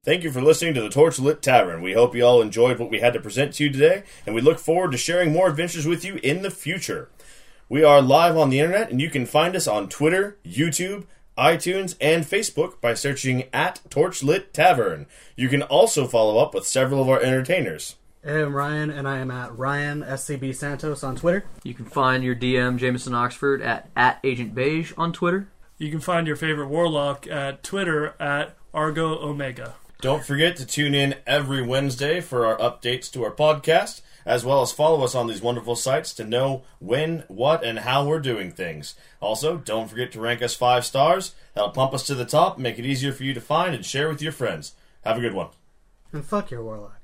Thank you for listening to the Torch Lit Tavern. We hope you all enjoyed what we had to present to you today, and we look forward to sharing more adventures with you in the future. We are live on the internet, and you can find us on Twitter, YouTube, iTunes, and Facebook by searching at Torchlit Tavern. You can also follow up with several of our entertainers. I am Ryan, and I am at Ryan SCB Santos on Twitter. You can find your DM, Jameson Oxford, at, at Agent Beige on Twitter. You can find your favorite warlock at Twitter at Argo Omega. Don't forget to tune in every Wednesday for our updates to our podcast, as well as follow us on these wonderful sites to know when, what, and how we're doing things. Also, don't forget to rank us five stars. That'll pump us to the top, make it easier for you to find and share with your friends. Have a good one. And fuck your warlock.